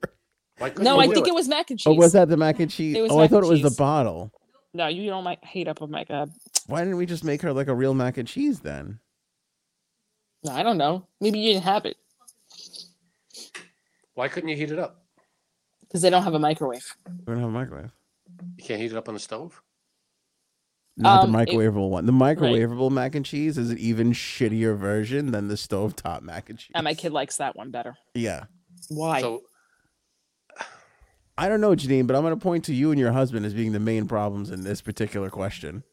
[SPEAKER 2] Why couldn't
[SPEAKER 4] No,
[SPEAKER 2] you
[SPEAKER 4] I
[SPEAKER 2] do
[SPEAKER 4] think it was mac and cheese.
[SPEAKER 1] Oh, was that the mac and cheese?
[SPEAKER 4] It was
[SPEAKER 1] Oh, I
[SPEAKER 4] mac
[SPEAKER 1] thought
[SPEAKER 4] and
[SPEAKER 1] it was the
[SPEAKER 4] cheese.
[SPEAKER 1] bottle.
[SPEAKER 4] No, you don't like heat up a mac. Uh,
[SPEAKER 1] Why didn't we just make her like a real mac and cheese then?
[SPEAKER 4] no, I don't know. Maybe you didn't have it
[SPEAKER 2] Why couldn't you heat it up?
[SPEAKER 4] because they don't have a microwave.
[SPEAKER 1] We don't have a microwave.
[SPEAKER 2] You can't heat it up on the stove.
[SPEAKER 1] Not
[SPEAKER 4] Um,
[SPEAKER 1] the
[SPEAKER 4] it-
[SPEAKER 1] microwavable one. The microwavable mac and cheese is an even shittier version than the stovetop mac and cheese.
[SPEAKER 4] And my kid likes that one better.
[SPEAKER 1] Yeah.
[SPEAKER 4] Why?
[SPEAKER 2] So
[SPEAKER 1] I don't know, Janine, but I'm going to point to you and your husband as being the main problems in this particular question.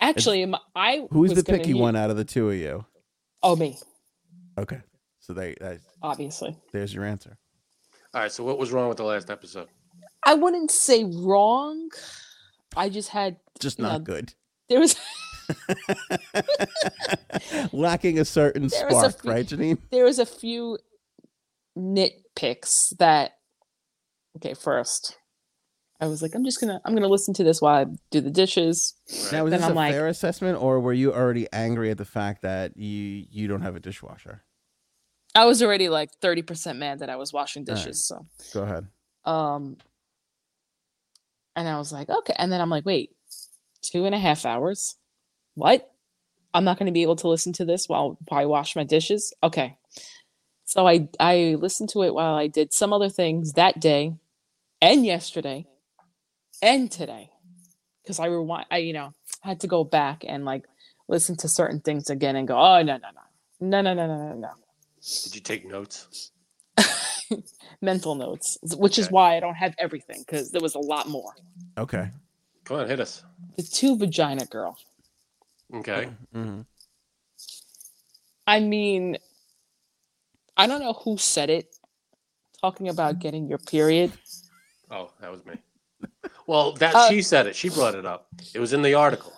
[SPEAKER 4] Actually, my, I
[SPEAKER 1] Who's
[SPEAKER 4] was
[SPEAKER 1] the
[SPEAKER 4] gonna
[SPEAKER 1] picky
[SPEAKER 4] heat-
[SPEAKER 1] one out of the two of you?
[SPEAKER 4] Oh, me,
[SPEAKER 1] Okay. So they, that,
[SPEAKER 4] obviously.
[SPEAKER 1] there's your answer.
[SPEAKER 2] all right. So what was wrong with the last episode?
[SPEAKER 4] I wouldn't say wrong. I just had
[SPEAKER 1] Just
[SPEAKER 4] Yeah.
[SPEAKER 1] not good.
[SPEAKER 4] there was
[SPEAKER 1] Lacking a certain
[SPEAKER 4] There was a
[SPEAKER 1] spark,
[SPEAKER 4] few-
[SPEAKER 1] right, Janine?
[SPEAKER 4] there was a few nitpicks that okay first i was like i'm just gonna i'm gonna listen to this while i do the dishes
[SPEAKER 2] All
[SPEAKER 1] Now,
[SPEAKER 2] right.
[SPEAKER 1] is
[SPEAKER 4] Then
[SPEAKER 1] this
[SPEAKER 4] I'm
[SPEAKER 1] a
[SPEAKER 4] like-
[SPEAKER 1] fair assessment, or were you already angry at the fact that you you don't have a dishwasher?
[SPEAKER 4] i was already like 30% mad that i was washing
[SPEAKER 1] All right.
[SPEAKER 4] dishes
[SPEAKER 1] Go ahead.
[SPEAKER 4] so um and i was like okay and then i'm like wait two and a half hours what i'm not gonna be able to listen to this while, while i wash my dishes okay so i i listened to it while i did some other things that day and yesterday and today because I rewind. I you know had to go back and like listen to certain things again and go, oh no no no no no no no no
[SPEAKER 2] Did you take notes?
[SPEAKER 4] no, mental notes, which is
[SPEAKER 2] Okay.
[SPEAKER 4] why I don't have everything because there was a lot more.
[SPEAKER 1] Okay.
[SPEAKER 2] Come on, hit us.
[SPEAKER 4] The two vagina girl. Oh.
[SPEAKER 2] Okay.
[SPEAKER 1] Mhm.
[SPEAKER 4] I mean, I don't know who said it, talking about getting your period.
[SPEAKER 2] Oh, that was me. Well, that
[SPEAKER 4] Uh,
[SPEAKER 2] she said it. She brought it up. It was in the article.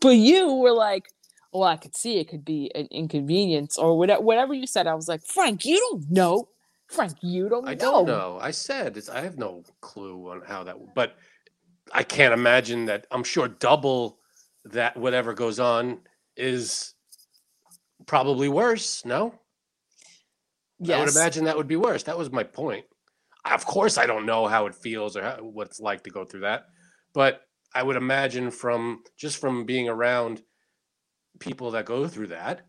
[SPEAKER 4] But you were like, well, I could see it could be an inconvenience or whatever. Whatever you said, I was like, Frank, you don't know. Frank, you don't
[SPEAKER 2] I don't know. I said it's, I have no clue on how that, but I can't imagine that. I'm sure double that whatever goes on is probably worse. No, I would
[SPEAKER 4] Yes.
[SPEAKER 2] imagine that would be worse. That was my point. Of course, I don't know how it feels or how, what it's like to go through that, but I would imagine from just from being around people that go through that,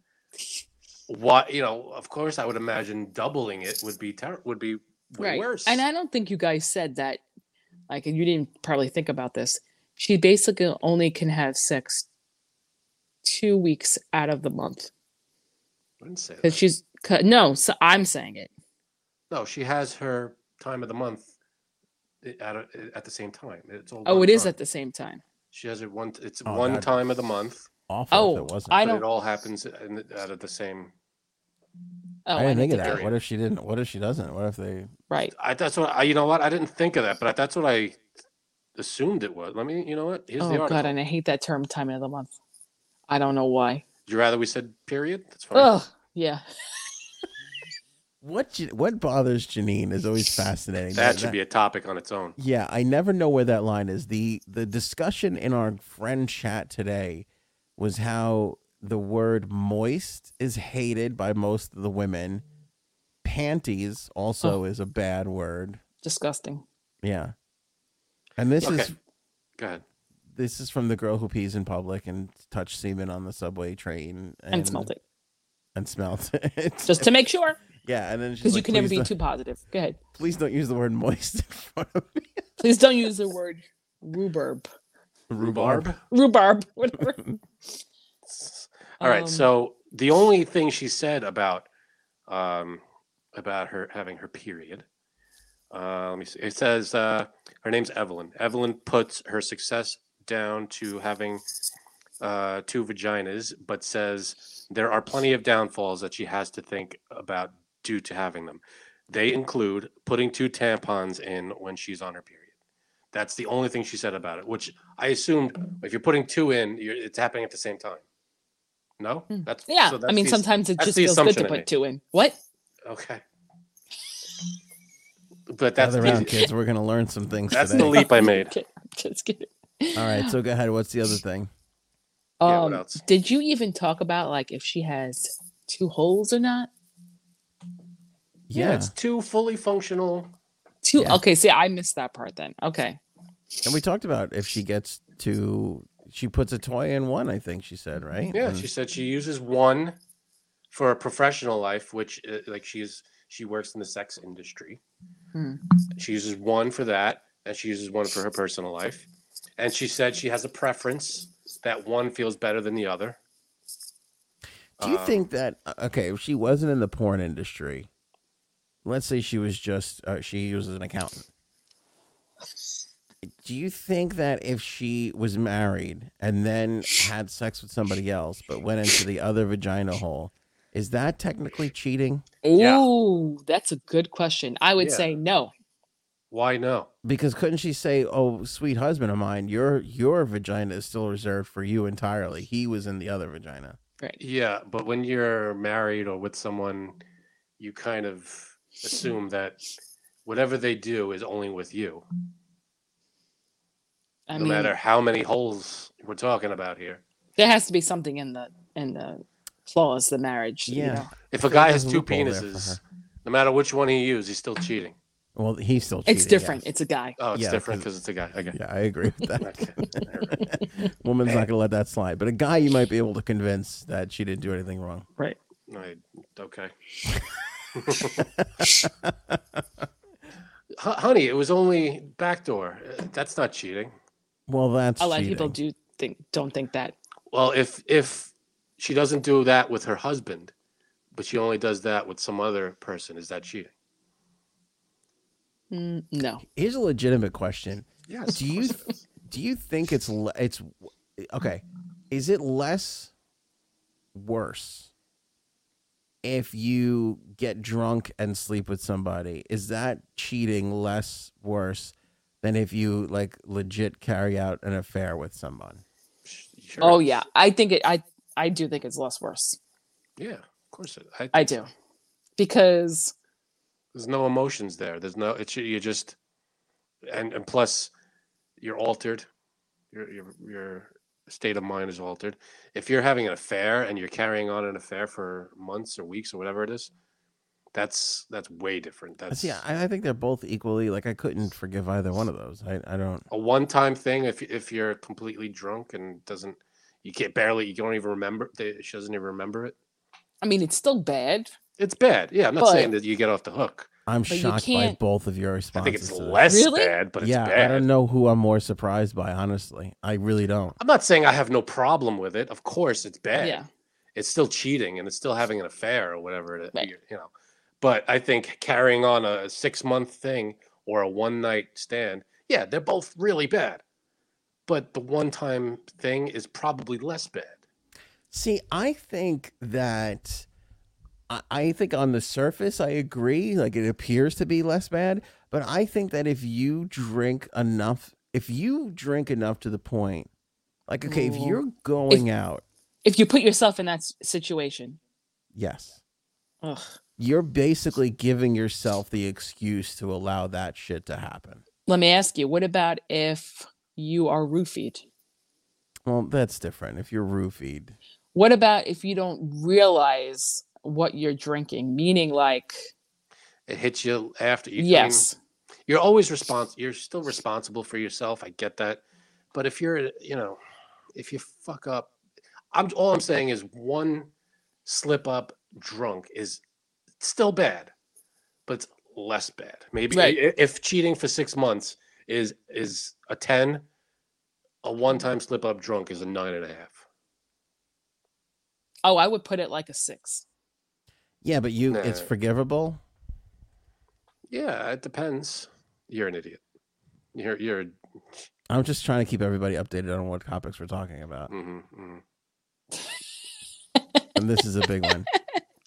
[SPEAKER 2] what you know, of course, I would imagine doubling it would be ter- would be way worse.
[SPEAKER 4] And I don't think you guys said that. Like, and you didn't probably think about this. She basically only can have sex two weeks out of the month
[SPEAKER 2] I didn't say that.
[SPEAKER 4] because she's 'cause- no. So I'm saying it.
[SPEAKER 2] No, she has her time of the month i- at a, at the same time. It's all.
[SPEAKER 4] Oh,
[SPEAKER 2] one
[SPEAKER 4] it is
[SPEAKER 2] time.
[SPEAKER 4] at the same time.
[SPEAKER 2] She has it one. It's
[SPEAKER 1] Oh,
[SPEAKER 2] one
[SPEAKER 1] that'd be
[SPEAKER 2] time of the month,
[SPEAKER 1] Awful. if
[SPEAKER 4] Oh,
[SPEAKER 1] it wasn't.
[SPEAKER 4] I
[SPEAKER 2] but
[SPEAKER 4] don't.
[SPEAKER 2] it all happens in the, out of the same.
[SPEAKER 4] Oh,
[SPEAKER 1] I didn't think of
[SPEAKER 4] to
[SPEAKER 1] that.
[SPEAKER 4] do-
[SPEAKER 2] do it.
[SPEAKER 1] What if she didn't? What if she doesn't? What if they?
[SPEAKER 4] Right.
[SPEAKER 2] I that's what I. You know what? I didn't think of that, but that's what I assumed it was. Let me. You know what? Here's the
[SPEAKER 4] Oh
[SPEAKER 2] article.
[SPEAKER 4] God, and I hate that term time of the month. I don't know why.
[SPEAKER 2] Would you rather we said period? That's fine.
[SPEAKER 4] Ugh. Yeah.
[SPEAKER 1] What? Jan- What bothers Janine is always fascinating.
[SPEAKER 2] that should be a topic on its own.
[SPEAKER 1] Yeah, I never know where that line is. The the discussion in our friend chat today was how the word moist is hated by most of the women. Panties
[SPEAKER 4] Oh.
[SPEAKER 1] also is a bad word.
[SPEAKER 4] Disgusting.
[SPEAKER 1] Yeah. And this is
[SPEAKER 2] Okay. Go ahead.
[SPEAKER 1] this is from the girl who pees in public and touched semen on the subway train
[SPEAKER 4] And, smelled it
[SPEAKER 1] And smelled it.
[SPEAKER 4] just to make sure
[SPEAKER 1] yeah, and then she's
[SPEAKER 4] because you
[SPEAKER 1] like,
[SPEAKER 4] can never
[SPEAKER 1] "Please
[SPEAKER 4] be
[SPEAKER 1] don't-
[SPEAKER 4] too positive. Go ahead.
[SPEAKER 1] Please don't use the word moist in front of me.
[SPEAKER 4] Please don't use the word rhubarb.
[SPEAKER 2] Rhubarb.
[SPEAKER 4] Rhubarb. Whatever.
[SPEAKER 2] All right.
[SPEAKER 4] Um,
[SPEAKER 2] So the only thing she said about um, about her having her period Uh, let me see. It says uh, her name's Evelyn. Evelyn puts her success down to having uh, two vaginas, but says there are plenty of downfalls that she has to think about due to having them. They include putting two tampons in when she's on her period. That's the only thing she said about it, which I assumed if you're putting two in, you're, it's happening at the same time. No, that's
[SPEAKER 4] Hmm. Yeah,
[SPEAKER 2] so
[SPEAKER 4] I
[SPEAKER 2] that's
[SPEAKER 4] mean,
[SPEAKER 2] the-
[SPEAKER 4] sometimes it
[SPEAKER 2] that's
[SPEAKER 4] just
[SPEAKER 2] the
[SPEAKER 4] feels good
[SPEAKER 2] assumption
[SPEAKER 4] to
[SPEAKER 2] I
[SPEAKER 4] put
[SPEAKER 2] made.
[SPEAKER 4] two in. What?
[SPEAKER 2] okay. But that's
[SPEAKER 1] Gather
[SPEAKER 2] the-
[SPEAKER 1] around, kids. We're gonna learn some things
[SPEAKER 2] that's
[SPEAKER 1] today.
[SPEAKER 2] the leap I made.
[SPEAKER 4] Okay, I'm just kidding.
[SPEAKER 1] All right, so go ahead. What's the other thing?
[SPEAKER 2] Yeah, what
[SPEAKER 4] Um,
[SPEAKER 2] else?
[SPEAKER 4] Did you even talk about like if she has two holes or not?
[SPEAKER 2] Yeah,
[SPEAKER 1] Yeah,
[SPEAKER 2] it's two fully functional.
[SPEAKER 4] Two.
[SPEAKER 1] Yeah.
[SPEAKER 4] Okay, see, I missed that part then. Okay.
[SPEAKER 1] and we talked about if she gets to, she puts a toy in one. I think she said right.
[SPEAKER 2] Yeah,
[SPEAKER 1] And-
[SPEAKER 2] she said she uses one for a professional life, which uh, like she's she works in the sex industry.
[SPEAKER 4] Hmm.
[SPEAKER 2] She uses one for that, and she uses one for her personal life. And she said she has a preference that one feels better than the other.
[SPEAKER 1] Do you
[SPEAKER 2] Um,
[SPEAKER 1] think that uh, okay, if she wasn't in the porn industry, let's say she was just uh, she was an accountant. Do you think that if she was married and then had sex with somebody else but went into the other vagina hole, is that technically cheating?
[SPEAKER 2] Yeah.
[SPEAKER 4] Ooh, that's a good question. I would
[SPEAKER 2] Yeah.
[SPEAKER 4] say no.
[SPEAKER 2] Why no?
[SPEAKER 1] Because couldn't she say, "Oh, sweet husband of mine, your your vagina is still reserved for you entirely. He was in the other vagina."
[SPEAKER 4] Right.
[SPEAKER 2] Yeah, but when you're married or with someone, you kind of assume that whatever they do is only with you,
[SPEAKER 4] I
[SPEAKER 2] no
[SPEAKER 4] mean,
[SPEAKER 2] matter how many holes we're talking about here.
[SPEAKER 4] there has to be something in the in the clause, the marriage. you
[SPEAKER 1] Yeah.
[SPEAKER 4] know?
[SPEAKER 2] If a
[SPEAKER 1] feel like
[SPEAKER 2] guy has
[SPEAKER 1] there's a
[SPEAKER 2] two
[SPEAKER 1] loophole there for
[SPEAKER 2] penises, no matter which one he uses, he's still cheating.
[SPEAKER 1] Well, he's still cheating.
[SPEAKER 4] It's different.
[SPEAKER 1] yes.
[SPEAKER 4] It's a guy.
[SPEAKER 2] Oh, it's
[SPEAKER 1] Yeah,
[SPEAKER 2] different
[SPEAKER 1] 'cause-
[SPEAKER 2] because it's a guy. Okay.
[SPEAKER 1] Yeah, I agree with that.
[SPEAKER 2] Okay. Alright.
[SPEAKER 1] Woman's not gonna let that slide, but a guy you might be able to convince that she didn't do anything wrong.
[SPEAKER 4] Right.
[SPEAKER 2] Alright, Okay. Hu- Honey, it was only backdoor. Uh, That's not cheating.
[SPEAKER 1] Well, that's
[SPEAKER 4] A lot of people
[SPEAKER 1] cheating.
[SPEAKER 4] do think don't think that.
[SPEAKER 2] Well, if if she doesn't do that with her husband, but she only does that with some other person, is that cheating?
[SPEAKER 4] Mm, no.
[SPEAKER 1] Here's a legitimate question:
[SPEAKER 2] Yes.
[SPEAKER 1] Do you do you think it's le- it's okay? Is it less worse if you get drunk and sleep with somebody? Is that cheating less worse than if you like legit carry out an affair with someone?
[SPEAKER 2] Sure.
[SPEAKER 4] Oh yeah, I think it. I I do think it's less worse.
[SPEAKER 2] Yeah. Of course. It, I,
[SPEAKER 4] I do, because
[SPEAKER 2] There's no emotions there. There's no. It's you just, and and plus, you're altered. Your your your state of mind is altered. If you're having an affair and you're carrying on an affair for months or weeks or whatever it is, that's that's way different. That's
[SPEAKER 1] See, I, I think they're both equally like I couldn't forgive either one of those. I, I don't.
[SPEAKER 2] a one-time thing. If if you're completely drunk and doesn't, you can't barely. You don't even remember. They, she doesn't even remember it.
[SPEAKER 4] I mean it's still bad.
[SPEAKER 2] It's bad. Yeah, I'm not saying
[SPEAKER 4] But-
[SPEAKER 2] that you get off the hook.
[SPEAKER 1] I'm
[SPEAKER 4] you
[SPEAKER 1] shocked by
[SPEAKER 4] can't-
[SPEAKER 1] both of your
[SPEAKER 2] I
[SPEAKER 1] responses.
[SPEAKER 2] think it's
[SPEAKER 1] to that.
[SPEAKER 2] less
[SPEAKER 4] Really?
[SPEAKER 2] bad, but it's
[SPEAKER 1] yeah,
[SPEAKER 2] bad.
[SPEAKER 1] I don't know who I'm more surprised by, honestly. I really don't.
[SPEAKER 2] I'm not saying I have no problem with it. Of course, it's bad.
[SPEAKER 4] Yeah.
[SPEAKER 2] It's still cheating and it's still having an affair or whatever it is,
[SPEAKER 4] Right.
[SPEAKER 2] you you know. But I think carrying on a six month thing or a one night stand, yeah, they're both really bad. But the one time thing is probably less bad.
[SPEAKER 1] See, I think that I, I think on the surface I agree. Like it appears to be less bad, but I think that if you drink enough, if you drink enough to the point, like okay, if
[SPEAKER 4] Ooh.
[SPEAKER 1] you're going out,
[SPEAKER 4] If you put yourself in that s- situation,
[SPEAKER 1] yes,
[SPEAKER 4] ugh,
[SPEAKER 1] you're basically giving yourself the excuse to allow that shit to happen.
[SPEAKER 4] let me ask you: What about if you are roofied?
[SPEAKER 1] Well, that's different. If you're roofied,
[SPEAKER 4] What about if you don't realize what you're drinking? Meaning, like,
[SPEAKER 2] It hits you after you I mean,
[SPEAKER 4] yes,
[SPEAKER 2] you're always responsible you're still responsible for yourself i get that but if you're you know if you fuck up i'm all i'm saying is one slip up drunk is still bad but it's less bad maybe i-
[SPEAKER 4] Right.
[SPEAKER 2] i- if cheating for six months is is a 10 a one-time slip up drunk is a nine and a half
[SPEAKER 4] oh, I would put it like a six.
[SPEAKER 1] yeah, but you, it's
[SPEAKER 2] No.
[SPEAKER 1] forgivable.
[SPEAKER 2] Yeah, it depends. You're an idiot. You're you're. mm-hmm,
[SPEAKER 1] I'm just trying to keep everybody updated on what topics we're talking about,
[SPEAKER 2] Mm-hmm, mm
[SPEAKER 1] and this is a big one.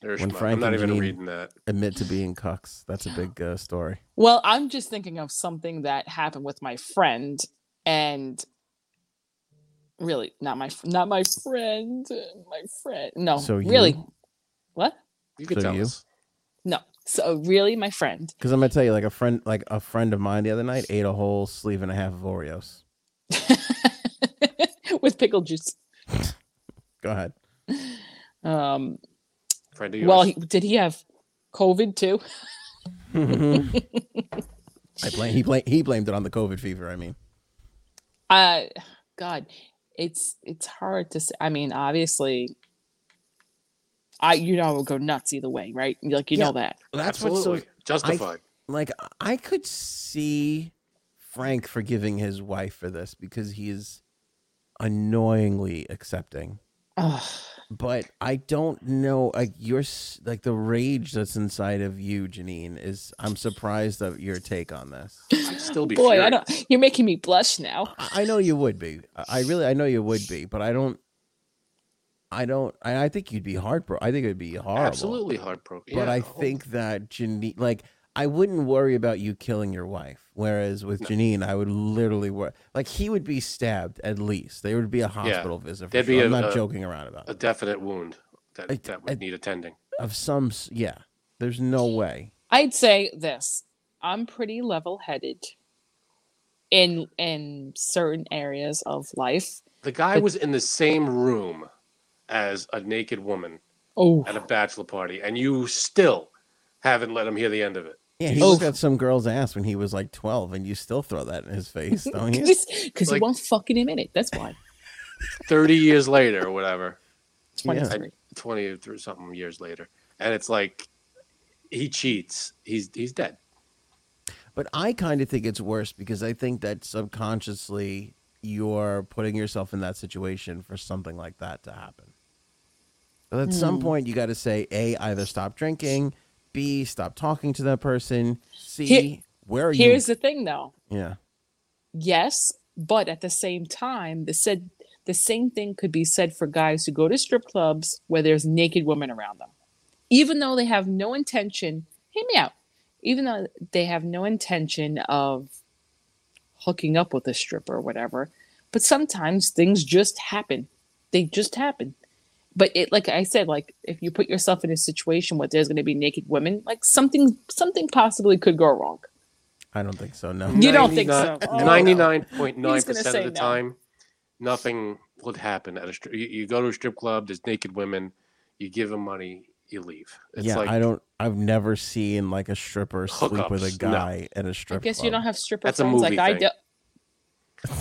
[SPEAKER 2] You're a
[SPEAKER 1] When
[SPEAKER 2] schmuck.
[SPEAKER 1] Frank
[SPEAKER 2] I'm not
[SPEAKER 1] and
[SPEAKER 2] even
[SPEAKER 1] Janine-
[SPEAKER 2] reading that.
[SPEAKER 1] Admit to being cucks. That's a big uh, story.
[SPEAKER 4] Well, I'm just thinking of something that happened with my friend and really not my not my friend, my friend. No,
[SPEAKER 1] So you-
[SPEAKER 4] really. What?
[SPEAKER 2] You can
[SPEAKER 1] So
[SPEAKER 2] tell
[SPEAKER 1] you?
[SPEAKER 2] us.
[SPEAKER 4] No. So really my friend.
[SPEAKER 1] Because I'm gonna tell you, like a friend, like a friend of mine the other night ate a whole sleeve and a half of Oreos.
[SPEAKER 4] with pickle juice.
[SPEAKER 1] Go ahead.
[SPEAKER 4] Um
[SPEAKER 2] Friend of yours.
[SPEAKER 4] well, he, did he have COVID too?
[SPEAKER 1] I blame he blame he blamed it on the COVID fever. I mean,
[SPEAKER 4] Uh God, it's it's hard to say. I mean, obviously, I you know I would go nuts either way, right? Like you
[SPEAKER 1] Yeah.
[SPEAKER 4] know that.
[SPEAKER 1] that's what's
[SPEAKER 2] absolutely
[SPEAKER 1] so
[SPEAKER 2] justified.
[SPEAKER 1] like I could see Frank forgiving his wife for this because he is annoyingly accepting.
[SPEAKER 4] Ugh.
[SPEAKER 1] But I don't know like your s- like the rage that's inside of you, Janine, is I'm surprised of your take on this.
[SPEAKER 2] I'd still be
[SPEAKER 4] Boy,
[SPEAKER 2] furious.
[SPEAKER 4] I don't. You're making me blush now.
[SPEAKER 1] I I know you would be. I I really I know you would be, but I don't I don't I I think you'd be heartbroken. I think it'd be horrible.
[SPEAKER 2] Absolutely heartbroken.
[SPEAKER 1] But
[SPEAKER 2] yeah.
[SPEAKER 1] I
[SPEAKER 2] Oh,
[SPEAKER 1] think that Janine, like, I wouldn't worry about you killing your wife. Whereas with
[SPEAKER 2] No.
[SPEAKER 1] Janine, I would literally worry. Like, he would be stabbed at least. There would be a hospital visit. For
[SPEAKER 2] There'd
[SPEAKER 1] sure.
[SPEAKER 2] be
[SPEAKER 1] I'm
[SPEAKER 2] a-
[SPEAKER 1] not
[SPEAKER 2] a-
[SPEAKER 1] joking around about
[SPEAKER 2] a
[SPEAKER 1] it.
[SPEAKER 2] definite wound that
[SPEAKER 1] I-
[SPEAKER 2] that
[SPEAKER 1] I-
[SPEAKER 2] would need attending.
[SPEAKER 1] Of some, s- yeah. There's no way.
[SPEAKER 4] I'd say this. I'm pretty level-headed in in certain areas of life.
[SPEAKER 2] The guy
[SPEAKER 4] But-
[SPEAKER 2] was in the same room as a naked woman
[SPEAKER 4] Oh,
[SPEAKER 2] at a bachelor party, and you still haven't let him hear the end of it.
[SPEAKER 1] Yeah, he
[SPEAKER 4] Oh.
[SPEAKER 1] looked at some girl's ass when he was like 12, and you still throw that in his face, don't you?
[SPEAKER 4] because
[SPEAKER 2] Like-
[SPEAKER 4] you won't fucking admit it. That's why.
[SPEAKER 2] 30 years later, or whatever,
[SPEAKER 4] Twenty-three.
[SPEAKER 2] 20 or something years later. And it's like, he cheats. He's he's dead.
[SPEAKER 1] But I kind of think it's worse because I think that subconsciously you're putting yourself in that situation for something like that to happen. But at some
[SPEAKER 4] Hmm.
[SPEAKER 1] point, you got to say, A, either stop drinking, B, stop talking to that person, C,
[SPEAKER 4] Here-
[SPEAKER 1] where are
[SPEAKER 4] Here's
[SPEAKER 1] you?
[SPEAKER 4] the thing, though.
[SPEAKER 1] yeah.
[SPEAKER 4] Yes, but at the same time, the said the same thing could be said for guys who go to strip clubs where there's naked women around them. Even though they have no intention, hear me out. Even though they have no intention of hooking up with a stripper or whatever, but sometimes things just happen. They just happen. But it like I said, like if you put yourself in a situation where there's gonna be naked women, like something something possibly could go wrong.
[SPEAKER 1] I don't think so. No.
[SPEAKER 4] You don't think so? Oh, no.
[SPEAKER 2] 99.9%
[SPEAKER 4] He's
[SPEAKER 2] of
[SPEAKER 4] gonna say
[SPEAKER 2] the
[SPEAKER 4] no.
[SPEAKER 2] time, nothing would happen at a strip. You, you go to a strip club, there's naked women, you give them money, you leave. It's
[SPEAKER 1] yeah,
[SPEAKER 2] like,
[SPEAKER 1] I don't. I've never seen like a stripper sleep with a
[SPEAKER 2] Hookups, no.
[SPEAKER 1] guy at a strip
[SPEAKER 4] I guess
[SPEAKER 1] club.
[SPEAKER 4] you don't have stripper
[SPEAKER 2] That's a
[SPEAKER 4] friends like
[SPEAKER 2] movie
[SPEAKER 4] I
[SPEAKER 2] thing.
[SPEAKER 4] do.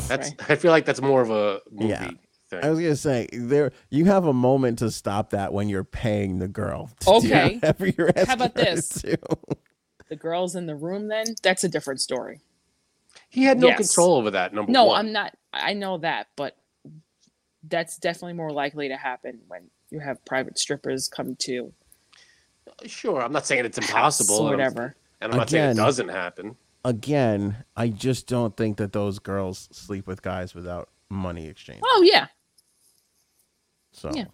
[SPEAKER 2] that's, I feel like that's more of a movie
[SPEAKER 1] Yeah.
[SPEAKER 2] thing.
[SPEAKER 1] I was gonna say there. You have a moment to stop that when you're paying the girl. To do
[SPEAKER 4] Okay.
[SPEAKER 1] whatever you're
[SPEAKER 4] How about
[SPEAKER 1] asking her
[SPEAKER 4] this?
[SPEAKER 1] to do.
[SPEAKER 4] the girls in the room then that's a different story
[SPEAKER 2] he had no
[SPEAKER 4] Yes.
[SPEAKER 2] control over that, number
[SPEAKER 4] no
[SPEAKER 2] one.
[SPEAKER 4] i'm not i know that but that's definitely more likely to happen when you have private strippers come to
[SPEAKER 2] Sure, I'm not saying it's
[SPEAKER 4] house
[SPEAKER 2] impossible, and
[SPEAKER 4] or
[SPEAKER 2] I'm,
[SPEAKER 4] whatever
[SPEAKER 2] and I'm not saying
[SPEAKER 1] Again.
[SPEAKER 2] it doesn't happen.
[SPEAKER 1] again, I just don't think that those girls sleep with guys without money exchange.
[SPEAKER 4] oh yeah
[SPEAKER 1] So
[SPEAKER 4] yeah.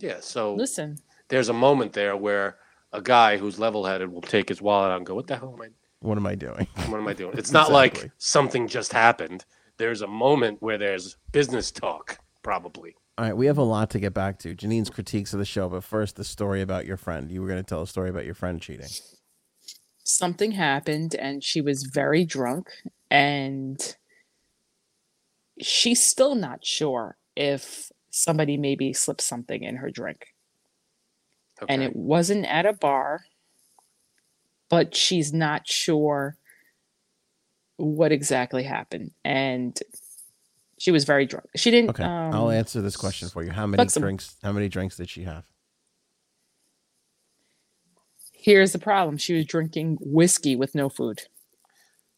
[SPEAKER 2] Yeah, so
[SPEAKER 4] listen
[SPEAKER 2] there's a moment there where a guy who's level-headed will take his wallet out and go, "What the hell am I?
[SPEAKER 1] what am I doing?
[SPEAKER 2] What am I doing?" It's not like
[SPEAKER 1] Exactly.
[SPEAKER 2] something just happened. There's a moment where there's business talk, probably.
[SPEAKER 1] All right, we have a lot to get back to. Janine's critiques of the show, but first the story about your friend. You were going to tell a story about your friend cheating.
[SPEAKER 4] something happened and she was very drunk and she's still not sure if somebody maybe slipped something in her drink
[SPEAKER 2] Okay.
[SPEAKER 4] and it wasn't at a bar but she's not sure what exactly happened and she was very drunk she didn't
[SPEAKER 1] Okay,
[SPEAKER 4] um,
[SPEAKER 1] I'll answer this question for you. How many
[SPEAKER 4] but some-
[SPEAKER 1] drinks? How many drinks did she have?
[SPEAKER 4] here's the problem she was drinking whiskey with no food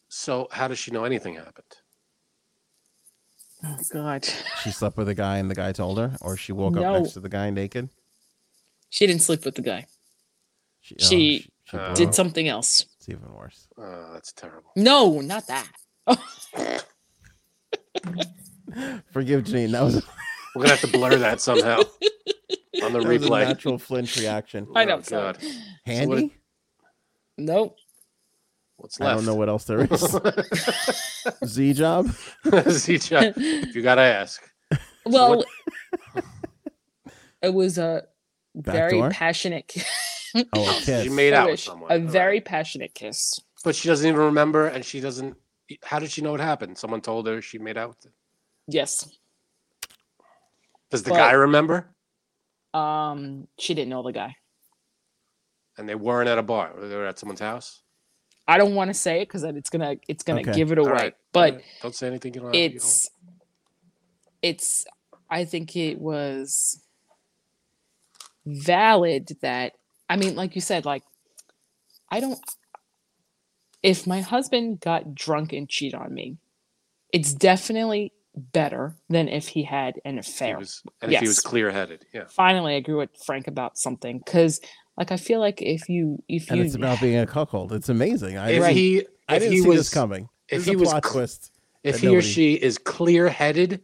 [SPEAKER 2] so how does she know anything happened?
[SPEAKER 4] oh god
[SPEAKER 1] She slept with a guy, and the guy told her, or she woke
[SPEAKER 4] No.
[SPEAKER 1] up next to the guy naked.
[SPEAKER 4] she didn't sleep with the guy
[SPEAKER 1] She,
[SPEAKER 4] She
[SPEAKER 1] she
[SPEAKER 2] uh,
[SPEAKER 1] blew
[SPEAKER 4] did
[SPEAKER 1] it.
[SPEAKER 4] something else
[SPEAKER 1] It's even worse.
[SPEAKER 2] Uh, that's terrible.
[SPEAKER 4] No, not that.
[SPEAKER 1] Forgive Janine. That was, that
[SPEAKER 2] We're gonna have to blur that somehow on the
[SPEAKER 1] was a
[SPEAKER 2] replay.
[SPEAKER 1] natural flinch reaction.
[SPEAKER 4] I
[SPEAKER 2] Oh,
[SPEAKER 4] know, sorry.
[SPEAKER 2] God.
[SPEAKER 1] Handy?
[SPEAKER 4] Nope.
[SPEAKER 2] What's
[SPEAKER 1] I
[SPEAKER 2] left?
[SPEAKER 1] don't know what else there is. Z job?
[SPEAKER 2] Zicha, if you gotta ask.
[SPEAKER 4] Well, it was a very
[SPEAKER 1] Backdoor?
[SPEAKER 4] passionate
[SPEAKER 1] Oh, a
[SPEAKER 2] She
[SPEAKER 1] kiss.
[SPEAKER 2] made out with
[SPEAKER 4] wish-
[SPEAKER 2] someone.
[SPEAKER 4] A
[SPEAKER 2] alright.
[SPEAKER 4] very passionate kiss.
[SPEAKER 2] but she doesn't even remember, and she doesn't. How did she know it happened? Someone told her she made out. with him.
[SPEAKER 4] Yes.
[SPEAKER 2] Does the
[SPEAKER 4] Well-
[SPEAKER 2] guy remember?
[SPEAKER 4] Um, she didn't know the guy.
[SPEAKER 2] And they weren't at a bar. They were at someone's house.
[SPEAKER 4] I don't want to say it because it's gonna it's gonna
[SPEAKER 1] Okay.
[SPEAKER 4] give it away.
[SPEAKER 2] Alright,
[SPEAKER 4] But
[SPEAKER 2] alright. don't say anything. You don't have- you don't-
[SPEAKER 4] it's it's i think it was valid that i mean like you said like i don't if my husband got drunk and cheat on me it's definitely better than if he had an
[SPEAKER 2] he
[SPEAKER 4] affair
[SPEAKER 2] was, and if he was
[SPEAKER 4] Yes.
[SPEAKER 2] clear-headed, yeah.
[SPEAKER 4] finally i agree with frank about something because like i feel like if you if
[SPEAKER 1] And
[SPEAKER 4] you
[SPEAKER 1] it's about being a cuckold. It's amazing. I,
[SPEAKER 2] If
[SPEAKER 4] Right.
[SPEAKER 2] he,
[SPEAKER 1] I
[SPEAKER 2] if
[SPEAKER 1] didn't
[SPEAKER 2] he
[SPEAKER 1] see
[SPEAKER 2] was,
[SPEAKER 1] this coming. This
[SPEAKER 2] if
[SPEAKER 1] is
[SPEAKER 2] he
[SPEAKER 1] a
[SPEAKER 2] was,
[SPEAKER 1] plot
[SPEAKER 2] cl-
[SPEAKER 1] twist.
[SPEAKER 2] if
[SPEAKER 1] that
[SPEAKER 2] he or
[SPEAKER 1] nobody-
[SPEAKER 2] she is clear-headed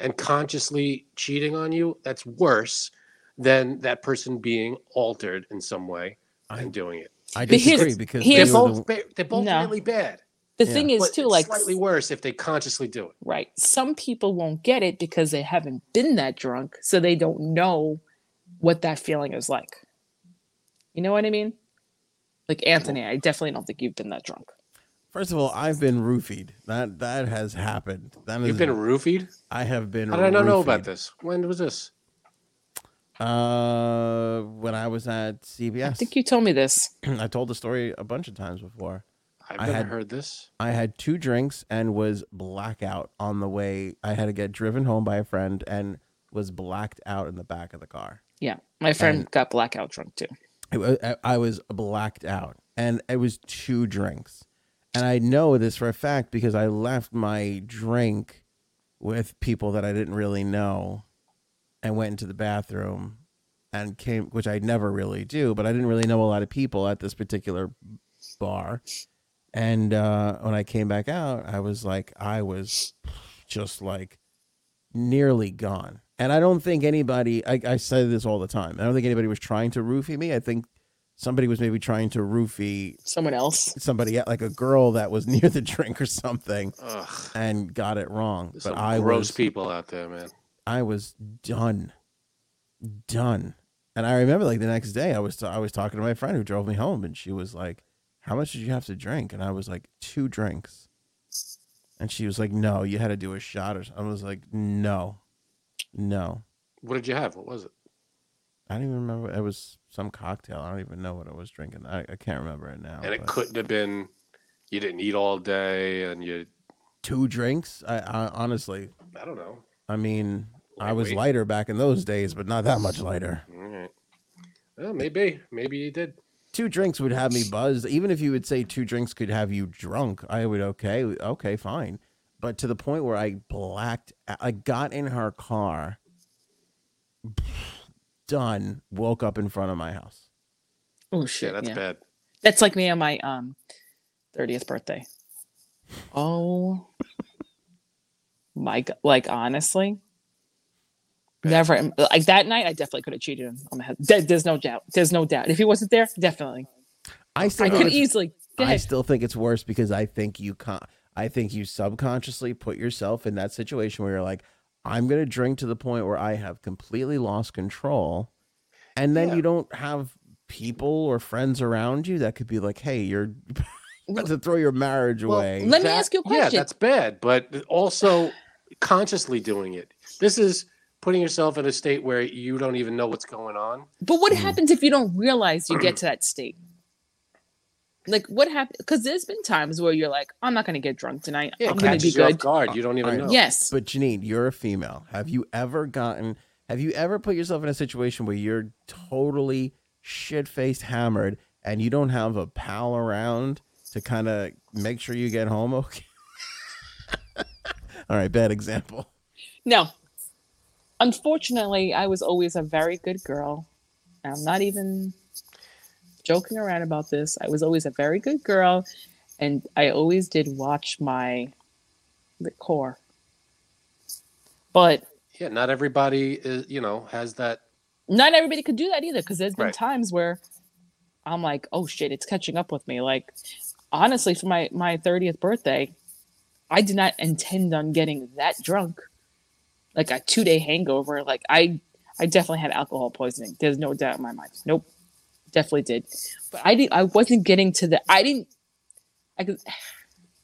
[SPEAKER 2] and consciously cheating on you, that's worse than that person being altered in some way
[SPEAKER 1] I-
[SPEAKER 2] and doing it.
[SPEAKER 1] I
[SPEAKER 4] But here's-
[SPEAKER 1] disagree because they
[SPEAKER 2] They're
[SPEAKER 4] here's-
[SPEAKER 1] were
[SPEAKER 2] both, ba- they're both
[SPEAKER 4] No.
[SPEAKER 2] really bad.
[SPEAKER 4] the
[SPEAKER 1] yeah.
[SPEAKER 4] thing is
[SPEAKER 2] but
[SPEAKER 4] too
[SPEAKER 2] it's
[SPEAKER 4] like
[SPEAKER 2] slightly worse if they consciously do it.
[SPEAKER 4] Right. Some people won't get it because they haven't been that drunk, so they don't know what that feeling is like. You know what I mean? Like Anthony, I definitely don't think you've been that drunk.
[SPEAKER 1] First of all, I've been roofied. That that has happened. That is,
[SPEAKER 2] You've been roofied?
[SPEAKER 1] I have been.
[SPEAKER 2] How did I not know about
[SPEAKER 1] roofied.
[SPEAKER 2] this? When was this?
[SPEAKER 1] Uh, when I was at CBS,
[SPEAKER 4] I think you told me this.
[SPEAKER 1] I told the story a bunch of times before.
[SPEAKER 2] I've
[SPEAKER 1] I
[SPEAKER 2] never
[SPEAKER 1] had-
[SPEAKER 2] heard this.
[SPEAKER 1] I had two drinks and was blackout on the way. I had to get driven home by a friend and was blacked out in the back of the car.
[SPEAKER 4] Yeah. My friend
[SPEAKER 1] And-
[SPEAKER 4] got blackout drunk too.
[SPEAKER 1] It wa- I- I was blacked out, and it was two drinks. And I know this for a fact because I left my drink with people that I didn't really know, and went into the bathroom, and came, which I never really do, but I didn't really know a lot of people at this particular bar. And uh, when I came back out, I was like, I was just like nearly gone. And I don't think anybody, I, I say this all the time, I don't think anybody was trying to roofie me. I think somebody was maybe trying to roofie
[SPEAKER 4] Someone else.
[SPEAKER 1] somebody, like a girl that was near the drink or something
[SPEAKER 2] Ugh.
[SPEAKER 1] and got it wrong.
[SPEAKER 2] There's
[SPEAKER 1] But
[SPEAKER 2] some
[SPEAKER 1] I
[SPEAKER 2] gross
[SPEAKER 1] was,
[SPEAKER 2] people out there, man.
[SPEAKER 1] I was done, done. And I remember like the next day, I was t- I was talking to my friend who drove me home, and she was like, "How much did you have to drink?" And I was like, two drinks." And she was like, "No, you had to do a shot." Or something. I was like, "No, no,
[SPEAKER 2] What did you have? What was it?
[SPEAKER 1] I don't even remember. It was some cocktail. I don't even know what I was drinking. I, I can't remember it now."
[SPEAKER 2] and it
[SPEAKER 1] but-
[SPEAKER 2] couldn't have been. You didn't eat all day, and you.
[SPEAKER 1] two drinks. I, I honestly,
[SPEAKER 2] I don't know.
[SPEAKER 1] I mean, I was
[SPEAKER 2] Lightweight.
[SPEAKER 1] lighter back in those days, but not that much lighter.
[SPEAKER 2] All right. Well, maybe, maybe you did.
[SPEAKER 1] two drinks would have me buzzed. Even if you would say two drinks could have you drunk, I would okay, okay, fine. But to the point where I blacked, I got in her car, done. Woke up in front of my house.
[SPEAKER 4] Oh
[SPEAKER 2] Yeah,
[SPEAKER 4] shit.
[SPEAKER 2] that's
[SPEAKER 4] yeah.
[SPEAKER 2] bad.
[SPEAKER 4] That's like me on my um 30th birthday. Oh my god. Like honestly. Never in- like that night I definitely could have cheated on- on my husband. There- There's no doubt. There's no doubt. If he wasn't there, definitely.
[SPEAKER 1] I still,
[SPEAKER 4] I
[SPEAKER 1] think
[SPEAKER 4] could
[SPEAKER 1] it's,
[SPEAKER 4] easily go
[SPEAKER 1] I
[SPEAKER 4] ahead.
[SPEAKER 1] still think it's worse because I think you con- I think you subconsciously put yourself in that situation where you're like, I'm gonna drink to the point where I have completely lost control, and then
[SPEAKER 2] Yeah.
[SPEAKER 1] you don't have people or friends around you that could be like, hey, you're about to throw your marriage
[SPEAKER 2] Well,
[SPEAKER 1] away.
[SPEAKER 4] let- me ask you a question.
[SPEAKER 2] Yeah, that's bad, but also consciously doing it. This is putting yourself in a state where you don't even know what's going on.
[SPEAKER 4] But
[SPEAKER 2] Mm.
[SPEAKER 4] what happens if you don't realize you get to that state? Like what happened? Because there's been times where you're like, I'm not going to get drunk tonight.
[SPEAKER 2] Yeah,
[SPEAKER 4] I'm
[SPEAKER 2] it
[SPEAKER 4] going to be
[SPEAKER 2] catches you off
[SPEAKER 4] good.
[SPEAKER 2] guard. You don't even
[SPEAKER 1] Alright.
[SPEAKER 2] know.
[SPEAKER 4] Yes.
[SPEAKER 1] but Janine, you're a female. Have you ever gotten? Have you ever put yourself in a situation where you're totally shit faced hammered and you don't have a pal around to kind of make sure you get home okay? All right, bad example.
[SPEAKER 4] No. Unfortunately, I was always a very good girl. I'm not even joking around about this. I was always a very good girl, and I always did watch my lit core. But
[SPEAKER 2] Yeah, not everybody is, you know, has that.
[SPEAKER 4] not everybody could do that either because there's been
[SPEAKER 2] Right.
[SPEAKER 4] times where i'm like oh shit it's catching up with me like honestly for my my 30th birthday i did not intend on getting that drunk like a two day hangover like i i definitely had alcohol poisoning there's no doubt in my mind nope definitely did but i didn't i wasn't getting to the i didn't i could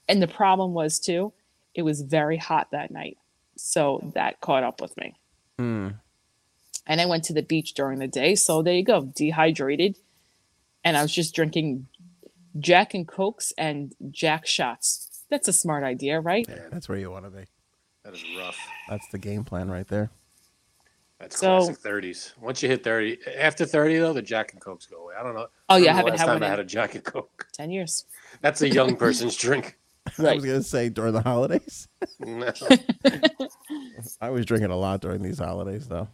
[SPEAKER 4] and the problem was too it was very hot that night so that caught up with me Hmm.
[SPEAKER 1] Mm.
[SPEAKER 4] and I went to the beach during the day. So there you go, dehydrated, and I was just drinking Jack and Cokes and Jack shots. That's a smart idea, right?
[SPEAKER 1] Yeah, that's where you want to be.
[SPEAKER 2] That is rough.
[SPEAKER 1] That's the game plan right there.
[SPEAKER 2] That's
[SPEAKER 4] So-
[SPEAKER 2] classic thirties. Once you hit thirty, after thirty though, the Jack and Cokes go away. I don't know.
[SPEAKER 4] Oh yeah, I
[SPEAKER 2] I don't know the
[SPEAKER 4] haven't
[SPEAKER 2] last
[SPEAKER 4] had one
[SPEAKER 2] time I
[SPEAKER 4] in
[SPEAKER 2] had a Jack and Coke.
[SPEAKER 4] ten years.
[SPEAKER 2] That's a young person's drink.
[SPEAKER 1] I
[SPEAKER 4] Right.
[SPEAKER 1] was gonna say during the holidays.
[SPEAKER 2] No.
[SPEAKER 1] I was drinking a lot during these holidays, though.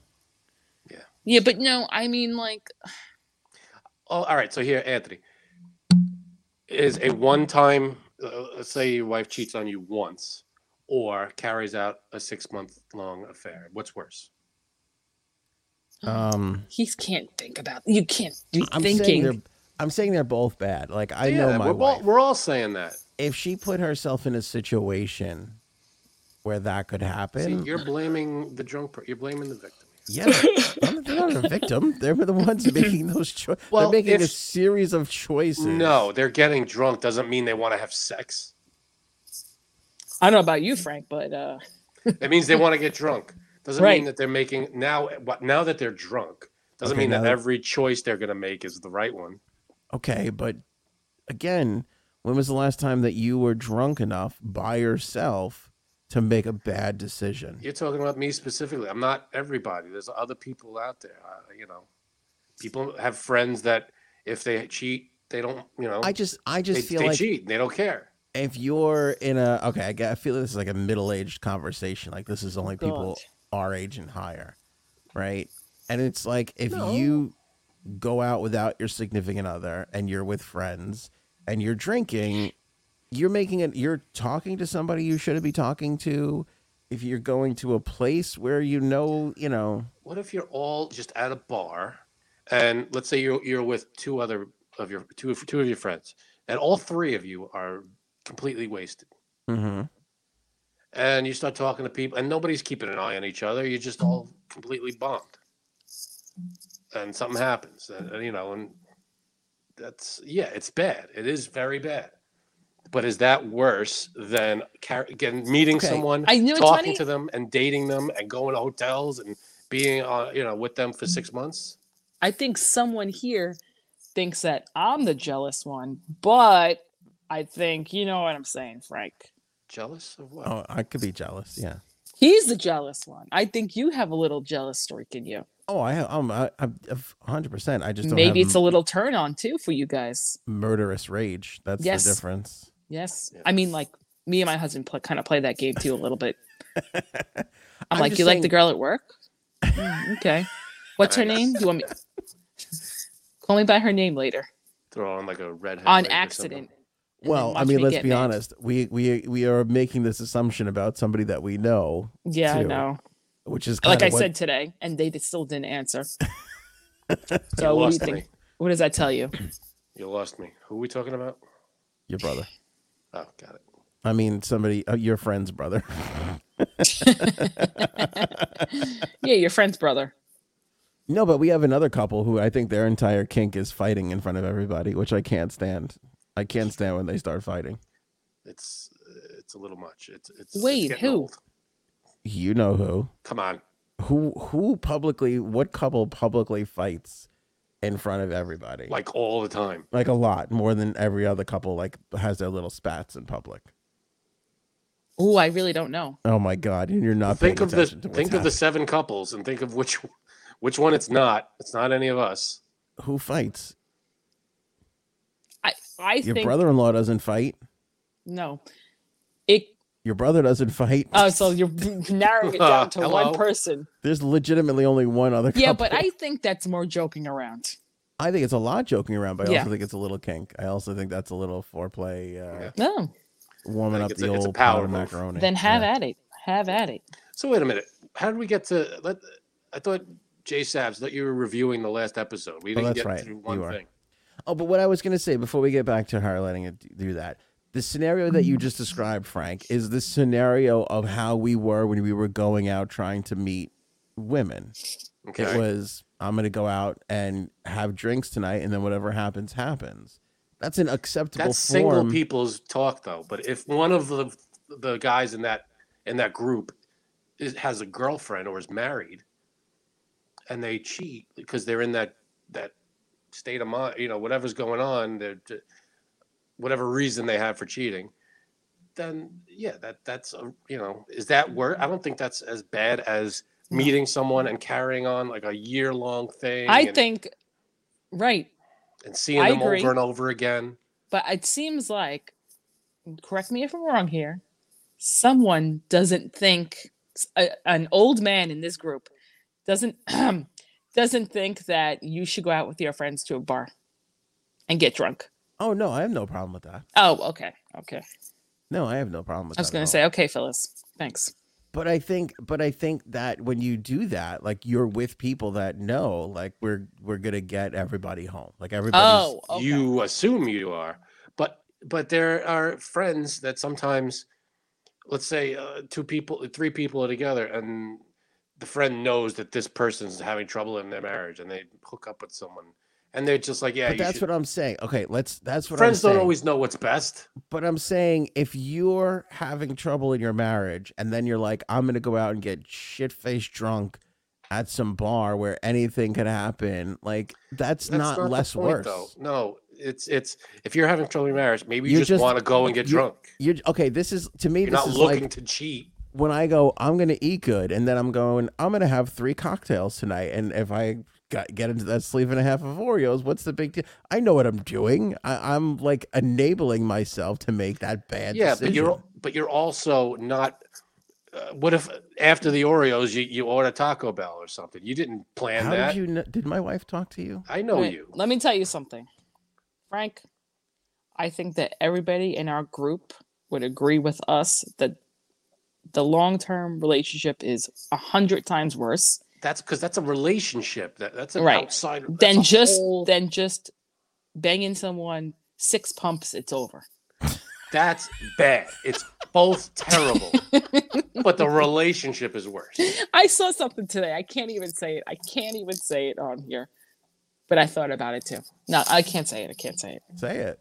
[SPEAKER 4] Yeah, but no, I mean like
[SPEAKER 2] Oh, all right. So here, Anthony, is a one-time. Uh, let's say your wife cheats on you once, or carries out a six-month-long affair. What's worse?
[SPEAKER 1] Um,
[SPEAKER 4] he can't think about you can't be
[SPEAKER 1] I'm saying
[SPEAKER 4] thinking.
[SPEAKER 1] they're I'm saying they're both bad. Like I
[SPEAKER 2] Yeah,
[SPEAKER 1] know my
[SPEAKER 2] we're,
[SPEAKER 1] wife.
[SPEAKER 2] All, we're all saying that.
[SPEAKER 1] if she put herself in a situation where that could
[SPEAKER 2] See,
[SPEAKER 1] happen,
[SPEAKER 2] you're blaming the drunk. Per- you're blaming the victim.
[SPEAKER 1] yeah, they're they're not a victim. They're the ones making those choices.
[SPEAKER 2] Well,
[SPEAKER 1] they're making
[SPEAKER 2] if-
[SPEAKER 1] a series of choices.
[SPEAKER 2] No, they're getting drunk doesn't mean they want to have sex.
[SPEAKER 4] I don't know about you, Frank, but uh
[SPEAKER 2] It means they want to get drunk. Doesn't
[SPEAKER 4] Right.
[SPEAKER 2] mean that they're making now. what- Now that they're drunk, doesn't
[SPEAKER 1] Okay,
[SPEAKER 2] mean
[SPEAKER 1] now
[SPEAKER 2] that
[SPEAKER 1] that-
[SPEAKER 2] every choice they're going to make is the right one.
[SPEAKER 1] Okay, but again, when was the last time that you were drunk enough by yourself to make a bad decision?
[SPEAKER 2] You're talking about me specifically. I'm not everybody. There's other people out there. Uh, you know, people have friends that if they cheat, they don't. You know,
[SPEAKER 1] I just, I
[SPEAKER 2] they,
[SPEAKER 1] just feel
[SPEAKER 2] they
[SPEAKER 1] like
[SPEAKER 2] cheat. They don't care.
[SPEAKER 1] if you're in a okay, I, get, I feel this is like a middle aged conversation. Like this is only people our age and higher, right? And it's like if you go out without your significant other and you're with friends and you're drinking, you're making it. You're talking to somebody you shouldn't be talking to. If you're going to a place where you know, you know,
[SPEAKER 2] What if you're all just at a bar, and let's say you're you're with two other of your two of- two of your friends, and all three of you are completely wasted,
[SPEAKER 1] mm-hmm.
[SPEAKER 2] and you start talking to people, and nobody's keeping an eye on each other. You're just all completely bombed, and something happens, and, and, you know, and that's yeah, it's bad. It is very bad. But is that worse than car- again meeting
[SPEAKER 1] Okay.
[SPEAKER 2] someone,
[SPEAKER 4] I knew it's
[SPEAKER 2] talking
[SPEAKER 4] funny.
[SPEAKER 2] to them, and dating them, and going to hotels and being uh, you know with them for six months?
[SPEAKER 4] I think someone here thinks that I'm the jealous one, but I think you know what I'm saying, Frank.
[SPEAKER 2] Jealous of what?
[SPEAKER 1] oh, I could be jealous. Yeah.
[SPEAKER 4] He's the jealous one. I think you have a little jealous streak in you.
[SPEAKER 1] Oh, I, I'm, I, I'm 100%. I just don't
[SPEAKER 4] Maybe
[SPEAKER 1] have
[SPEAKER 4] it's a little turn on too for you guys.
[SPEAKER 1] murderous rage. That's
[SPEAKER 4] Yes.
[SPEAKER 1] the difference.
[SPEAKER 4] Yes.
[SPEAKER 2] Yeah.
[SPEAKER 4] I mean, like me and my husband play, kind of play that game too a little bit. I'm,
[SPEAKER 1] I'm
[SPEAKER 4] like,
[SPEAKER 1] just
[SPEAKER 4] you like
[SPEAKER 1] saying-
[SPEAKER 4] the girl at work? Mm, okay. What's her name? You want me? Call me by her name later
[SPEAKER 2] Throw on like a redhead
[SPEAKER 4] on
[SPEAKER 2] wig or something.
[SPEAKER 4] accident. and then
[SPEAKER 1] Well, I
[SPEAKER 4] watch
[SPEAKER 1] mean,
[SPEAKER 4] me
[SPEAKER 1] let's
[SPEAKER 4] get
[SPEAKER 1] be
[SPEAKER 4] mad.
[SPEAKER 1] honest. We we we are making this assumption about somebody that we know,
[SPEAKER 4] Yeah, I
[SPEAKER 1] too.
[SPEAKER 4] know.
[SPEAKER 1] which is
[SPEAKER 4] Like
[SPEAKER 1] kinda
[SPEAKER 4] I
[SPEAKER 1] what-
[SPEAKER 4] said today, and they still didn't answer.
[SPEAKER 2] You
[SPEAKER 4] so what do you
[SPEAKER 2] lost
[SPEAKER 4] think?
[SPEAKER 2] me.
[SPEAKER 4] What does that tell you?
[SPEAKER 2] You lost me. Who are we talking about?
[SPEAKER 1] your brother.
[SPEAKER 2] Oh, got it.
[SPEAKER 1] I mean, somebody, uh, your friend's brother.
[SPEAKER 4] Yeah, your friend's brother.
[SPEAKER 1] no, but we have another couple who I think their entire kink is fighting in front of everybody, which I can't stand. I can't stand when they start fighting.
[SPEAKER 2] It's it's a little much. It's it's it's
[SPEAKER 4] Wade,
[SPEAKER 2] getting
[SPEAKER 4] who?
[SPEAKER 2] old.
[SPEAKER 1] You know who?
[SPEAKER 2] Come on.
[SPEAKER 1] Who who publicly? What couple publicly fights in front of everybody?
[SPEAKER 2] Like all the time.
[SPEAKER 1] like a lot more than every other couple. Like has their little spats in public.
[SPEAKER 4] Oh, I really don't know.
[SPEAKER 1] Oh my god! And you're not
[SPEAKER 2] Think
[SPEAKER 1] paying
[SPEAKER 2] of the
[SPEAKER 1] attention to what's
[SPEAKER 2] think of the seven couples and think of which which one it's not. It's not any of us.
[SPEAKER 1] happening. who fights.
[SPEAKER 4] I I
[SPEAKER 1] Your
[SPEAKER 4] think
[SPEAKER 1] brother-in-law doesn't fight.
[SPEAKER 4] no. It
[SPEAKER 1] Your brother doesn't fight.
[SPEAKER 4] oh, so you're narrowing it down to one
[SPEAKER 2] Hello?
[SPEAKER 4] person.
[SPEAKER 1] There's legitimately only one other.
[SPEAKER 4] Yeah,
[SPEAKER 1] couple.
[SPEAKER 4] but I think that's more joking around.
[SPEAKER 1] I think it's a lot joking around, but I
[SPEAKER 4] Yeah.
[SPEAKER 1] also think it's a little kink. I also think that's a little foreplay, uh,
[SPEAKER 2] Yeah.
[SPEAKER 4] No.
[SPEAKER 1] warming
[SPEAKER 2] I
[SPEAKER 1] up
[SPEAKER 2] think it's
[SPEAKER 1] the
[SPEAKER 2] a- it's a
[SPEAKER 1] old
[SPEAKER 2] power
[SPEAKER 1] powder
[SPEAKER 2] move.
[SPEAKER 1] macaroni.
[SPEAKER 4] Then have
[SPEAKER 1] yeah.
[SPEAKER 4] at it. Have at it.
[SPEAKER 2] So wait a minute. How did we get to? Let, I thought Jay Sabs that you were reviewing the last episode. We
[SPEAKER 1] Oh,
[SPEAKER 2] didn't
[SPEAKER 1] that's
[SPEAKER 2] get
[SPEAKER 1] right.
[SPEAKER 2] through
[SPEAKER 1] You
[SPEAKER 2] one
[SPEAKER 1] are.
[SPEAKER 2] thing.
[SPEAKER 1] Oh, but what I was going to say before we get back to her letting it do that, the scenario that you just described, Frank, is the scenario of how we were when we were going out trying to meet women.
[SPEAKER 2] Okay.
[SPEAKER 1] It was, I'm going to go out and have drinks tonight, and then whatever happens, happens. That's an acceptable
[SPEAKER 2] That's
[SPEAKER 1] form.
[SPEAKER 2] single people's talk, though. But if one of the the guys in that in that group is, has a girlfriend or is married, and they cheat because they're in that that state of mind, you know, whatever's going on, they're ju- whatever reason they have for cheating, then yeah, that that's a, you know, is that wor I don't think that's as bad as meeting someone and carrying on like a year long thing.
[SPEAKER 4] I
[SPEAKER 2] and,
[SPEAKER 4] think, right.
[SPEAKER 2] and seeing
[SPEAKER 4] I
[SPEAKER 2] them
[SPEAKER 4] agree.
[SPEAKER 2] over and over again.
[SPEAKER 4] But it seems like, correct me if I'm wrong here, someone doesn't think a, an old man in this group doesn't doesn't think that you should go out with your friends to a bar and get drunk.
[SPEAKER 1] oh, no, I have no problem with that.
[SPEAKER 4] Oh, okay, okay.
[SPEAKER 1] No, I have no problem with
[SPEAKER 4] I
[SPEAKER 1] that.
[SPEAKER 4] was
[SPEAKER 1] at
[SPEAKER 4] gonna
[SPEAKER 1] all.
[SPEAKER 4] say, okay, Phyllis, thanks.
[SPEAKER 1] But I think, but I think that when you do that, like you're with people that know, like we're we're gonna get everybody home. Like everybody's
[SPEAKER 4] Oh, okay.
[SPEAKER 2] you assume you are but but there are friends that sometimes let's say uh, two people three people are together and the friend knows that this person's having trouble in their marriage and they hook up with someone and they're just like yeah
[SPEAKER 1] but
[SPEAKER 2] you
[SPEAKER 1] that's
[SPEAKER 2] should-
[SPEAKER 1] what I'm saying. Okay, let's. That's what
[SPEAKER 2] friends
[SPEAKER 1] I'm
[SPEAKER 2] don't
[SPEAKER 1] saying.
[SPEAKER 2] always know what's best
[SPEAKER 1] But I'm saying if you're having trouble in your marriage, and then you're like, I'm gonna go out and get shit faced drunk at some bar where anything could happen. Like that's,
[SPEAKER 2] That's
[SPEAKER 1] not,
[SPEAKER 2] the
[SPEAKER 1] less
[SPEAKER 2] point,
[SPEAKER 1] worse.
[SPEAKER 2] though no it's it's if you're having trouble in your marriage maybe you
[SPEAKER 1] You're
[SPEAKER 2] just,
[SPEAKER 1] just-
[SPEAKER 2] want to go and get
[SPEAKER 1] you-
[SPEAKER 2] drunk
[SPEAKER 1] You're okay. This is to me.
[SPEAKER 2] you're
[SPEAKER 1] this
[SPEAKER 2] not
[SPEAKER 1] is
[SPEAKER 2] looking
[SPEAKER 1] like
[SPEAKER 2] to cheat
[SPEAKER 1] when I go, I'm gonna eat good, and then I'm going, I'm gonna have three cocktails tonight, and if I got, get into that sleeve and a half of Oreos, what's the big deal? I know what I'm doing. I, I'm like enabling myself to make that bad.
[SPEAKER 2] yeah
[SPEAKER 1] decision.
[SPEAKER 2] but you're but you're also not uh, what if after the oreos you, you order taco bell or something you didn't plan
[SPEAKER 1] How
[SPEAKER 2] that
[SPEAKER 1] did you? Know, did my wife talk to you?
[SPEAKER 2] i know
[SPEAKER 4] Wait,
[SPEAKER 2] you
[SPEAKER 4] Let me tell you something, Frank. I think that everybody in our group would agree with us that the long-term relationship is a hundred times worse
[SPEAKER 2] that's because that's a relationship that that's an
[SPEAKER 4] Right.
[SPEAKER 2] outside that's
[SPEAKER 4] than
[SPEAKER 2] a
[SPEAKER 4] just
[SPEAKER 2] whole-
[SPEAKER 4] than just banging someone six pumps. It's over.
[SPEAKER 2] that's bad it's both terrible but the relationship is worse
[SPEAKER 4] I saw something today. I can't even say it. I can't even say it on here. But I thought about it too. No, I can't say it. I can't say it.
[SPEAKER 1] Say it.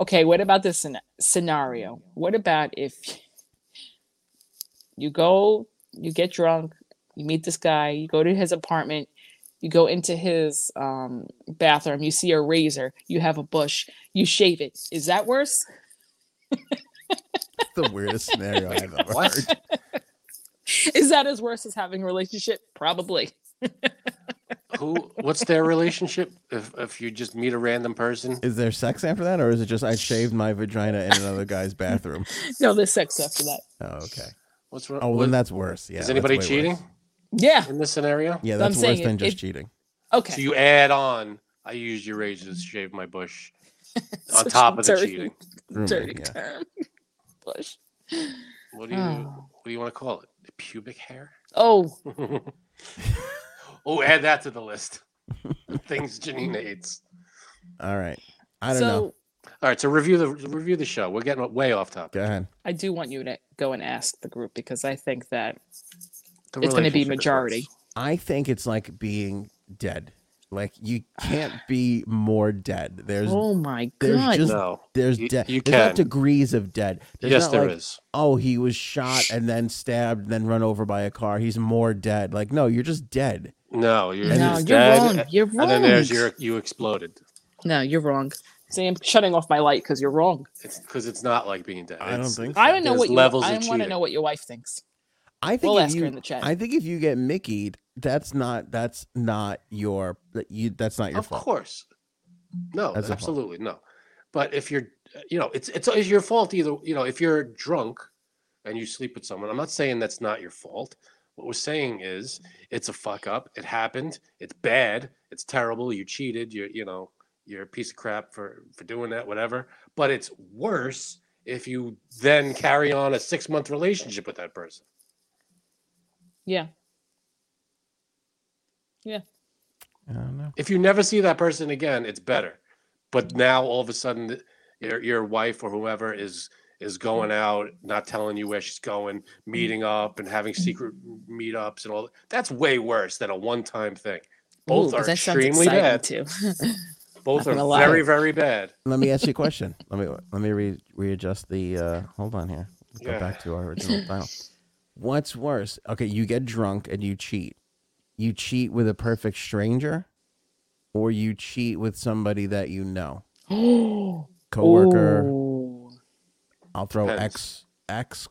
[SPEAKER 4] Okay, what about this scen- scenario? What about if you go, you get drunk, you meet this guy, you go to his apartment, you go into his um, bathroom, you see a razor, you have a bush, you shave it. Is that worse?
[SPEAKER 1] It's the weirdest scenario I've ever
[SPEAKER 2] What?
[SPEAKER 1] heard.
[SPEAKER 4] Is that as worse as having a relationship? Probably.
[SPEAKER 2] who what's their relationship if if you just meet a random person
[SPEAKER 1] Is there sex after that, or is it just I shaved my vagina in another guy's bathroom?
[SPEAKER 4] No, there's sex after that.
[SPEAKER 1] Oh, okay.
[SPEAKER 2] what's wrong
[SPEAKER 1] Oh, well, then that's worse. Yeah.
[SPEAKER 2] is
[SPEAKER 1] that's
[SPEAKER 2] anybody
[SPEAKER 1] way worse.
[SPEAKER 2] cheating
[SPEAKER 4] Yeah.
[SPEAKER 2] in this scenario
[SPEAKER 1] Yeah,
[SPEAKER 4] So I'm
[SPEAKER 1] that's worse
[SPEAKER 4] saying
[SPEAKER 1] than
[SPEAKER 4] if-
[SPEAKER 1] just
[SPEAKER 4] if-
[SPEAKER 1] cheating.
[SPEAKER 4] Okay.
[SPEAKER 2] so you add on i used your razor to shave my bush on
[SPEAKER 4] Such a
[SPEAKER 2] top of the
[SPEAKER 4] dirty-
[SPEAKER 2] cheating
[SPEAKER 1] Grooming,
[SPEAKER 4] Dirty
[SPEAKER 1] yeah.
[SPEAKER 4] term. Bush.
[SPEAKER 2] what do you
[SPEAKER 4] Oh.
[SPEAKER 2] what do you want to call it pubic hair
[SPEAKER 4] Oh,
[SPEAKER 2] oh add that to the list things janine hates
[SPEAKER 1] All right. I don't
[SPEAKER 4] so
[SPEAKER 1] know.
[SPEAKER 2] All right, so review the review the show. We're getting way off
[SPEAKER 1] Go
[SPEAKER 2] topic.
[SPEAKER 1] ahead.
[SPEAKER 4] I do want you to go and ask the group because I think that
[SPEAKER 2] The
[SPEAKER 4] it's going to be
[SPEAKER 2] relationship is
[SPEAKER 4] majority.
[SPEAKER 2] worse.
[SPEAKER 1] I think it's like being dead. Like you can't be more dead. There's
[SPEAKER 4] Oh my
[SPEAKER 1] there's
[SPEAKER 4] god!
[SPEAKER 1] just-
[SPEAKER 2] No,
[SPEAKER 1] there's
[SPEAKER 2] you-
[SPEAKER 1] dead.
[SPEAKER 2] you
[SPEAKER 1] there's not
[SPEAKER 2] can.
[SPEAKER 1] degrees of dead. There's
[SPEAKER 2] yes,
[SPEAKER 1] not
[SPEAKER 2] there is.
[SPEAKER 1] like, Oh, he was shot and then stabbed, and then run over by a car. He's more dead. Like no, you're just dead.
[SPEAKER 2] No, you're,
[SPEAKER 4] no,
[SPEAKER 2] just
[SPEAKER 4] you're
[SPEAKER 2] dead,
[SPEAKER 4] wrong. You're wrong.
[SPEAKER 2] And then there's your you exploded.
[SPEAKER 4] No, you're wrong. See, I'm shutting off my light because you're wrong.
[SPEAKER 2] It's because it's not like being dead.
[SPEAKER 1] I don't
[SPEAKER 2] It's-
[SPEAKER 1] think
[SPEAKER 4] I don't know
[SPEAKER 2] there's
[SPEAKER 4] what you.
[SPEAKER 2] levels
[SPEAKER 4] I
[SPEAKER 2] of
[SPEAKER 4] want to
[SPEAKER 2] cheating.
[SPEAKER 4] know what your wife thinks.
[SPEAKER 1] I think
[SPEAKER 4] We'll
[SPEAKER 1] if
[SPEAKER 4] ask
[SPEAKER 1] you-
[SPEAKER 4] her in the chat.
[SPEAKER 1] I think if you get Mickeyed, that's not that's not your that you that's not your
[SPEAKER 2] Of
[SPEAKER 1] fault.
[SPEAKER 2] course. No,
[SPEAKER 1] That's a fault.
[SPEAKER 2] absolutely no. But if you're, you know, it's it's it's your fault either. You know, if you're drunk and you sleep with someone, I'm not saying that's not your fault. What we're saying is it's a fuck up. It happened. It's bad. It's terrible. You cheated. You you know you're a piece of crap for for doing that. Whatever. But it's worse if you then carry on a six month relationship with that person.
[SPEAKER 4] Yeah.
[SPEAKER 1] I don't know.
[SPEAKER 2] If you never see that person again, it's better. But now all of a sudden, th- your your wife or whoever is is going out, not telling you where she's going, meeting up and having secret meetups and all. that. That's way worse than a one time thing. Both
[SPEAKER 4] Ooh,
[SPEAKER 2] are
[SPEAKER 4] that sounds
[SPEAKER 2] extremely
[SPEAKER 4] exciting,
[SPEAKER 2] bad.
[SPEAKER 4] too.
[SPEAKER 2] Both
[SPEAKER 4] Not
[SPEAKER 2] are
[SPEAKER 4] gonna lie.
[SPEAKER 2] very very bad.
[SPEAKER 1] Let me ask you a question. let me let me re- readjust the. Uh, hold on here. Let's Go
[SPEAKER 2] Yeah.
[SPEAKER 1] back to our original file. What's worse? Okay, you get drunk and you cheat. You cheat with a perfect stranger, or you cheat with somebody that you know, coworker.
[SPEAKER 4] Ooh.
[SPEAKER 1] I'll throw X,
[SPEAKER 2] Depends.
[SPEAKER 1] X,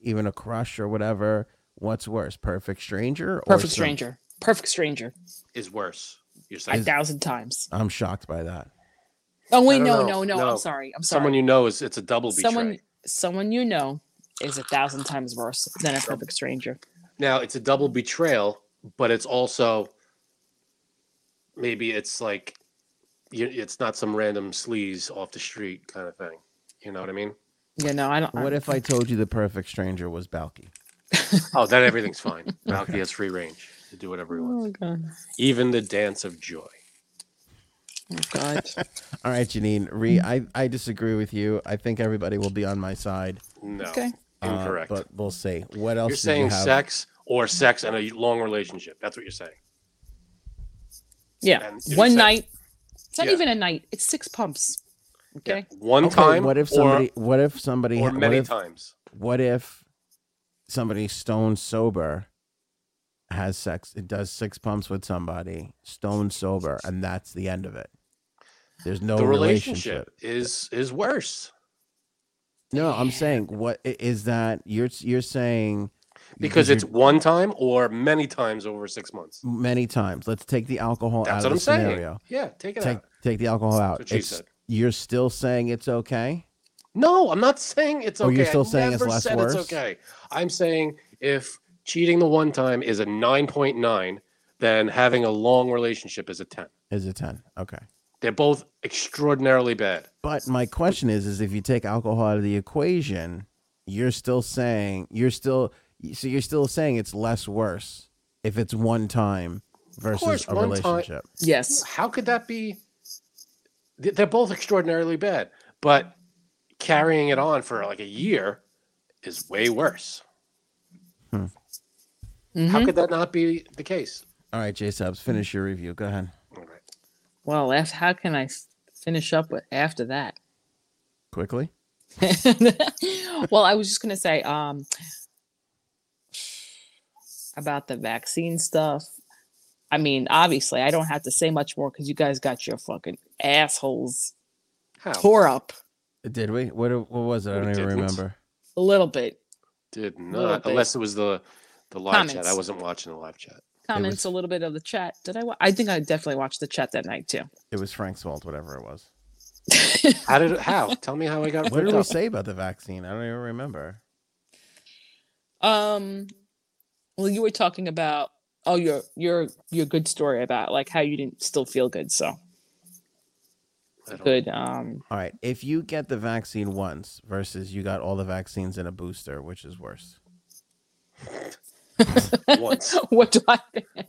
[SPEAKER 1] even a crush or whatever. What's worse, perfect stranger? Or
[SPEAKER 4] Perfect
[SPEAKER 1] some-
[SPEAKER 4] stranger. Perfect stranger.
[SPEAKER 2] Is worse. You're saying
[SPEAKER 4] A thousand times.
[SPEAKER 1] I'm shocked by that.
[SPEAKER 4] Oh wait,
[SPEAKER 2] don't
[SPEAKER 4] no,
[SPEAKER 2] know.
[SPEAKER 4] no, no,
[SPEAKER 2] No.
[SPEAKER 4] I'm sorry. I'm sorry.
[SPEAKER 2] someone you know is it's a double betray.
[SPEAKER 4] someone someone you know is a thousand times worse than a perfect stranger.
[SPEAKER 2] Now it's a double betrayal, but it's also maybe it's like you- it's not some random sleaze off the street kind of thing. You know what I mean?
[SPEAKER 4] You know, I don't.
[SPEAKER 1] What if I told you the perfect stranger was Balky?
[SPEAKER 2] Oh, then everything's fine. Malky has free range to do whatever he
[SPEAKER 4] Oh
[SPEAKER 2] wants,
[SPEAKER 4] god!
[SPEAKER 2] even the dance of joy.
[SPEAKER 4] Oh god!
[SPEAKER 1] All right, Janine. Re, I, I disagree with you. I think everybody will be on my side.
[SPEAKER 2] No,
[SPEAKER 4] Okay.
[SPEAKER 1] Uh,
[SPEAKER 2] incorrect.
[SPEAKER 1] but we'll see. What else?
[SPEAKER 2] you're
[SPEAKER 1] did
[SPEAKER 2] saying
[SPEAKER 1] you have?
[SPEAKER 2] sex or sex and a long relationship. That's what you're saying.
[SPEAKER 4] Yeah,
[SPEAKER 2] And you
[SPEAKER 4] one
[SPEAKER 2] said-
[SPEAKER 4] night. It's not
[SPEAKER 2] Yeah.
[SPEAKER 4] even a night. It's six pumps. Okay.
[SPEAKER 2] Yeah. One
[SPEAKER 1] Okay,
[SPEAKER 2] time.
[SPEAKER 1] What if
[SPEAKER 2] or-
[SPEAKER 1] somebody? what if somebody?
[SPEAKER 2] Or,
[SPEAKER 1] what
[SPEAKER 2] many
[SPEAKER 1] if,
[SPEAKER 2] times.
[SPEAKER 1] What if somebody stone sober has sex? It does six pumps with somebody stone sober, and that's the end of it. There's no
[SPEAKER 2] the
[SPEAKER 1] relationship.
[SPEAKER 2] relationship is is worse.
[SPEAKER 1] No, I'm saying what i- is that? You're you're saying
[SPEAKER 2] because
[SPEAKER 1] you're-
[SPEAKER 2] it's one time or many times over six months.
[SPEAKER 1] many times. Let's take the alcohol
[SPEAKER 2] That's
[SPEAKER 1] out
[SPEAKER 2] what
[SPEAKER 1] of
[SPEAKER 2] I'm
[SPEAKER 1] the
[SPEAKER 2] saying.
[SPEAKER 1] scenario.
[SPEAKER 2] Yeah, take it
[SPEAKER 1] Take
[SPEAKER 2] out.
[SPEAKER 1] take the alcohol out.
[SPEAKER 2] what she
[SPEAKER 1] It's-
[SPEAKER 2] said.
[SPEAKER 1] You're still saying it's okay.
[SPEAKER 2] No, I'm not saying it's
[SPEAKER 1] Oh,
[SPEAKER 2] okay.
[SPEAKER 1] you're
[SPEAKER 2] I
[SPEAKER 1] still saying it's
[SPEAKER 2] never
[SPEAKER 1] less
[SPEAKER 2] said
[SPEAKER 1] worse?
[SPEAKER 2] It's okay. I'm saying if cheating the one time is a 9.9, then having a long relationship is a 10.
[SPEAKER 1] Is it ten? Okay.
[SPEAKER 2] They're both extraordinarily bad.
[SPEAKER 1] But my question is, is if you take alcohol out of the equation, you're still saying you're still so you're still saying it's less worse if it's one time versus
[SPEAKER 2] course,
[SPEAKER 1] a
[SPEAKER 2] one time-
[SPEAKER 1] relationship.
[SPEAKER 4] Yes.
[SPEAKER 2] How could that be? They- They're both extraordinarily bad, but carrying it on for like a year is way worse. How
[SPEAKER 1] Hmm.
[SPEAKER 4] Mhm.
[SPEAKER 2] could that not be the case?
[SPEAKER 1] All right, J Subs, finish your review. Go ahead.
[SPEAKER 2] All right.
[SPEAKER 4] Well, af- how can I f- finish up with after that?
[SPEAKER 1] Quickly.
[SPEAKER 4] well, I was just gonna say um about the vaccine stuff. I mean, obviously, I don't have to say much more because you guys got your fucking assholes
[SPEAKER 2] How?
[SPEAKER 4] tore up
[SPEAKER 1] Did we? What what was it? I
[SPEAKER 2] We
[SPEAKER 1] don't even
[SPEAKER 2] didn't.
[SPEAKER 1] remember.
[SPEAKER 4] a little bit.
[SPEAKER 2] Did
[SPEAKER 4] little
[SPEAKER 2] not,
[SPEAKER 4] bit.
[SPEAKER 2] unless it was the the live chat. I
[SPEAKER 4] Comments.
[SPEAKER 2] wasn't watching the live chat.
[SPEAKER 4] Comments a little bit of the chat. Did I? Wa- I think I definitely watched the chat that night too.
[SPEAKER 1] It was Frank's fault, whatever it was.
[SPEAKER 2] How did how? Tell me how I got
[SPEAKER 1] What
[SPEAKER 2] ripped
[SPEAKER 1] did we
[SPEAKER 2] up.
[SPEAKER 1] say about the vaccine? I don't even remember.
[SPEAKER 4] Um, well, you were talking about oh your your your good story about like how you didn't still feel good. So
[SPEAKER 2] I don't-
[SPEAKER 4] good. Um,
[SPEAKER 1] All right. If you get the vaccine once versus you got all the vaccines in a booster, which is worse?
[SPEAKER 2] Once.
[SPEAKER 4] what do I?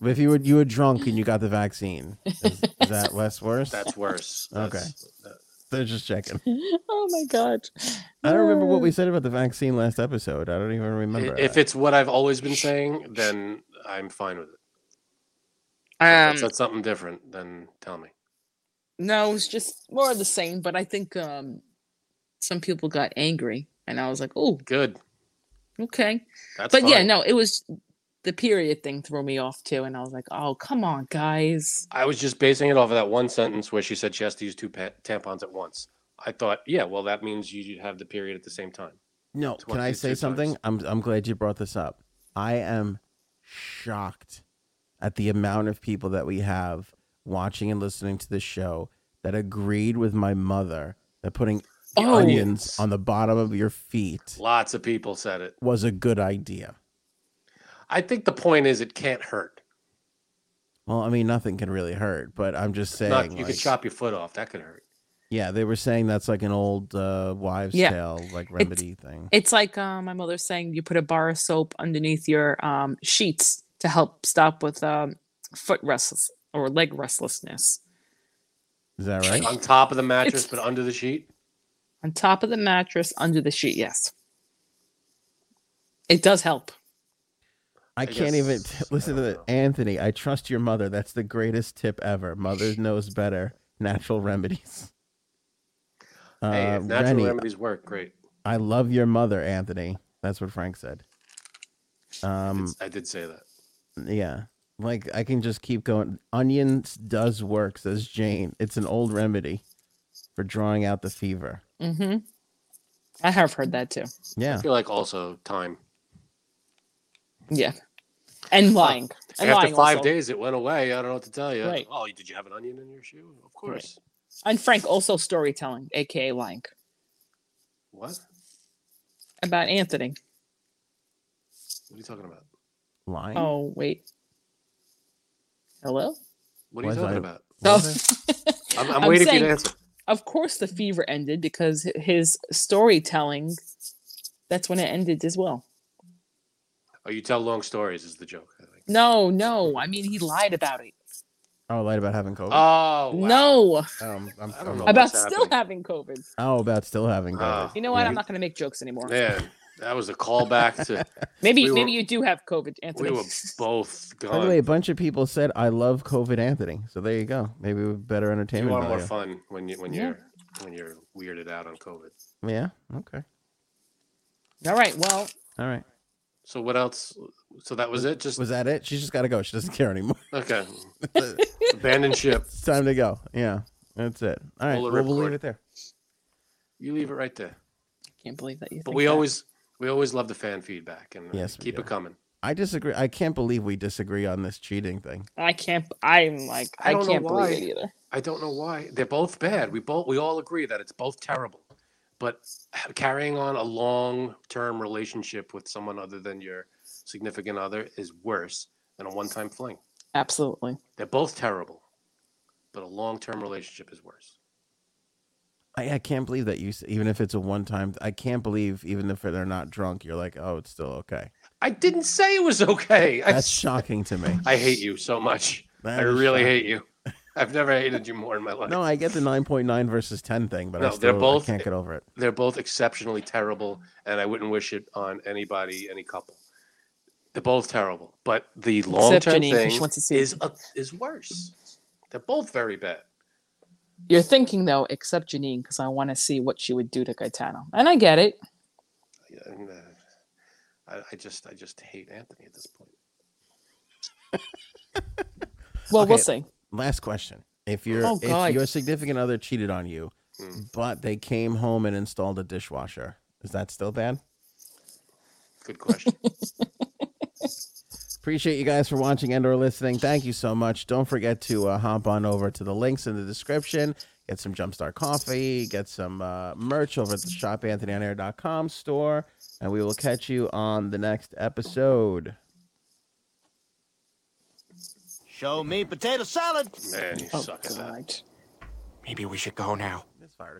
[SPEAKER 1] If you were you were drunk and you got the vaccine, is, is that less worse?
[SPEAKER 2] That's worse.
[SPEAKER 1] Okay.
[SPEAKER 2] That's- that-
[SPEAKER 1] They're just checking.
[SPEAKER 4] Oh my god!
[SPEAKER 1] I don't remember what we said about the vaccine last episode. I don't even remember.
[SPEAKER 2] If it's what I've always been saying, then I'm fine with it.
[SPEAKER 4] Um,
[SPEAKER 2] If that's something different, then tell me.
[SPEAKER 4] no, it's just more of the same. But I think um, some people got angry, and I was like, oh,
[SPEAKER 2] Good.
[SPEAKER 4] okay.
[SPEAKER 2] That's
[SPEAKER 4] but yeah,
[SPEAKER 2] fine.
[SPEAKER 4] no, it was the period thing threw me off too, and I was like, oh, come on, guys.
[SPEAKER 2] I was just basing it off of that one sentence where she said she has to use two pa- tampons at once. I thought, yeah, well, that means you'd have the period at the same time.
[SPEAKER 1] no,
[SPEAKER 2] it's
[SPEAKER 1] can
[SPEAKER 2] worked
[SPEAKER 1] I
[SPEAKER 2] these
[SPEAKER 1] say
[SPEAKER 2] two
[SPEAKER 1] something? I'm I'm glad you brought this up. I am shocked at the amount of people that we have watching and listening to this show that agreed with my mother that putting
[SPEAKER 4] Oh.
[SPEAKER 1] onions on the bottom of your feet
[SPEAKER 2] Lots of people said it.
[SPEAKER 1] was a good idea.
[SPEAKER 2] I think the point is it can't hurt.
[SPEAKER 1] Well, I mean, nothing can really hurt, but I'm just saying.
[SPEAKER 2] Not, you
[SPEAKER 1] like,
[SPEAKER 2] could chop your foot off. That could hurt.
[SPEAKER 1] Yeah, they were saying that's like an old uh, wives'
[SPEAKER 4] Yeah.
[SPEAKER 1] tale, like remedy thing.
[SPEAKER 4] It's like uh, my mother saying you put a bar of soap underneath your um, sheets to help stop with um, foot restless or leg restlessness.
[SPEAKER 1] Is that right?
[SPEAKER 2] On top of the mattress,
[SPEAKER 4] It's-
[SPEAKER 2] but under the sheet.
[SPEAKER 1] Uh,
[SPEAKER 4] On top of the mattress, under the sheet, yes. It does help.
[SPEAKER 1] I,
[SPEAKER 2] I
[SPEAKER 1] can't even
[SPEAKER 2] guess-
[SPEAKER 1] listen
[SPEAKER 2] I
[SPEAKER 1] to
[SPEAKER 2] don't
[SPEAKER 1] the Anthony. I trust your mother. That's the greatest tip ever. Mother knows better. Natural remedies.
[SPEAKER 2] hey,
[SPEAKER 1] Uh,
[SPEAKER 2] if natural
[SPEAKER 1] Rennie,
[SPEAKER 2] remedies work, great.
[SPEAKER 1] I love your mother, Anthony. That's what Frank said. Um,
[SPEAKER 2] I did say that.
[SPEAKER 1] yeah, like I can just keep going. Onions does work, says Jane. It's an old remedy for drawing out the fever.
[SPEAKER 4] hmm I have heard that too.
[SPEAKER 1] Yeah,
[SPEAKER 2] I feel like also time.
[SPEAKER 4] Yeah. And lying. And
[SPEAKER 2] After
[SPEAKER 4] lying
[SPEAKER 2] five
[SPEAKER 4] also.
[SPEAKER 2] days, it went away. I don't know what to tell you.
[SPEAKER 4] Right.
[SPEAKER 2] Oh, did you have an onion in your shoe? Of course.
[SPEAKER 4] And Frank also storytelling, aka lying
[SPEAKER 2] What? What
[SPEAKER 4] about Anthony.
[SPEAKER 2] are you talking about?
[SPEAKER 1] lying.
[SPEAKER 4] Oh wait. Hello?
[SPEAKER 1] Why
[SPEAKER 2] What are you
[SPEAKER 1] is
[SPEAKER 2] talking
[SPEAKER 1] I-
[SPEAKER 2] about?
[SPEAKER 4] Oh.
[SPEAKER 2] I'm, I'm
[SPEAKER 4] I'm
[SPEAKER 2] waiting for you
[SPEAKER 4] saying-
[SPEAKER 2] to answer.
[SPEAKER 4] of course the fever ended because h- his storytelling that's when it ended as well
[SPEAKER 2] Oh, you tell long stories is the joke. I think.
[SPEAKER 4] no no i mean he lied about it
[SPEAKER 1] Oh, I lied about having COVID.
[SPEAKER 2] Oh, wow.
[SPEAKER 4] no
[SPEAKER 1] um, I'm,
[SPEAKER 2] I don't know.
[SPEAKER 4] about
[SPEAKER 2] what's
[SPEAKER 4] still
[SPEAKER 2] happening?
[SPEAKER 4] having covid
[SPEAKER 1] Oh, about still having COVID.
[SPEAKER 2] Oh.
[SPEAKER 4] you know what
[SPEAKER 2] Yeah.
[SPEAKER 4] i'm not going to make jokes anymore
[SPEAKER 2] Man, that was a callback to.
[SPEAKER 4] maybe
[SPEAKER 2] we were-
[SPEAKER 4] maybe you do have covid anthony
[SPEAKER 2] we were both gone.
[SPEAKER 1] By the way, a bunch of people said I love COVID Anthony. So there you go. Maybe we better
[SPEAKER 2] you
[SPEAKER 1] entertainment
[SPEAKER 2] want more
[SPEAKER 1] value.
[SPEAKER 2] fun when you when
[SPEAKER 4] Yeah.
[SPEAKER 2] you're when you're weirded out on COVID.
[SPEAKER 1] Yeah. Okay.
[SPEAKER 4] all right well
[SPEAKER 1] All right.
[SPEAKER 2] So what else? So that was it. Just
[SPEAKER 1] Was that it? She's just got to go. She doesn't care anymore.
[SPEAKER 2] okay. Abandon ship.
[SPEAKER 1] It's time to go. Yeah. That's it. All right.
[SPEAKER 2] Pull
[SPEAKER 1] We'll,
[SPEAKER 2] the
[SPEAKER 1] we'll leave
[SPEAKER 2] ripcord.
[SPEAKER 1] it there.
[SPEAKER 2] You leave it right there.
[SPEAKER 4] can't believe that you
[SPEAKER 2] But
[SPEAKER 4] think
[SPEAKER 2] we
[SPEAKER 4] that.
[SPEAKER 2] always we always love the fan feedback and uh,
[SPEAKER 1] Yes, we
[SPEAKER 2] keep
[SPEAKER 1] do.
[SPEAKER 2] it coming.
[SPEAKER 1] I disagree. I can't believe we disagree on this cheating thing.
[SPEAKER 4] i can't i'm like
[SPEAKER 2] I
[SPEAKER 4] i,
[SPEAKER 2] don't know
[SPEAKER 4] can't believe
[SPEAKER 2] why.
[SPEAKER 4] it either
[SPEAKER 2] I don't know why they're both bad. We both we all agree that it's both terrible. But carrying on a long term relationship with someone other than your significant other is worse than a one time fling.
[SPEAKER 4] absolutely
[SPEAKER 2] They're both terrible, but a long term relationship is worse.
[SPEAKER 1] I, I can't believe that you, s- even if it's a one time, I can't believe, even if they're not drunk, you're like, oh, it's still okay.
[SPEAKER 2] I didn't say it was okay. I,
[SPEAKER 1] That's shocking to me.
[SPEAKER 2] I hate you so much.
[SPEAKER 1] That
[SPEAKER 2] I
[SPEAKER 1] is
[SPEAKER 2] really
[SPEAKER 1] shocking.
[SPEAKER 2] hate you. I've never hated you more in my life.
[SPEAKER 1] No, I get the 9.9 versus 10 thing, but
[SPEAKER 2] No,
[SPEAKER 1] I
[SPEAKER 2] they're
[SPEAKER 1] still
[SPEAKER 2] both-
[SPEAKER 1] I can't get over it.
[SPEAKER 2] They're both exceptionally terrible, and I wouldn't wish it on anybody, any couple. They're both terrible, but the long term
[SPEAKER 4] Janine, 'cause she
[SPEAKER 2] thing
[SPEAKER 4] wants to see
[SPEAKER 2] is
[SPEAKER 4] it.
[SPEAKER 2] a, is worse. They're both very bad.
[SPEAKER 4] you're thinking though except janine because i want to see what she would do to gaetano and i get it
[SPEAKER 2] And, uh, I, I just I just hate Anthony at this point.
[SPEAKER 4] well we'll
[SPEAKER 1] Okay.
[SPEAKER 4] see
[SPEAKER 1] Last question. If your
[SPEAKER 4] Oh,
[SPEAKER 1] if
[SPEAKER 4] God.
[SPEAKER 1] your significant other cheated on you,
[SPEAKER 2] Mm.
[SPEAKER 1] but they came home and installed a dishwasher, is that still bad?
[SPEAKER 2] Good question.
[SPEAKER 1] Appreciate you guys for watching and or listening. Thank you so much. Don't forget to uh, hop on over to the links in the description. Get some Jumpstart coffee. Get some uh, merch over at the shopanthonyonair.com store. And we will catch you on the next episode.
[SPEAKER 7] Show me potato salad.
[SPEAKER 2] Man, you
[SPEAKER 4] oh
[SPEAKER 2] suck at that.
[SPEAKER 4] god
[SPEAKER 8] Maybe we should go now.
[SPEAKER 1] It's fired.